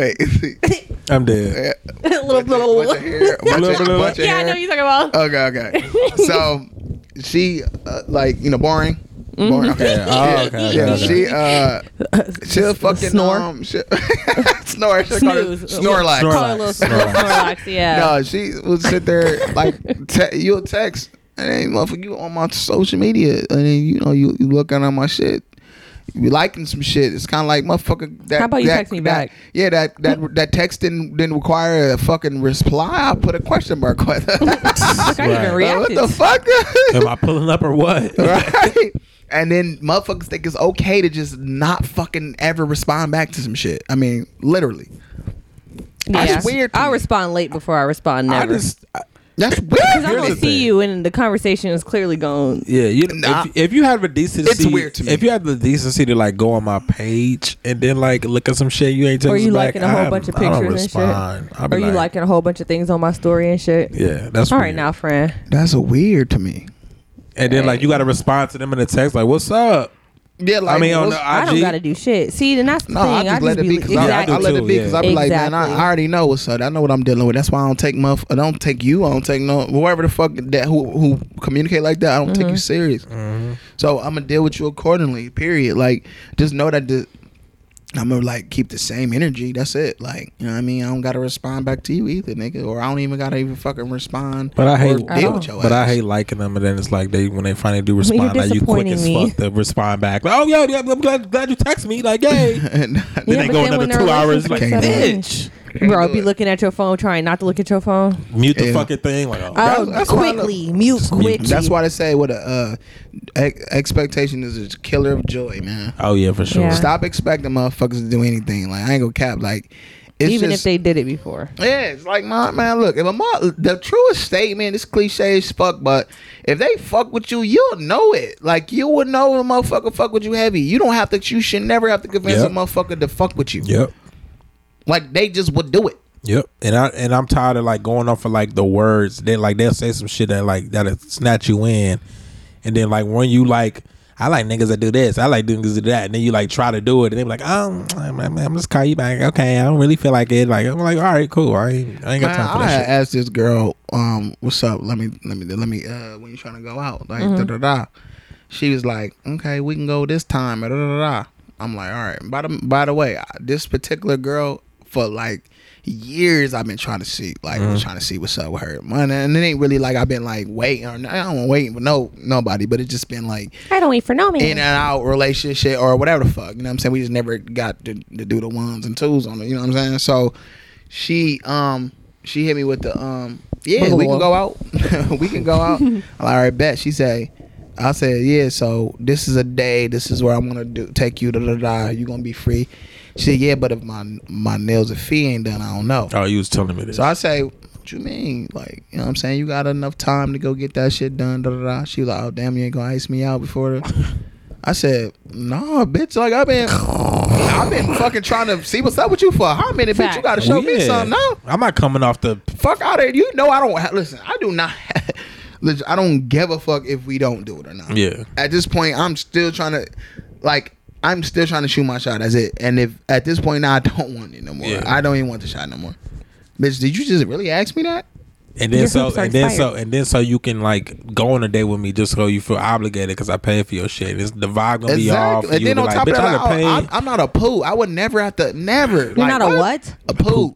Speaker 3: wait.
Speaker 1: I'm dead.
Speaker 2: little,
Speaker 3: Bunch of
Speaker 2: little.
Speaker 3: hair, bunch of-
Speaker 1: Little-
Speaker 3: bunch of
Speaker 2: Yeah, I
Speaker 3: hair.
Speaker 2: know what you're talking about.
Speaker 3: Okay, okay. so she uh, like you know boring.
Speaker 2: Mm-hmm.
Speaker 3: Boring. Okay.
Speaker 1: Yeah. Oh, okay,
Speaker 3: Yeah,
Speaker 1: okay,
Speaker 3: she uh, she'll fucking
Speaker 2: snore?
Speaker 3: um, she, snore, she'll call it
Speaker 2: Snooze.
Speaker 1: Snorlax.
Speaker 3: Snorlax.
Speaker 2: Call it a little snor-
Speaker 1: Relax.
Speaker 2: Snorlax, yeah.
Speaker 3: No, she will sit there like te- you'll text and then motherfucker you on my social media and then you know you you looking on my shit. You liking some shit? It's kind of like motherfucker. That,
Speaker 2: How about you
Speaker 3: that-
Speaker 2: text me
Speaker 3: that-
Speaker 2: back?
Speaker 3: Yeah, that that that text didn't didn't require a fucking reply. I put a question mark on it.
Speaker 2: Like, I even
Speaker 1: Right.
Speaker 3: what
Speaker 2: reacted.
Speaker 3: the fuck?
Speaker 1: Am I pulling up or what?
Speaker 3: right? And then motherfuckers think it's okay to just not fucking ever respond back to some shit. I mean, literally. That's weird to
Speaker 2: I
Speaker 3: me.
Speaker 2: respond late before I respond
Speaker 1: I
Speaker 2: never.
Speaker 1: just. I-
Speaker 3: That's weird.
Speaker 2: Because I'm
Speaker 1: Here's
Speaker 2: gonna
Speaker 1: the
Speaker 2: see
Speaker 1: thing.
Speaker 2: you, and the conversation is clearly gone.
Speaker 1: Yeah, you
Speaker 3: Nah.
Speaker 1: if, if you have a decency,
Speaker 3: It's weird to me.
Speaker 1: If you have the decency to like go on my page and then like look at some shit you ain't texting
Speaker 2: Or you
Speaker 1: back,
Speaker 2: liking a whole
Speaker 1: I-
Speaker 2: bunch of
Speaker 1: I don't
Speaker 2: pictures and
Speaker 1: respond.
Speaker 2: shit.
Speaker 1: I'll be
Speaker 2: Or you
Speaker 1: like,
Speaker 2: liking a whole bunch of things on my story and shit.
Speaker 1: Yeah, that's
Speaker 2: All
Speaker 1: weird.
Speaker 2: right now, friend.
Speaker 3: That's weird to me.
Speaker 1: And then like you got to respond to them in a text like, "What's up?"
Speaker 3: Yeah, like
Speaker 1: I mean, on
Speaker 3: what's-
Speaker 1: the IG,
Speaker 2: I don't gotta do shit. See, then that's the
Speaker 3: no,
Speaker 2: thing.
Speaker 3: I just let it be because I, I
Speaker 1: do
Speaker 3: let it
Speaker 1: too,
Speaker 3: be because
Speaker 1: yeah.
Speaker 3: I be like, man, I,
Speaker 2: Exactly.
Speaker 3: I already know what's up. I know what I'm dealing with. That's why I don't take muff. I don't take you. I don't take no whoever the fuck that who who communicate like that. I don't
Speaker 2: Mm-hmm.
Speaker 3: take you serious.
Speaker 1: Mm-hmm.
Speaker 3: So I'm gonna deal with you accordingly. Period. Like, just know that the I'm gonna like keep the same energy. That's it. Like, you know what I mean? I don't gotta respond back to you either, nigga. Or I don't even gotta even fucking respond.
Speaker 1: But I
Speaker 3: or
Speaker 1: hate,
Speaker 3: deal with your
Speaker 1: but I
Speaker 3: ass.
Speaker 1: hate liking them, and then it's like they when they finally do respond, like you quick
Speaker 2: disappointing
Speaker 1: as
Speaker 2: me.
Speaker 1: fuck to respond back. Like, oh yeah, yeah, I'm glad, glad you text me. Like, yay.
Speaker 3: And
Speaker 1: Then
Speaker 2: Yeah,
Speaker 1: they go
Speaker 2: but then
Speaker 1: another
Speaker 2: when their
Speaker 1: two hours. Like,
Speaker 2: relationship's
Speaker 3: up.
Speaker 1: bitch,
Speaker 2: Bro,
Speaker 3: do
Speaker 2: be
Speaker 3: it.
Speaker 2: looking at your phone, trying not to look at your phone.
Speaker 1: mute the
Speaker 3: Yeah.
Speaker 1: fucking thing. Like, oh,
Speaker 2: Oh,
Speaker 3: that's why I
Speaker 2: quickly mute quickly.
Speaker 3: That's why they say what a uh, ex- expectation is a killer of joy, man.
Speaker 1: oh yeah, for sure.
Speaker 2: Yeah.
Speaker 3: Stop expecting motherfuckers to do anything. Like I ain't gonna cap. Like it's
Speaker 2: Even
Speaker 3: just,
Speaker 2: if they did it before.
Speaker 3: yeah, it's like my man. Look, if a mo- the truest statement is cliche as fuck, but if they fuck with you, you'll know it. Like you will know a motherfucker fuck with you heavy. You don't have to. You should never have to convince
Speaker 1: Yep.
Speaker 3: a motherfucker to fuck with you.
Speaker 1: Yep.
Speaker 3: Like they just would do it.
Speaker 1: Yep, and I and I'm tired of like going off of like the words. They like they'll say some shit that like that'll snatch you in, and then like when you like, I like niggas that do this. I like niggas that do that, and then you like try to do it, and they're like, um, I'm, I'm, I'm just call you back. Okay, I don't really feel like it. Like I'm like, all right, cool. I ain't, I ain't got
Speaker 3: Man,
Speaker 1: time for
Speaker 3: I
Speaker 1: that
Speaker 3: had
Speaker 1: shit.
Speaker 3: asked this girl, um, "What's up? Let me, let me, let me. Uh, when you trying to go out? Like, da da da." She was like, "Okay, we can go this time." Da da da. da." I'm like, "All right." By the by the way, I, this particular girl for like years I've been trying to see, like,
Speaker 1: Mm-hmm.
Speaker 3: trying to see what's up with her. And, and it ain't really like I've been like waiting or I don't waiting for no nobody, but it's just been like
Speaker 4: I don't wait for no
Speaker 3: in and
Speaker 4: man.
Speaker 3: out relationship or whatever the fuck. You know what I'm saying? We just never got to, to do the ones and twos on it. You know what I'm saying? So she um she hit me with the um yeah we can go out we can go out. I'm like, all right, bet. She say. I said, yeah. So this is a day. This is where I'm gonna do take you. Da da da. You gonna be free. She said, "Yeah, but if my my nails if fee ain't done, I don't know."
Speaker 1: Oh, you was telling me this.
Speaker 3: So I say, "What you mean? Like, you know what I'm saying? You got enough time to go get that shit done." Da, da, da. She like, "Oh damn, you ain't gonna ice me out before." The-. I said, "Nah, bitch. Like I've been, I've been fucking trying to see what's up with you for how minute, bitch. You gotta show
Speaker 1: Well,
Speaker 3: me
Speaker 1: Oh, yeah.
Speaker 3: something now."
Speaker 1: I'm not coming off the.
Speaker 3: fuck out of here. You know I don't ha- listen. I do not. listen, I don't give a fuck if we don't do it or not.
Speaker 1: Yeah.
Speaker 3: At this point, I'm still trying to, like, I'm still trying to shoot my shot. That's it. And if at this point now I don't want it no more.
Speaker 1: Yeah.
Speaker 3: I don't even want the shot no more. Bitch, did you just really ask me that?
Speaker 1: And then
Speaker 2: Your
Speaker 1: so
Speaker 2: hoops are
Speaker 1: and then so
Speaker 2: expired.
Speaker 1: and then so you can like go on a date with me just so you feel obligated because I paid for your shit. It's, the vibe gonna be off.
Speaker 3: And
Speaker 1: You
Speaker 3: then
Speaker 1: be
Speaker 3: on
Speaker 1: like,
Speaker 3: top of
Speaker 1: "Bitch, I
Speaker 3: that,
Speaker 1: done
Speaker 3: like,
Speaker 1: paid."
Speaker 3: oh, I'm, I'm not a poo. I would never have to. Never. You're
Speaker 2: not a what?
Speaker 3: A poo.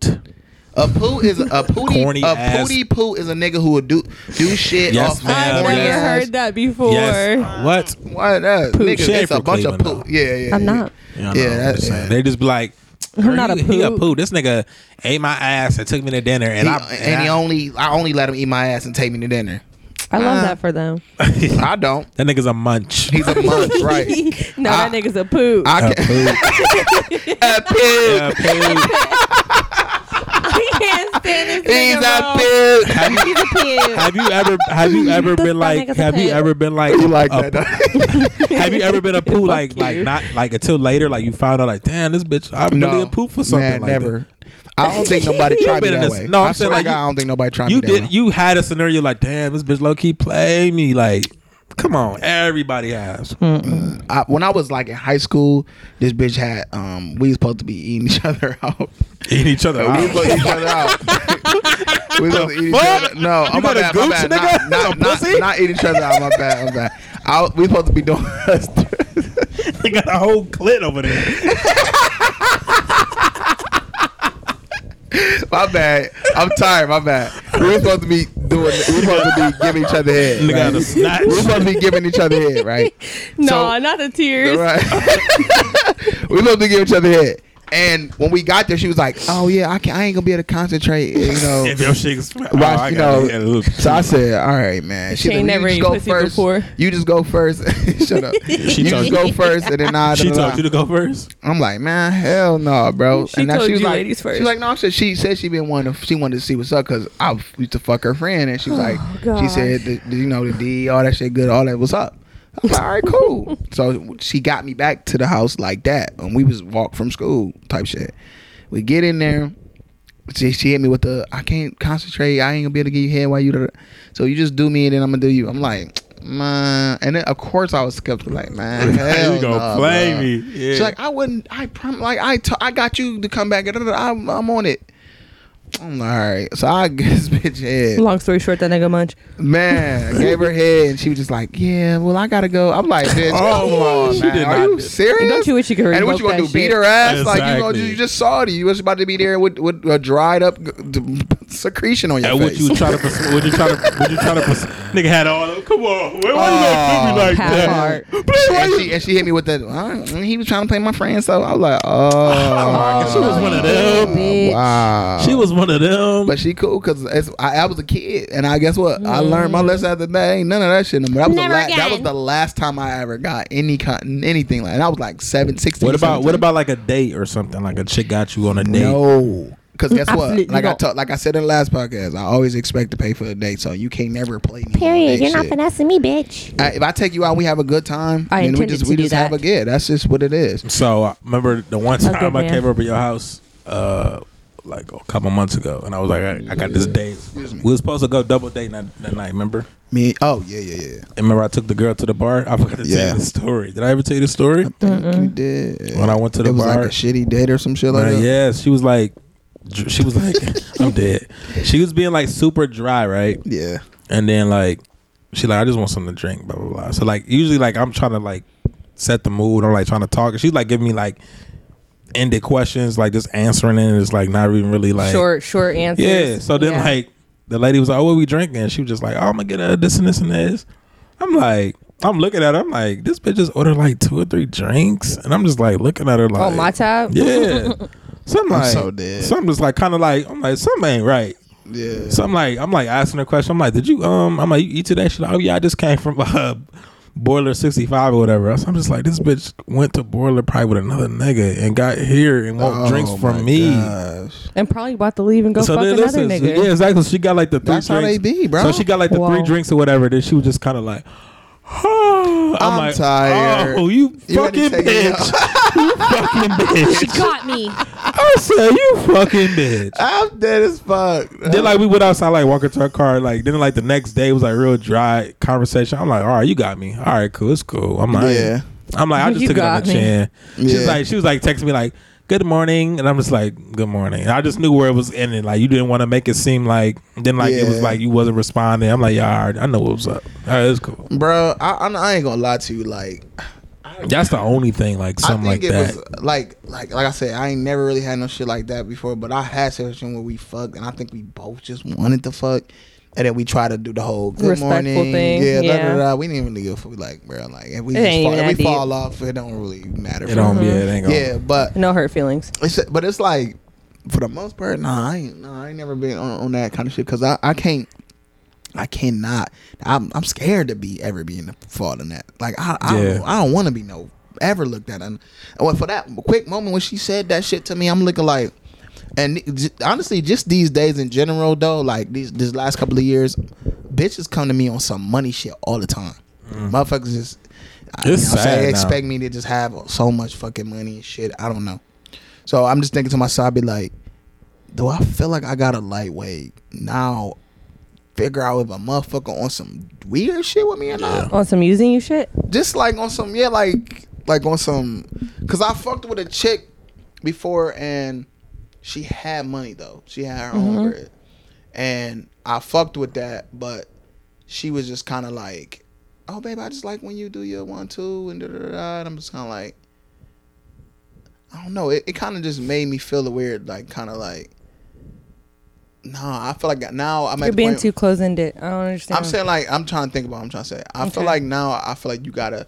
Speaker 3: A poo is a pooty.
Speaker 1: Corny
Speaker 3: a
Speaker 1: ass.
Speaker 3: pooty poo is a nigga who would do do shit.
Speaker 1: Yes,
Speaker 3: off
Speaker 1: ma'am.
Speaker 2: I've
Speaker 1: Yeah,
Speaker 2: never
Speaker 1: yes.
Speaker 2: heard that before.
Speaker 1: Yes. What?
Speaker 3: Why that? Nigga,
Speaker 1: She ain't
Speaker 3: it's a
Speaker 1: from
Speaker 3: bunch
Speaker 1: Cleveland,
Speaker 3: of poo.
Speaker 1: though.
Speaker 3: Yeah, yeah.
Speaker 2: I'm
Speaker 3: yeah.
Speaker 2: not.
Speaker 1: Yeah,
Speaker 3: Yeah,
Speaker 1: yeah,
Speaker 3: that's- yeah.
Speaker 1: they just be like,
Speaker 2: I'm not
Speaker 1: "He-
Speaker 2: a
Speaker 1: He a
Speaker 2: poo."
Speaker 1: poo. This nigga ate my ass and took me to dinner, and
Speaker 3: He-
Speaker 1: I
Speaker 3: and, he only I only let him eat my ass and take me to dinner.
Speaker 2: I
Speaker 3: Uh,
Speaker 2: love that for them.
Speaker 1: I,
Speaker 3: I don't.
Speaker 1: that nigga's a munch.
Speaker 3: He's a munch, right?
Speaker 2: no, that nigga's a poo.
Speaker 3: I
Speaker 1: A
Speaker 3: can,
Speaker 1: poo.
Speaker 3: a pig.
Speaker 1: A poo.
Speaker 2: I can't stand
Speaker 3: He's a
Speaker 2: this
Speaker 3: pig.
Speaker 1: Have you,
Speaker 2: nigga.
Speaker 1: have you ever have you ever been like
Speaker 2: nigga's a
Speaker 1: have you
Speaker 2: poo.
Speaker 1: ever been like
Speaker 3: You like
Speaker 1: a
Speaker 3: that? don't you?
Speaker 1: Have you ever been a poo like like
Speaker 2: you.
Speaker 1: not like until later like you found out like damn this bitch I really a poo for something
Speaker 3: man,
Speaker 1: like
Speaker 3: never.
Speaker 1: that.
Speaker 3: I don't think nobody tried me
Speaker 1: been in
Speaker 3: that
Speaker 1: this-
Speaker 3: way.
Speaker 1: no,
Speaker 3: I
Speaker 1: I'm saying,
Speaker 3: swear
Speaker 1: like,
Speaker 3: to God,
Speaker 1: you-
Speaker 3: I don't think nobody tried
Speaker 1: You
Speaker 3: me that way.
Speaker 1: did you had a scenario like damn this bitch low key play me like come on everybody has
Speaker 2: Hmm.
Speaker 3: I, when I was like in high school, this bitch had um we was supposed to be eating each other out.
Speaker 1: eat each other
Speaker 3: we was
Speaker 1: out.
Speaker 3: supposed to eat each other out. we was supposed to eat each other.
Speaker 1: fuck?
Speaker 3: No,
Speaker 1: You
Speaker 3: I'm my
Speaker 1: got a
Speaker 3: bad, my
Speaker 1: gooch,
Speaker 3: bad.
Speaker 1: nigga?
Speaker 3: Not,
Speaker 1: A
Speaker 3: not,
Speaker 1: pussy?
Speaker 3: not, not eat each other out. My bad, my bad. I, we supposed to be doing
Speaker 1: they got a whole clit over there.
Speaker 3: My bad. I'm tired. My bad. We were supposed to be doing. We were supposed to be giving each other head.
Speaker 1: Nigga had a
Speaker 3: Right?
Speaker 1: snatch.
Speaker 3: We were supposed to be giving each other head, right?
Speaker 2: no,
Speaker 3: So-
Speaker 2: not the tears.
Speaker 3: Right. we supposed to give each other head. And when we got there, she was like, "Oh yeah, I, can, I ain't gonna be able to concentrate." You know.
Speaker 1: If your shit Oh, is
Speaker 3: Watch, you know, so I
Speaker 1: she
Speaker 3: said, "All right, man." She
Speaker 2: She ain't
Speaker 3: said,
Speaker 2: never
Speaker 3: you
Speaker 2: eaten
Speaker 3: just go
Speaker 2: pussy
Speaker 3: first.
Speaker 2: before.
Speaker 3: You just go first. Shut up. you
Speaker 1: told
Speaker 3: just
Speaker 1: you-
Speaker 3: go first, and then I.
Speaker 1: told you to go first.
Speaker 3: I'm like, man, hell no, bro.
Speaker 2: She
Speaker 3: now
Speaker 2: told you
Speaker 3: like,
Speaker 2: ladies first.
Speaker 3: She's like, no, I said she said she been wanting, to, she wanted to see what's up because I used to fuck her friend, and she was like, she
Speaker 2: Oh, gosh.
Speaker 3: said, the, the- you know, the D, all that shit, good, all that, what's up? I'm like, all right, cool. so she got me back to the house like that, and we was walk from school type shit. We get in there. She, she hit me with the I can't concentrate. I ain't gonna be able to get you head while you. da- da- So you just do me and then I'm gonna do you. I'm like, man. And then of course I was skeptical, like, man, hell
Speaker 1: you gonna
Speaker 3: nah,
Speaker 1: play
Speaker 3: bruh.
Speaker 1: me?
Speaker 3: She's
Speaker 1: Yeah.
Speaker 3: like, I wouldn't. I prom. Like I, t- I got you to come back. I'm, I'm on it. I'm like, all right. So I gave this bitch head.
Speaker 2: Long story short, that nigga munch.
Speaker 3: Man, I gave her head, and she was just like, yeah. Well, I gotta go. I'm like, bitch,
Speaker 1: Oh,
Speaker 3: oh,
Speaker 1: she
Speaker 3: come on, man.
Speaker 1: did
Speaker 3: Are
Speaker 1: not
Speaker 3: you
Speaker 1: do-
Speaker 3: serious?
Speaker 2: Don't you wish you could
Speaker 3: And
Speaker 2: revoke
Speaker 3: what you gonna do?
Speaker 2: that
Speaker 3: Beat
Speaker 2: shit?
Speaker 3: her ass? Like you, gonna,
Speaker 1: Exactly.
Speaker 3: you just saw it. You was about to be there with with a dried up g- d- secretion on your
Speaker 1: And would
Speaker 3: face.
Speaker 1: you try to? pers- Would you try to? Would you try to? pers- Nigga had all. of- Come on, where why you gonna do me like
Speaker 2: half
Speaker 1: that?
Speaker 2: heart.
Speaker 3: and, she, and she hit me with that. "Huh? he was trying to play my friend, so I was like, oh,
Speaker 1: She was one of them.
Speaker 3: wow.
Speaker 1: She was one of them.
Speaker 3: But she cool because I, I was a kid, and I guess what I learned
Speaker 2: Mm.
Speaker 3: my lesson after that. Ain't none of that shit no more. That was,
Speaker 4: Never
Speaker 3: the la- that
Speaker 4: again.
Speaker 3: was the last time I ever got any con- anything like. And I was like seven, sixteen.
Speaker 1: What about what
Speaker 3: 17.
Speaker 1: about like a date or something? Like a chick got you on a date.
Speaker 3: no? Because guess
Speaker 2: Absolutely
Speaker 3: what? Like I
Speaker 2: not.
Speaker 3: talk, like I said in the last podcast, I always expect to pay for the date, so you can't never play me. on
Speaker 4: Period.
Speaker 3: that
Speaker 4: You're not
Speaker 3: shit.
Speaker 4: finessing me, bitch.
Speaker 3: I, if I take you out, and we have a good time.
Speaker 2: I
Speaker 3: then we
Speaker 2: intended
Speaker 3: just
Speaker 2: to
Speaker 3: we
Speaker 2: do
Speaker 3: just have a
Speaker 2: that.
Speaker 3: good. That's just what it is.
Speaker 1: So I remember the one
Speaker 2: good
Speaker 1: time I
Speaker 2: man.
Speaker 1: came over to your house, uh, like a couple months ago, and I was like, I, I got this date. We were supposed to go double date that, that night. Remember?
Speaker 3: Me. Oh yeah, yeah, yeah.
Speaker 1: And remember, I took the girl to the bar. I forgot to tell
Speaker 3: Yeah.
Speaker 1: you the story. Did I ever tell you the story?
Speaker 3: You did.
Speaker 1: When I went to the
Speaker 3: it was
Speaker 1: bar,
Speaker 3: like a shitty date or some shit like
Speaker 1: Man,
Speaker 3: that.
Speaker 1: yeah, she was like, dr- she was like, I'm dead. She was being like super dry, right?
Speaker 3: Yeah.
Speaker 1: And then like she like, I just want something to drink, blah blah blah. So like usually like I'm trying to like set the mood. I'm like trying to talk. And she's like giving me like ended questions, like just answering it. And it's like not even really like
Speaker 2: short, short answers.
Speaker 1: Yeah. So then
Speaker 2: Yeah.
Speaker 1: like the lady was like, Oh, what we drinking? And she was just like, Oh, I'm gonna get a this and this and this. I'm like, I'm looking at her, I'm like, this bitch just ordered like two or three drinks. And I'm just like looking at her like
Speaker 2: on my tab.
Speaker 1: yeah. So I'm like,
Speaker 3: so dead.
Speaker 1: so I'm just like kind of like, I'm like, something ain't right.
Speaker 3: Yeah.
Speaker 1: So I'm like, I'm like asking her question. I'm like, did you um? I'm like, you eat today? She's like, oh yeah, I just came from uh, Boiler 65 or whatever. So I'm just like, this bitch went to Boiler probably with another nigga and got here and
Speaker 3: Oh
Speaker 1: want drinks from me.
Speaker 2: and probably about to leave and go fuck
Speaker 1: then
Speaker 2: another
Speaker 1: listen, so-
Speaker 2: nigga.
Speaker 1: yeah, exactly. So she got like the three
Speaker 3: That's how
Speaker 1: drinks.
Speaker 3: they be, bro.
Speaker 1: So she got like the
Speaker 2: Wow.
Speaker 1: three drinks or whatever. Then she was just kind of like, I'm,
Speaker 3: I'm
Speaker 1: like,
Speaker 3: tired.
Speaker 1: Oh, you
Speaker 3: You ready to
Speaker 1: fucking
Speaker 3: take it
Speaker 1: bitch. you fucking
Speaker 4: She
Speaker 1: bitch.
Speaker 4: caught me.
Speaker 1: I said, you fucking bitch.
Speaker 3: I'm dead as fuck.
Speaker 1: Then like we went outside, like walking to our car, like then like the next day was like real dry conversation. I'm like, all right, you got me. All right, cool, it's cool. I'm like,
Speaker 3: Yeah.
Speaker 1: I'm like, I just
Speaker 2: You
Speaker 1: took it on
Speaker 2: got
Speaker 1: the
Speaker 2: me.
Speaker 1: chin. She's
Speaker 3: Yeah.
Speaker 1: like, she was like texting me like, good morning, and I'm just like, good morning. And I just knew where it was ending. Like you didn't want to make it seem like then like it was
Speaker 3: Yeah.
Speaker 1: like you wasn't responding. I'm like, yeah, all right, I know what was up. All right, it's cool.
Speaker 3: bro. I, I, I ain't gonna lie to you. Like,
Speaker 1: That's the only thing like something
Speaker 3: I
Speaker 1: like
Speaker 3: think it
Speaker 1: that.
Speaker 3: was like, like, like I said, I ain't never really had no shit like that before. But I had situation where we fucked, and I think we both just wanted to fuck, and then we tried to do the whole good
Speaker 2: Respectful
Speaker 3: morning,
Speaker 2: thing,
Speaker 3: yeah, da,
Speaker 2: yeah.
Speaker 3: da, da. We didn't really give a fuck. Like, bro, like if we
Speaker 2: It
Speaker 3: just
Speaker 2: ain't
Speaker 3: fall,
Speaker 2: even
Speaker 3: if we
Speaker 2: that deep.
Speaker 3: fall off, it don't really matter.
Speaker 1: It don't.
Speaker 3: me.
Speaker 1: Yeah,
Speaker 2: Mm-hmm.
Speaker 1: it ain't gonna.
Speaker 3: Yeah, but
Speaker 2: No hurt feelings.
Speaker 3: it's but it's like for the most part, nah, I ain't, nah, I ain't never been on, on that kind of shit because I, I can't, I cannot. I'm I'm scared to be ever be in the fault in that. Like I I
Speaker 1: Yeah.
Speaker 3: don't, I don't want to be no ever looked at. And well, for that quick moment when she said that shit to me, I'm looking like. And j- honestly, just these days in general, though, like these this last couple of years, bitches come to me on some money shit all the time. Motherfuckers just, I,
Speaker 1: Mm. It's
Speaker 3: you know,
Speaker 1: sad
Speaker 3: say,
Speaker 1: now.
Speaker 3: expect me to just have so much fucking money and shit. I don't know. So I'm just thinking to myself, I'd be like, do I feel like I got a lightweight now? Figure out if a motherfucker on some weird shit with me or not.
Speaker 2: on some using you shit.
Speaker 3: Just like on some yeah, like like on some, cause I fucked with a chick before and she had money though. She had her
Speaker 2: Mm-hmm.
Speaker 3: own bread, and I fucked with that, but she was just kind of like, oh babe, I just like when you do your one two and da da da. da," And I'm just kind of like, I don't know. It, it kind of just made me feel weird, like kind of like. No, I feel like now I'm at
Speaker 2: You're
Speaker 3: the
Speaker 2: being
Speaker 3: point-
Speaker 2: too close ended. I don't understand.
Speaker 3: I'm saying like I'm trying to think about. What I'm trying to say. I feel
Speaker 2: Okay.
Speaker 3: like now I feel like you gotta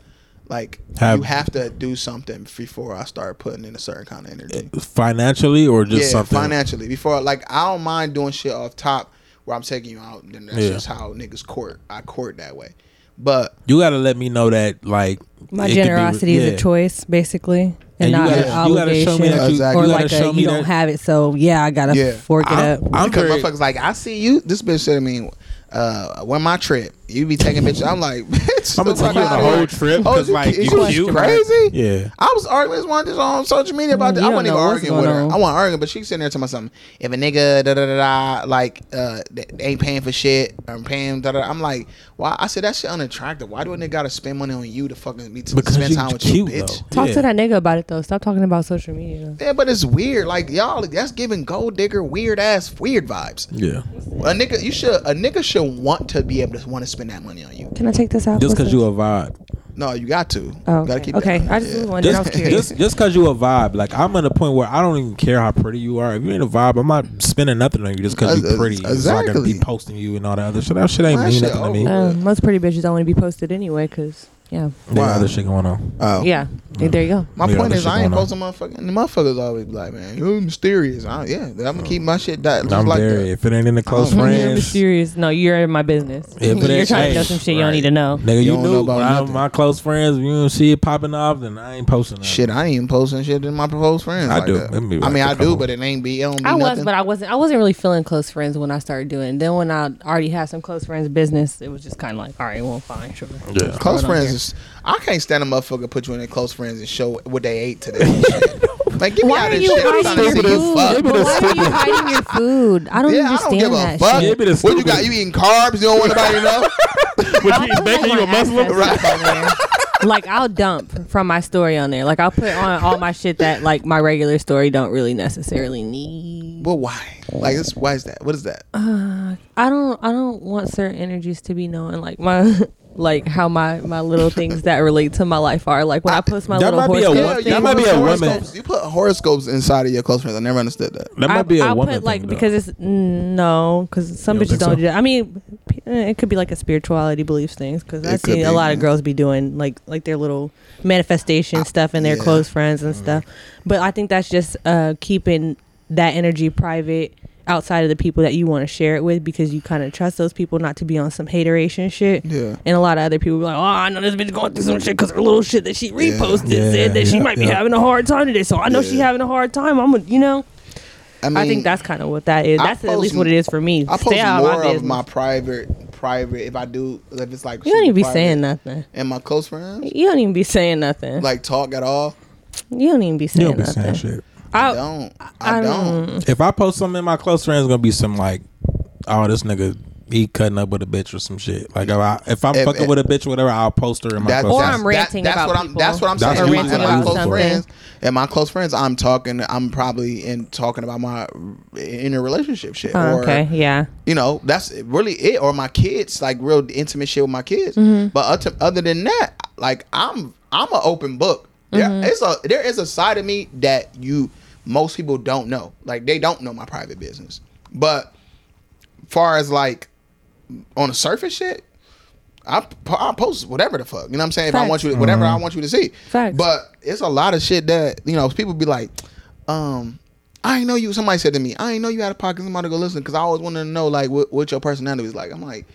Speaker 3: like
Speaker 1: Have-
Speaker 3: you have to do something before I start putting in a certain kind of energy.
Speaker 1: Financially or just
Speaker 3: yeah,
Speaker 1: something.
Speaker 3: financially before like I don't mind doing shit off top where I'm taking you out. Then that's
Speaker 1: Yeah.
Speaker 3: just how niggas court. I court that way. But
Speaker 1: you gotta let me know that like
Speaker 2: my
Speaker 1: it could be-
Speaker 2: generosity is
Speaker 1: yeah.
Speaker 2: a choice, basically, and,
Speaker 1: And you
Speaker 2: not
Speaker 1: gotta-
Speaker 2: an
Speaker 1: you gotta
Speaker 2: obligation.
Speaker 1: show me that
Speaker 3: you- Exactly.
Speaker 2: Or
Speaker 1: you
Speaker 2: like
Speaker 1: gotta show
Speaker 2: a,
Speaker 1: me
Speaker 2: you don't
Speaker 1: that-
Speaker 2: have it, so yeah, I gotta
Speaker 3: Yeah.
Speaker 2: fork
Speaker 1: I'm,
Speaker 2: it up.
Speaker 1: I'm
Speaker 3: because
Speaker 1: very,
Speaker 3: motherfuckers like I see you. This bitch said to me. Uh, when my trip, you be taking bitches. I'm like, bitch,
Speaker 1: I'm gonna
Speaker 3: the
Speaker 1: take you on
Speaker 3: fuck outta
Speaker 1: the whole
Speaker 3: here.
Speaker 1: trip,
Speaker 3: Oh,
Speaker 1: 'cause,
Speaker 3: is you,
Speaker 1: like,
Speaker 3: is
Speaker 1: you
Speaker 3: you
Speaker 1: cute.
Speaker 3: crazy?
Speaker 1: yeah.
Speaker 3: I was arguing with one just on social media about
Speaker 2: Mm,
Speaker 3: that.
Speaker 2: you
Speaker 3: I
Speaker 2: don't
Speaker 3: wasn't
Speaker 2: know
Speaker 3: even
Speaker 2: what's
Speaker 3: arguing with
Speaker 2: going
Speaker 3: her.
Speaker 2: on.
Speaker 3: I wasn't arguing, but she sitting there telling me something. If a nigga da da da da like uh th- they ain't paying for shit, I'm paying da da. I'm like, why? I said that shit unattractive. Why do a nigga gotta spend money on you to fucking be to
Speaker 1: Because
Speaker 3: spend
Speaker 1: you
Speaker 3: time with
Speaker 1: cute,
Speaker 3: you, bitch?
Speaker 1: though.
Speaker 2: Talk
Speaker 1: Yeah.
Speaker 2: to that nigga about it though. Stop talking about social media.
Speaker 3: Yeah, but it's weird. Like y'all, that's giving gold digger weird ass weird vibes.
Speaker 1: Yeah.
Speaker 3: A nigga, you should a nigga should want to be able to want to spend that money on you.
Speaker 2: Can I take this out?
Speaker 1: Just because
Speaker 2: What's
Speaker 1: you a vibe.
Speaker 3: No, you got to.
Speaker 2: Oh,
Speaker 3: You
Speaker 2: okay.
Speaker 3: gotta keep
Speaker 2: okay.
Speaker 3: That.
Speaker 2: I just
Speaker 3: Yeah.
Speaker 2: was wondering. I
Speaker 1: Just
Speaker 2: was curious.
Speaker 1: just just cause you a vibe. Like I'm at a point where I don't even care how pretty you are. If you ain't a vibe, I'm not spending nothing on you just cause
Speaker 3: Uh,
Speaker 1: you're pretty. It's not gonna
Speaker 3: exactly.
Speaker 1: be posting you and all that other shit. That shit ain't
Speaker 3: That
Speaker 1: mean
Speaker 3: shit
Speaker 1: nothing to me.
Speaker 3: over.
Speaker 1: They
Speaker 2: Um, most pretty bitches don't want to be posted anyway, cause yeah,
Speaker 1: got
Speaker 3: Wow.
Speaker 1: other shit going on.
Speaker 3: Oh.
Speaker 2: yeah. There you go.
Speaker 3: My
Speaker 1: We got
Speaker 3: point
Speaker 1: other
Speaker 3: is,
Speaker 1: shit
Speaker 3: I ain't
Speaker 1: going on.
Speaker 3: posting motherfucking. The motherfuckers always be like, man, you mysterious. I, yeah, I'm gonna keep my shit that just
Speaker 1: Oh. I'm
Speaker 3: like
Speaker 1: very uh,
Speaker 3: that.
Speaker 1: if it ain't in the close
Speaker 3: don't-
Speaker 2: You're
Speaker 1: friends.
Speaker 2: mysterious. No, you're in my business.
Speaker 1: If it
Speaker 2: you're
Speaker 1: ain't-
Speaker 2: trying
Speaker 1: hey,
Speaker 2: to know some shit you don't
Speaker 1: right.
Speaker 2: need to know.
Speaker 1: Nigga,
Speaker 3: You
Speaker 1: you,
Speaker 3: don't know
Speaker 1: knew
Speaker 3: about
Speaker 1: when I-
Speaker 3: nothing.
Speaker 1: my close friends. If you don't see it popping off, then I ain't posting nothing.
Speaker 3: Shit, I ain't even posting shit to my proposed friends.
Speaker 1: I
Speaker 3: like
Speaker 1: do.
Speaker 3: that.
Speaker 1: It be
Speaker 3: I
Speaker 1: like
Speaker 3: mean,
Speaker 1: a
Speaker 3: I do,
Speaker 1: couple.
Speaker 3: but it ain't be. It don't be
Speaker 2: I
Speaker 3: nothing.
Speaker 2: was, but I wasn't. I wasn't really feeling close friends when I started doing. it. Then when I already had some close friends business, it was just kind of like, all right, well, fine, sure.
Speaker 1: Yeah.
Speaker 3: close
Speaker 2: Right on
Speaker 3: friends
Speaker 2: here.
Speaker 3: is. I can't stand a motherfucker put you in their close friends and show what they ate today. like, get me
Speaker 2: Why
Speaker 3: out
Speaker 2: are
Speaker 3: of this
Speaker 2: you
Speaker 3: shit. I'm trying to see
Speaker 2: hiding your
Speaker 3: you fuck.
Speaker 2: food? But Why are you hiding your food? I don't
Speaker 3: Yeah, I don't
Speaker 2: understand
Speaker 3: give a
Speaker 2: that
Speaker 3: fuck.
Speaker 1: Yeah,
Speaker 2: shit.
Speaker 1: it be the
Speaker 3: What you
Speaker 1: stupid-
Speaker 3: got? You eating carbs? You don't want nobody to know.
Speaker 2: I don't like my access on there. Like I'll dump from my story on there. Like I'll put on all my shit that like my regular story don't really necessarily need.
Speaker 3: But why? Like, it's, why is that? What is that?
Speaker 2: I don't I don't want certain energies to be known like my like how my my little things that relate to my life are like when I post my
Speaker 1: That
Speaker 2: little
Speaker 1: might be a
Speaker 2: horoscope
Speaker 1: one-
Speaker 3: you
Speaker 1: that
Speaker 2: thing-
Speaker 1: might
Speaker 3: put
Speaker 1: be a woman.
Speaker 3: horoscopes- You put horoscopes inside of your close friends. I never understood that.
Speaker 1: That
Speaker 2: I,
Speaker 1: might be a
Speaker 2: I'll
Speaker 1: woman
Speaker 2: put like
Speaker 1: thing, though.
Speaker 2: because it's no because some
Speaker 1: You don't
Speaker 2: bitches
Speaker 1: think
Speaker 2: don't
Speaker 1: so?
Speaker 2: do that. I mean, p- eh, it could be like a spirituality beliefs things because I
Speaker 3: It could
Speaker 2: see
Speaker 3: be,
Speaker 2: a lot of
Speaker 3: yeah.
Speaker 2: girls be doing like like their little
Speaker 1: Ah,
Speaker 2: manifestation stuff and their
Speaker 3: yeah.
Speaker 1: Mm.
Speaker 2: close friends and stuff. But I think that's just uh keeping that energy private outside of the people that you want to share it with because you kind of trust those people not to be on some hateration shit.
Speaker 3: Yeah.
Speaker 2: And a lot of other people be like, oh, I know this bitch going through some shit because her little shit that she reposted
Speaker 1: Yeah,
Speaker 2: said that she
Speaker 1: yeah,
Speaker 2: might be
Speaker 1: yeah.
Speaker 2: having a hard time today. So I know she having a hard time. I'm, gonna, you know,
Speaker 3: I mean,
Speaker 2: I think that's kind of what that is.
Speaker 3: I
Speaker 2: That's at
Speaker 3: post
Speaker 2: least what it is for me.
Speaker 3: I post
Speaker 2: Stay out
Speaker 3: more
Speaker 2: my
Speaker 3: of
Speaker 2: business.
Speaker 3: my private, private. If I do, if it's like
Speaker 2: You don't
Speaker 3: super
Speaker 2: even be
Speaker 3: private.
Speaker 2: saying nothing.
Speaker 3: And my close friends,
Speaker 2: You don't even be saying nothing.
Speaker 3: like talk at all.
Speaker 2: you don't even be
Speaker 1: You
Speaker 2: saying
Speaker 1: don't be
Speaker 2: nothing.
Speaker 1: saying shit.
Speaker 2: Oh, I,
Speaker 3: Don't. I, don't.
Speaker 1: If I post something, my close friends gonna be some like, oh, this nigga he cutting up with a bitch or some shit. Like if, I, if I'm
Speaker 3: If-
Speaker 1: fucking
Speaker 3: if-
Speaker 1: with a bitch, or whatever, I'll post her in my
Speaker 3: That-
Speaker 1: close
Speaker 2: Or
Speaker 1: friends.
Speaker 2: I'm ranting
Speaker 3: that's
Speaker 2: about
Speaker 3: what I'm,
Speaker 2: people.
Speaker 3: That's what I'm
Speaker 1: That's
Speaker 3: saying. And
Speaker 1: what I'm
Speaker 3: my, and my
Speaker 1: ranting
Speaker 3: close
Speaker 1: about something.
Speaker 3: friends, and my close friends, I'm talking. I'm probably in talking about my inner relationship shit.
Speaker 2: Oh,
Speaker 3: or,
Speaker 2: okay, yeah.
Speaker 3: you know, that's really it. Or my kids, like real intimate shit with my kids.
Speaker 2: Mm-hmm.
Speaker 3: But other, other than that, like I'm I'm an open book. There
Speaker 2: Mm-hmm.
Speaker 3: is a there is a side of me that you most people don't know. Like they don't know my private business. But far as like on the surface shit, I po- I post whatever the fuck. You know what I'm saying? If I
Speaker 2: Facts.
Speaker 3: want you whatever I want you to see.
Speaker 2: Facts.
Speaker 3: But it's a lot of shit that, you know, people be like, um, I ain't know you. Somebody said to me, I ain't know you had a podcast. I'm about to go listen because I always wanted to know like what, what your personality was like. I'm like,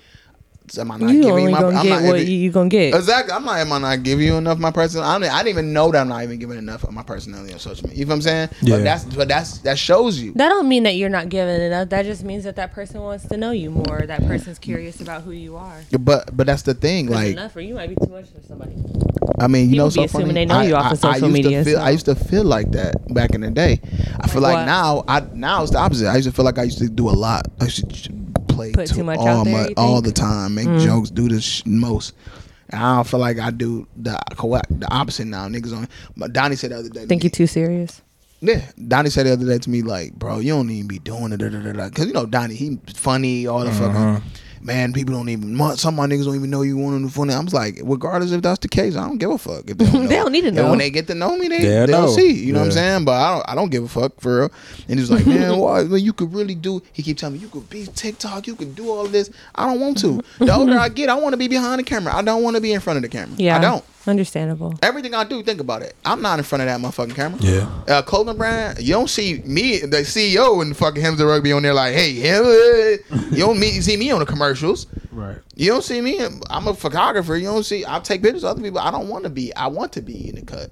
Speaker 3: am I not
Speaker 2: You
Speaker 3: giving
Speaker 2: only
Speaker 3: you my?
Speaker 2: gonna
Speaker 3: I'm
Speaker 2: get
Speaker 3: not,
Speaker 2: what you, you gonna get.
Speaker 3: Exactly. I'm not. Am I not giving you enough of my personality? I didn't, I didn't even know that I'm not even giving enough of my personality on social media. You know what I'm saying?
Speaker 1: Yeah.
Speaker 3: But that's but that's that shows you.
Speaker 2: That don't mean that you're not giving enough. That just means that that person wants to know you more. That person's curious about who you are.
Speaker 3: But but that's the thing.
Speaker 2: That's
Speaker 3: Like
Speaker 2: enough, or you might be too much for somebody.
Speaker 3: I mean, you
Speaker 2: People
Speaker 3: know,
Speaker 2: be
Speaker 3: so
Speaker 2: assuming
Speaker 3: funny.
Speaker 2: they know
Speaker 3: I,
Speaker 2: you off
Speaker 3: I-
Speaker 2: of social
Speaker 3: I used
Speaker 2: media,
Speaker 3: To feel,
Speaker 2: so-
Speaker 3: I used to feel like that back in the day. I feel like
Speaker 2: what?
Speaker 3: now, I now it's the opposite. I used to feel like I used to do a lot. I used to j- play
Speaker 2: Put
Speaker 3: to
Speaker 2: too much
Speaker 3: all
Speaker 2: out there,
Speaker 3: my-
Speaker 2: you
Speaker 3: all the
Speaker 2: think? Mm.
Speaker 3: time, make jokes, do the sh- most. And I don't feel like I do the co- the opposite now. Niggas on. But Donnie said the other day. to
Speaker 2: Think
Speaker 3: me-
Speaker 2: you're too serious?
Speaker 3: yeah, Donnie said the other day to me, like, bro, you don't even be doing it, da, da, da, da." Cause you know Donnie, he funny, all the
Speaker 1: Uh-huh.
Speaker 3: fucking man. People don't even mo- some of my niggas don't even know you want them to funny. I'm like, regardless if that's the case, I don't give a fuck. If they, don't, know.
Speaker 2: They don't need to
Speaker 3: And
Speaker 2: know.
Speaker 3: when they get to know me, they
Speaker 1: They'll
Speaker 3: they'll
Speaker 1: know.
Speaker 3: see. You know what I'm
Speaker 1: Yeah.
Speaker 3: saying? But I don't I don't give a fuck for real. And he's like, man, why? Well, you could really do. He keep telling me you could be TikTok, you could do all this. I don't want to. The older I get, I want to be behind the camera. I don't want to be in front of the camera.
Speaker 2: Yeah,
Speaker 3: I don't.
Speaker 2: Understandable.
Speaker 3: Everything I do, think about it. I'm not in front of that motherfucking camera.
Speaker 1: Yeah.
Speaker 3: Uh, clothing brand, you don't see me, the CEO, and fucking Hemsworth Rugby on there like, hey, yeah. you don't meet, see me on the commercials.
Speaker 1: Right.
Speaker 3: You don't see me. I'm a photographer. You don't see. I take pictures of other people. I don't want to be. I want to be in the cut.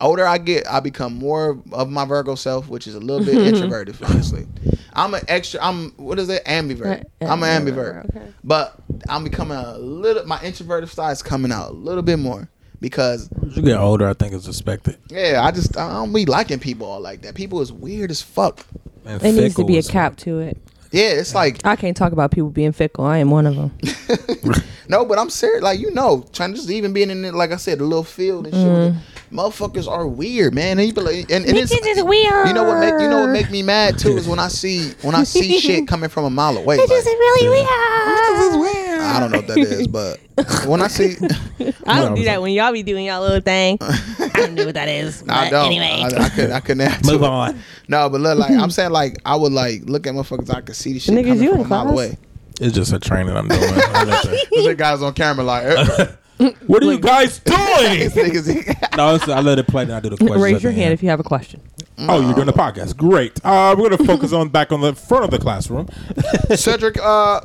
Speaker 3: Older I get, I become more of my Virgo self, which is a little bit introverted. Honestly, I'm an extra. I'm what is it? Ambivert.
Speaker 2: Uh,
Speaker 3: I'm an
Speaker 2: ambivert,
Speaker 3: ambivert, but I'm becoming a little. My introverted side is coming out a little bit more because
Speaker 1: As you get older, I think it's expected.
Speaker 3: yeah, I just I don't be liking people all like that. People is weird as fuck.
Speaker 1: And
Speaker 2: It needs to
Speaker 1: fickle
Speaker 2: be a
Speaker 1: as fuck.
Speaker 2: cap to it.
Speaker 3: Yeah, it's like
Speaker 2: I can't talk about people being fickle. I am one of them.
Speaker 3: No, but I'm serious. Like you know, trying to just even being in it, like I said, the little field and shit. with the- Motherfuckers are weird, man. And, you be like, and, and it's
Speaker 2: Bitches Mm-hmm. is weird.
Speaker 3: you know what make you know what make me mad too is when I see when I see shit coming from a mile away. Like,
Speaker 4: really weird.
Speaker 3: I don't know what that is, but when I see,
Speaker 2: I
Speaker 1: No,
Speaker 2: don't do
Speaker 1: I'm-
Speaker 2: that when y'all be doing y'all little thing. I don't know what that is.
Speaker 3: I
Speaker 2: but
Speaker 3: don't.
Speaker 2: Anyway,
Speaker 3: I, I couldn't. I couldn't add to
Speaker 1: Move
Speaker 3: it.
Speaker 1: on.
Speaker 3: No, but look, like I'm saying, like I would like look at motherfuckers. I could see the shit
Speaker 2: Niggas,
Speaker 3: coming
Speaker 2: you
Speaker 3: from
Speaker 2: in
Speaker 3: a mile
Speaker 2: class?
Speaker 3: away.
Speaker 1: It's just a training I'm doing. I'm not sure.
Speaker 3: The guys on camera, like eh,
Speaker 1: what are you guys doing?
Speaker 3: these niggas.
Speaker 1: no, it's, I let it play. Then I do the questions.
Speaker 2: raise
Speaker 1: at
Speaker 2: your
Speaker 1: the
Speaker 2: hand
Speaker 1: end.
Speaker 2: if you have a question.
Speaker 1: Oh, you're doing the podcast. Great. Uh, we're gonna focus on back on the front of the classroom.
Speaker 3: Cedric, uh,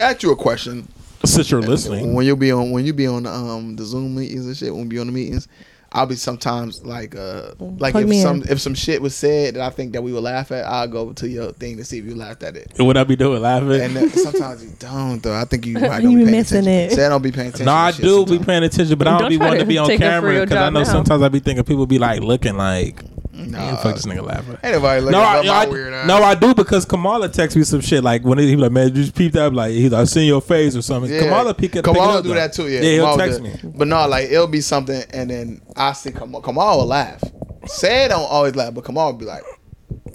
Speaker 3: ask you a question.
Speaker 1: Since you're listening,
Speaker 3: When you be on when you be on um the Zoom meetings and shit, when we be on the meetings, I'll be sometimes like uh like
Speaker 2: Plug
Speaker 3: if
Speaker 2: me
Speaker 3: some
Speaker 2: in.
Speaker 3: if some shit was said that I think that we would laugh at, I'll go to your thing to see if you laughed at it.
Speaker 1: would I be doing
Speaker 3: And
Speaker 1: laughing?
Speaker 3: then sometimes you don't though. I think you might
Speaker 2: You
Speaker 3: don't be
Speaker 2: be
Speaker 3: paying
Speaker 2: missing
Speaker 3: attention.
Speaker 2: it.
Speaker 3: Say I don't be paying attention.
Speaker 1: No,
Speaker 3: to
Speaker 1: I
Speaker 3: shit
Speaker 1: do be
Speaker 3: sometimes.
Speaker 1: paying attention, but I don't,
Speaker 2: Don't
Speaker 1: be
Speaker 2: try
Speaker 1: wanting to
Speaker 2: to
Speaker 1: be on
Speaker 2: take it for
Speaker 1: camera
Speaker 2: real
Speaker 1: because I
Speaker 2: job
Speaker 1: know
Speaker 2: now.
Speaker 1: sometimes I be thinking people be like looking like, "Man, fuck this nigga laughing."
Speaker 3: Ain't nobody looking
Speaker 1: No, I,
Speaker 3: at my
Speaker 1: I-
Speaker 3: weird ass.
Speaker 1: no, I do because Kamala texts me some shit like when he, he be like, "Man, you just peeped up," like he's, "I seen your face" or something.
Speaker 3: Yeah.
Speaker 1: Kamala pick it. pick it
Speaker 3: Kamala
Speaker 1: up,
Speaker 3: do
Speaker 1: though.
Speaker 3: that too. Yeah,
Speaker 1: yeah, he'll
Speaker 3: Kamala
Speaker 1: text
Speaker 3: do
Speaker 1: me.
Speaker 3: it. But no, like it'll be something, and then I see Kamala. Kamala will laugh. Say don't always laugh, but Kamala will be like,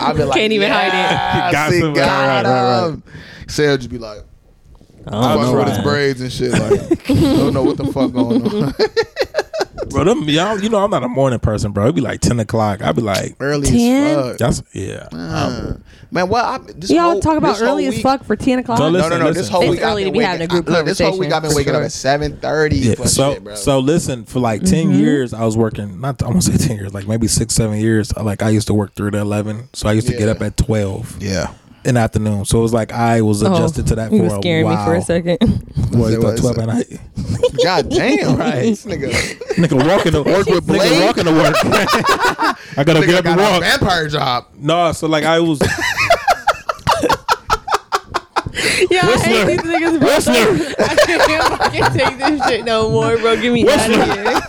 Speaker 3: I'll be like,
Speaker 2: Can't even hide it.
Speaker 3: "Yeah,
Speaker 1: Got
Speaker 3: see,
Speaker 1: some-
Speaker 3: got
Speaker 1: right, right, right, right.
Speaker 3: him. Sarah just be like,
Speaker 1: I
Speaker 3: fuck
Speaker 1: don't know
Speaker 3: with his
Speaker 1: why.
Speaker 3: braids and shit. Like, don't know what the fuck going on.
Speaker 1: bro. Them, y'all, you know, I'm not a morning person, bro. It'd be like ten o'clock. I'd be like,
Speaker 3: Early
Speaker 2: Ten?
Speaker 3: as fuck.
Speaker 1: that's yeah.
Speaker 3: Uh, man, well, I, this
Speaker 8: Y'all
Speaker 3: whole-
Speaker 8: talk about
Speaker 3: this whole
Speaker 8: early as
Speaker 3: week-
Speaker 8: fuck for 10 o'clock.
Speaker 1: Don't
Speaker 3: No,
Speaker 1: listen.
Speaker 3: no, no. This whole
Speaker 8: It's
Speaker 3: week
Speaker 8: early
Speaker 3: I've
Speaker 8: to
Speaker 3: been
Speaker 8: be having
Speaker 3: waking-
Speaker 8: a group
Speaker 3: I- look, This whole week I've been
Speaker 8: conversation,
Speaker 3: waking
Speaker 8: for
Speaker 3: up
Speaker 8: sure.
Speaker 3: at seven thirty.
Speaker 1: Yeah. So so listen, for like 10
Speaker 2: Mm-hmm.
Speaker 1: years, I was working not I'm gonna say ten years, like maybe six, seven years. I- Like I used to work through to eleven, so I used to get
Speaker 3: Yeah.
Speaker 1: up at twelve
Speaker 3: yeah.
Speaker 1: in the afternoon. So it was like I was adjusted to that for
Speaker 2: Oh, You were
Speaker 1: a
Speaker 2: scaring
Speaker 1: while.
Speaker 2: me for a second.
Speaker 1: Well, you thought
Speaker 3: What is
Speaker 1: twelve
Speaker 3: it?
Speaker 1: at night,
Speaker 3: God damn.
Speaker 1: Right.
Speaker 3: This nigga.
Speaker 1: nigga walking to work with nigga
Speaker 3: Blade?
Speaker 1: walking to work. I gotta
Speaker 3: Nigga
Speaker 1: get up
Speaker 3: got
Speaker 1: and
Speaker 3: a
Speaker 1: walk.
Speaker 3: vampire job.
Speaker 1: No, so like I was
Speaker 2: yeah, I hate these niggas, bro.
Speaker 1: Whistler.
Speaker 2: I can't fucking take this shit no more, bro. Get me out of here.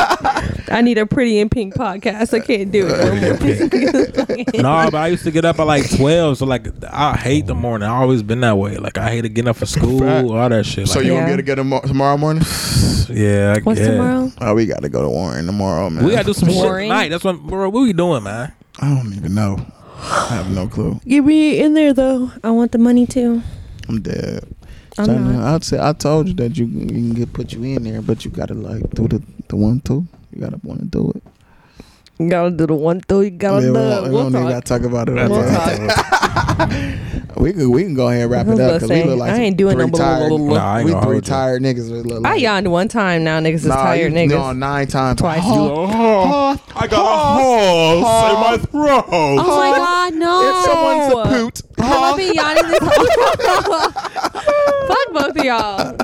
Speaker 2: I need a pretty in pink podcast. I can't do it no more.
Speaker 1: no, but I used to get up at like twelve. So like I hate the morning. I always been that way. Like I hated getting up for school,
Speaker 3: Fact.
Speaker 1: all that shit.
Speaker 3: So
Speaker 1: Like,
Speaker 3: you
Speaker 2: Yeah.
Speaker 3: gonna get together mo- tomorrow morning?
Speaker 1: yeah, I
Speaker 2: What's
Speaker 1: guess.
Speaker 2: tomorrow?
Speaker 3: Oh, we gotta go to Warren tomorrow, man.
Speaker 1: We gotta do some shit
Speaker 2: Boring.
Speaker 1: tonight. That's what, bro. What we doing, man?
Speaker 3: I don't even know. I have no clue.
Speaker 2: Get me in there though. I want the money too.
Speaker 3: I'm dead.
Speaker 2: I'm
Speaker 3: So,
Speaker 2: not.
Speaker 3: I said I told you that you you can get put you in there, but you gotta like do the the one two. You gotta want to do it.
Speaker 2: Gotta do the one though. You gotta
Speaker 3: Yeah, we
Speaker 2: love.
Speaker 3: don't, we
Speaker 2: We'll
Speaker 3: don't even
Speaker 2: talk.
Speaker 3: gotta talk about it.
Speaker 2: We'll
Speaker 3: right
Speaker 2: talk.
Speaker 3: now. we can we can go ahead and wrap
Speaker 2: I was
Speaker 3: it up
Speaker 2: about to
Speaker 3: because we
Speaker 2: say,
Speaker 3: look like
Speaker 2: I
Speaker 3: some
Speaker 2: ain't doing
Speaker 3: three
Speaker 2: no blah, blah,
Speaker 3: tired.
Speaker 2: blah, blah,
Speaker 1: blah. Nah, I ain't
Speaker 3: we
Speaker 1: gonna
Speaker 3: three
Speaker 1: hold you.
Speaker 3: tired niggas. We look
Speaker 2: I
Speaker 3: like-
Speaker 2: yawned one time. Now niggas is
Speaker 3: Nah,
Speaker 2: tired.
Speaker 3: you,
Speaker 2: Niggas.
Speaker 3: No, nine times.
Speaker 2: Twice.
Speaker 3: Oh, oh,
Speaker 1: I got a horse in my throat.
Speaker 2: oh my god, no!
Speaker 3: If someone's a poot.
Speaker 2: Have I been yawning this whole Fuck both of y'all.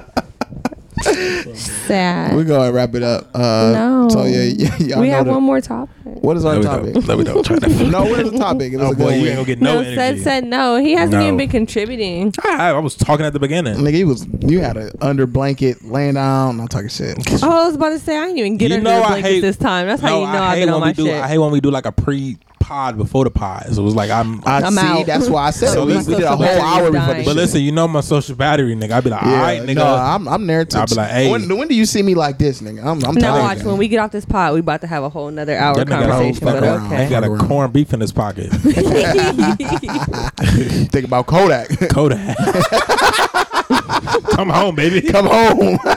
Speaker 2: Sad.
Speaker 3: We're gonna wrap it up. Uh,
Speaker 2: No.
Speaker 3: So yeah, y- y'all
Speaker 2: we
Speaker 3: know
Speaker 2: have
Speaker 3: the-
Speaker 2: one more topic.
Speaker 3: What is our
Speaker 1: Let me
Speaker 3: topic?
Speaker 1: know. Let me know. Try to.
Speaker 3: no, what is the topic? It was
Speaker 1: Oh
Speaker 3: a good
Speaker 1: boy, you
Speaker 3: one.
Speaker 1: ain't gonna get
Speaker 2: No,
Speaker 1: no,
Speaker 2: said
Speaker 1: energy.
Speaker 2: said no. He hasn't
Speaker 1: No.
Speaker 2: even been contributing.
Speaker 1: I, I was talking at the beginning.
Speaker 3: Nigga, you was you had a under blanket laying down. I'm talking shit.
Speaker 2: Oh, I was about to say I didn't even get
Speaker 1: You
Speaker 2: under
Speaker 1: know
Speaker 2: the
Speaker 1: I
Speaker 2: blankets
Speaker 1: hate-
Speaker 2: this time. That's how you know
Speaker 1: I
Speaker 2: I've
Speaker 1: hate
Speaker 2: been
Speaker 1: when
Speaker 2: on
Speaker 1: we
Speaker 2: my
Speaker 1: do.
Speaker 2: shit.
Speaker 1: I hate when we do like a pre pod before the pod. So it was like I'm.
Speaker 3: I
Speaker 2: I'm
Speaker 3: see.
Speaker 2: out.
Speaker 3: That's why I said
Speaker 1: So
Speaker 3: we,
Speaker 1: my
Speaker 3: we did a
Speaker 1: social
Speaker 3: whole
Speaker 1: battery
Speaker 3: hour
Speaker 2: is
Speaker 3: before
Speaker 2: dying.
Speaker 3: this.
Speaker 1: but
Speaker 3: shit.
Speaker 1: listen, you know my social battery, nigga. I'd be like, all right, nigga.
Speaker 3: No, I'm I'm there too.
Speaker 1: I'll be like, hey.
Speaker 3: When, when do you see me like this, nigga? I'm, I'm
Speaker 2: now
Speaker 3: tired.
Speaker 2: watch when we get off this pod, we about to have a whole another hour
Speaker 1: that nigga got a whole
Speaker 2: conversation.
Speaker 1: fuck
Speaker 2: But
Speaker 1: around. He
Speaker 2: okay.
Speaker 1: got a corned beef in his pocket.
Speaker 3: Think about Kodak.
Speaker 1: Kodak. Come home, baby.
Speaker 3: Come home.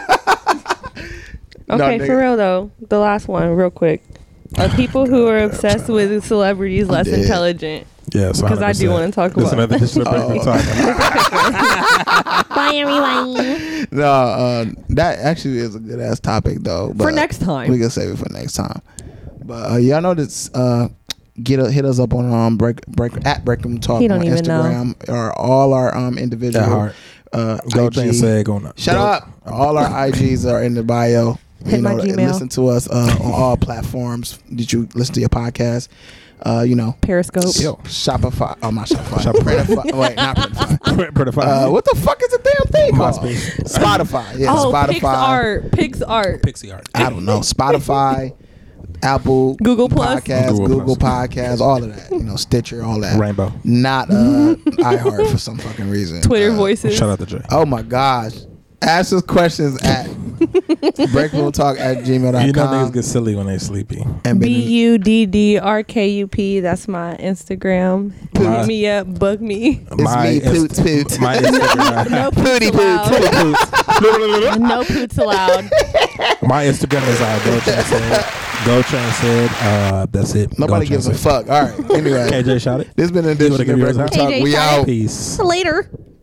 Speaker 2: Okay,
Speaker 3: nigga.
Speaker 2: for real though, the last one, real quick. Are people who are obsessed with celebrities less
Speaker 3: dead.
Speaker 2: intelligent?
Speaker 1: Yes,
Speaker 2: 'Cause I do
Speaker 1: 100%.
Speaker 2: wanna talk
Speaker 1: This
Speaker 2: about
Speaker 1: another
Speaker 2: it.
Speaker 1: history break we're
Speaker 3: Oh,
Speaker 1: talking.
Speaker 4: Bye, everyone.
Speaker 3: no, uh, that actually is a good ass topic though. But
Speaker 2: next time.
Speaker 3: we can save it for next time. But uh, y'all know this. Uh, get a, hit us up on um break break at Breakroom Talk
Speaker 2: He don't
Speaker 3: on
Speaker 2: even know.
Speaker 3: Instagram or all our um individual.
Speaker 1: That hard.
Speaker 3: Uh,
Speaker 1: Go
Speaker 3: IG.
Speaker 1: thing sag on
Speaker 3: Shut
Speaker 1: Go-
Speaker 3: up. All our IGs are in the bio.
Speaker 2: Hit my
Speaker 3: know,
Speaker 2: Gmail.
Speaker 3: Listen to us uh, on all platforms. Did you listen to your podcast? Uh, you know,
Speaker 2: Periscope.
Speaker 1: Yo.
Speaker 3: Shopify. Oh, my Shopify.
Speaker 1: Shopify.
Speaker 3: Printify. Wait, not Printify.
Speaker 1: Pre- pre- pre-
Speaker 3: Uh, what the fuck is the damn thing called?
Speaker 1: MySpace.
Speaker 3: Spotify. Yeah,
Speaker 2: oh,
Speaker 3: Spotify.
Speaker 2: PixArt. PixArt.
Speaker 1: Pixie art.
Speaker 3: I don't know. Spotify, Apple,
Speaker 2: Google Plus.
Speaker 3: Podcasts,
Speaker 1: Google
Speaker 3: Google,
Speaker 1: Plus.
Speaker 3: Podcasts, all of that. You know, Stitcher, all that.
Speaker 1: Rainbow.
Speaker 3: Not uh, iHeart for some fucking reason.
Speaker 2: Twitter
Speaker 3: Uh,
Speaker 2: voices.
Speaker 1: Shout out to Jay.
Speaker 3: Oh my gosh. Ask us questions at breakroomtalk at gmail.com.
Speaker 1: You know niggas get silly when they sleepy.
Speaker 3: and
Speaker 2: B
Speaker 3: been,
Speaker 2: U D D R K U P. That's my Instagram.
Speaker 1: My-
Speaker 2: Hit me up. Book me.
Speaker 1: It's
Speaker 3: me, Poots Poots.
Speaker 1: My Instagram.
Speaker 2: Pooty
Speaker 1: Poots, Poots.
Speaker 2: No poots allowed.
Speaker 1: my Instagram is uh, Go Train said. Go Train said. Uh, that's it. Go
Speaker 3: nobody
Speaker 1: Train
Speaker 3: gives a
Speaker 1: said.
Speaker 3: fuck. All right. Anyway.
Speaker 1: KJ shot it.
Speaker 3: this has been an edition
Speaker 1: wanna
Speaker 3: of
Speaker 1: give yours
Speaker 3: Breakroom
Speaker 1: out?
Speaker 3: Talk.
Speaker 4: KJ
Speaker 3: We
Speaker 4: shot it.
Speaker 3: out.
Speaker 1: Peace.
Speaker 4: Later.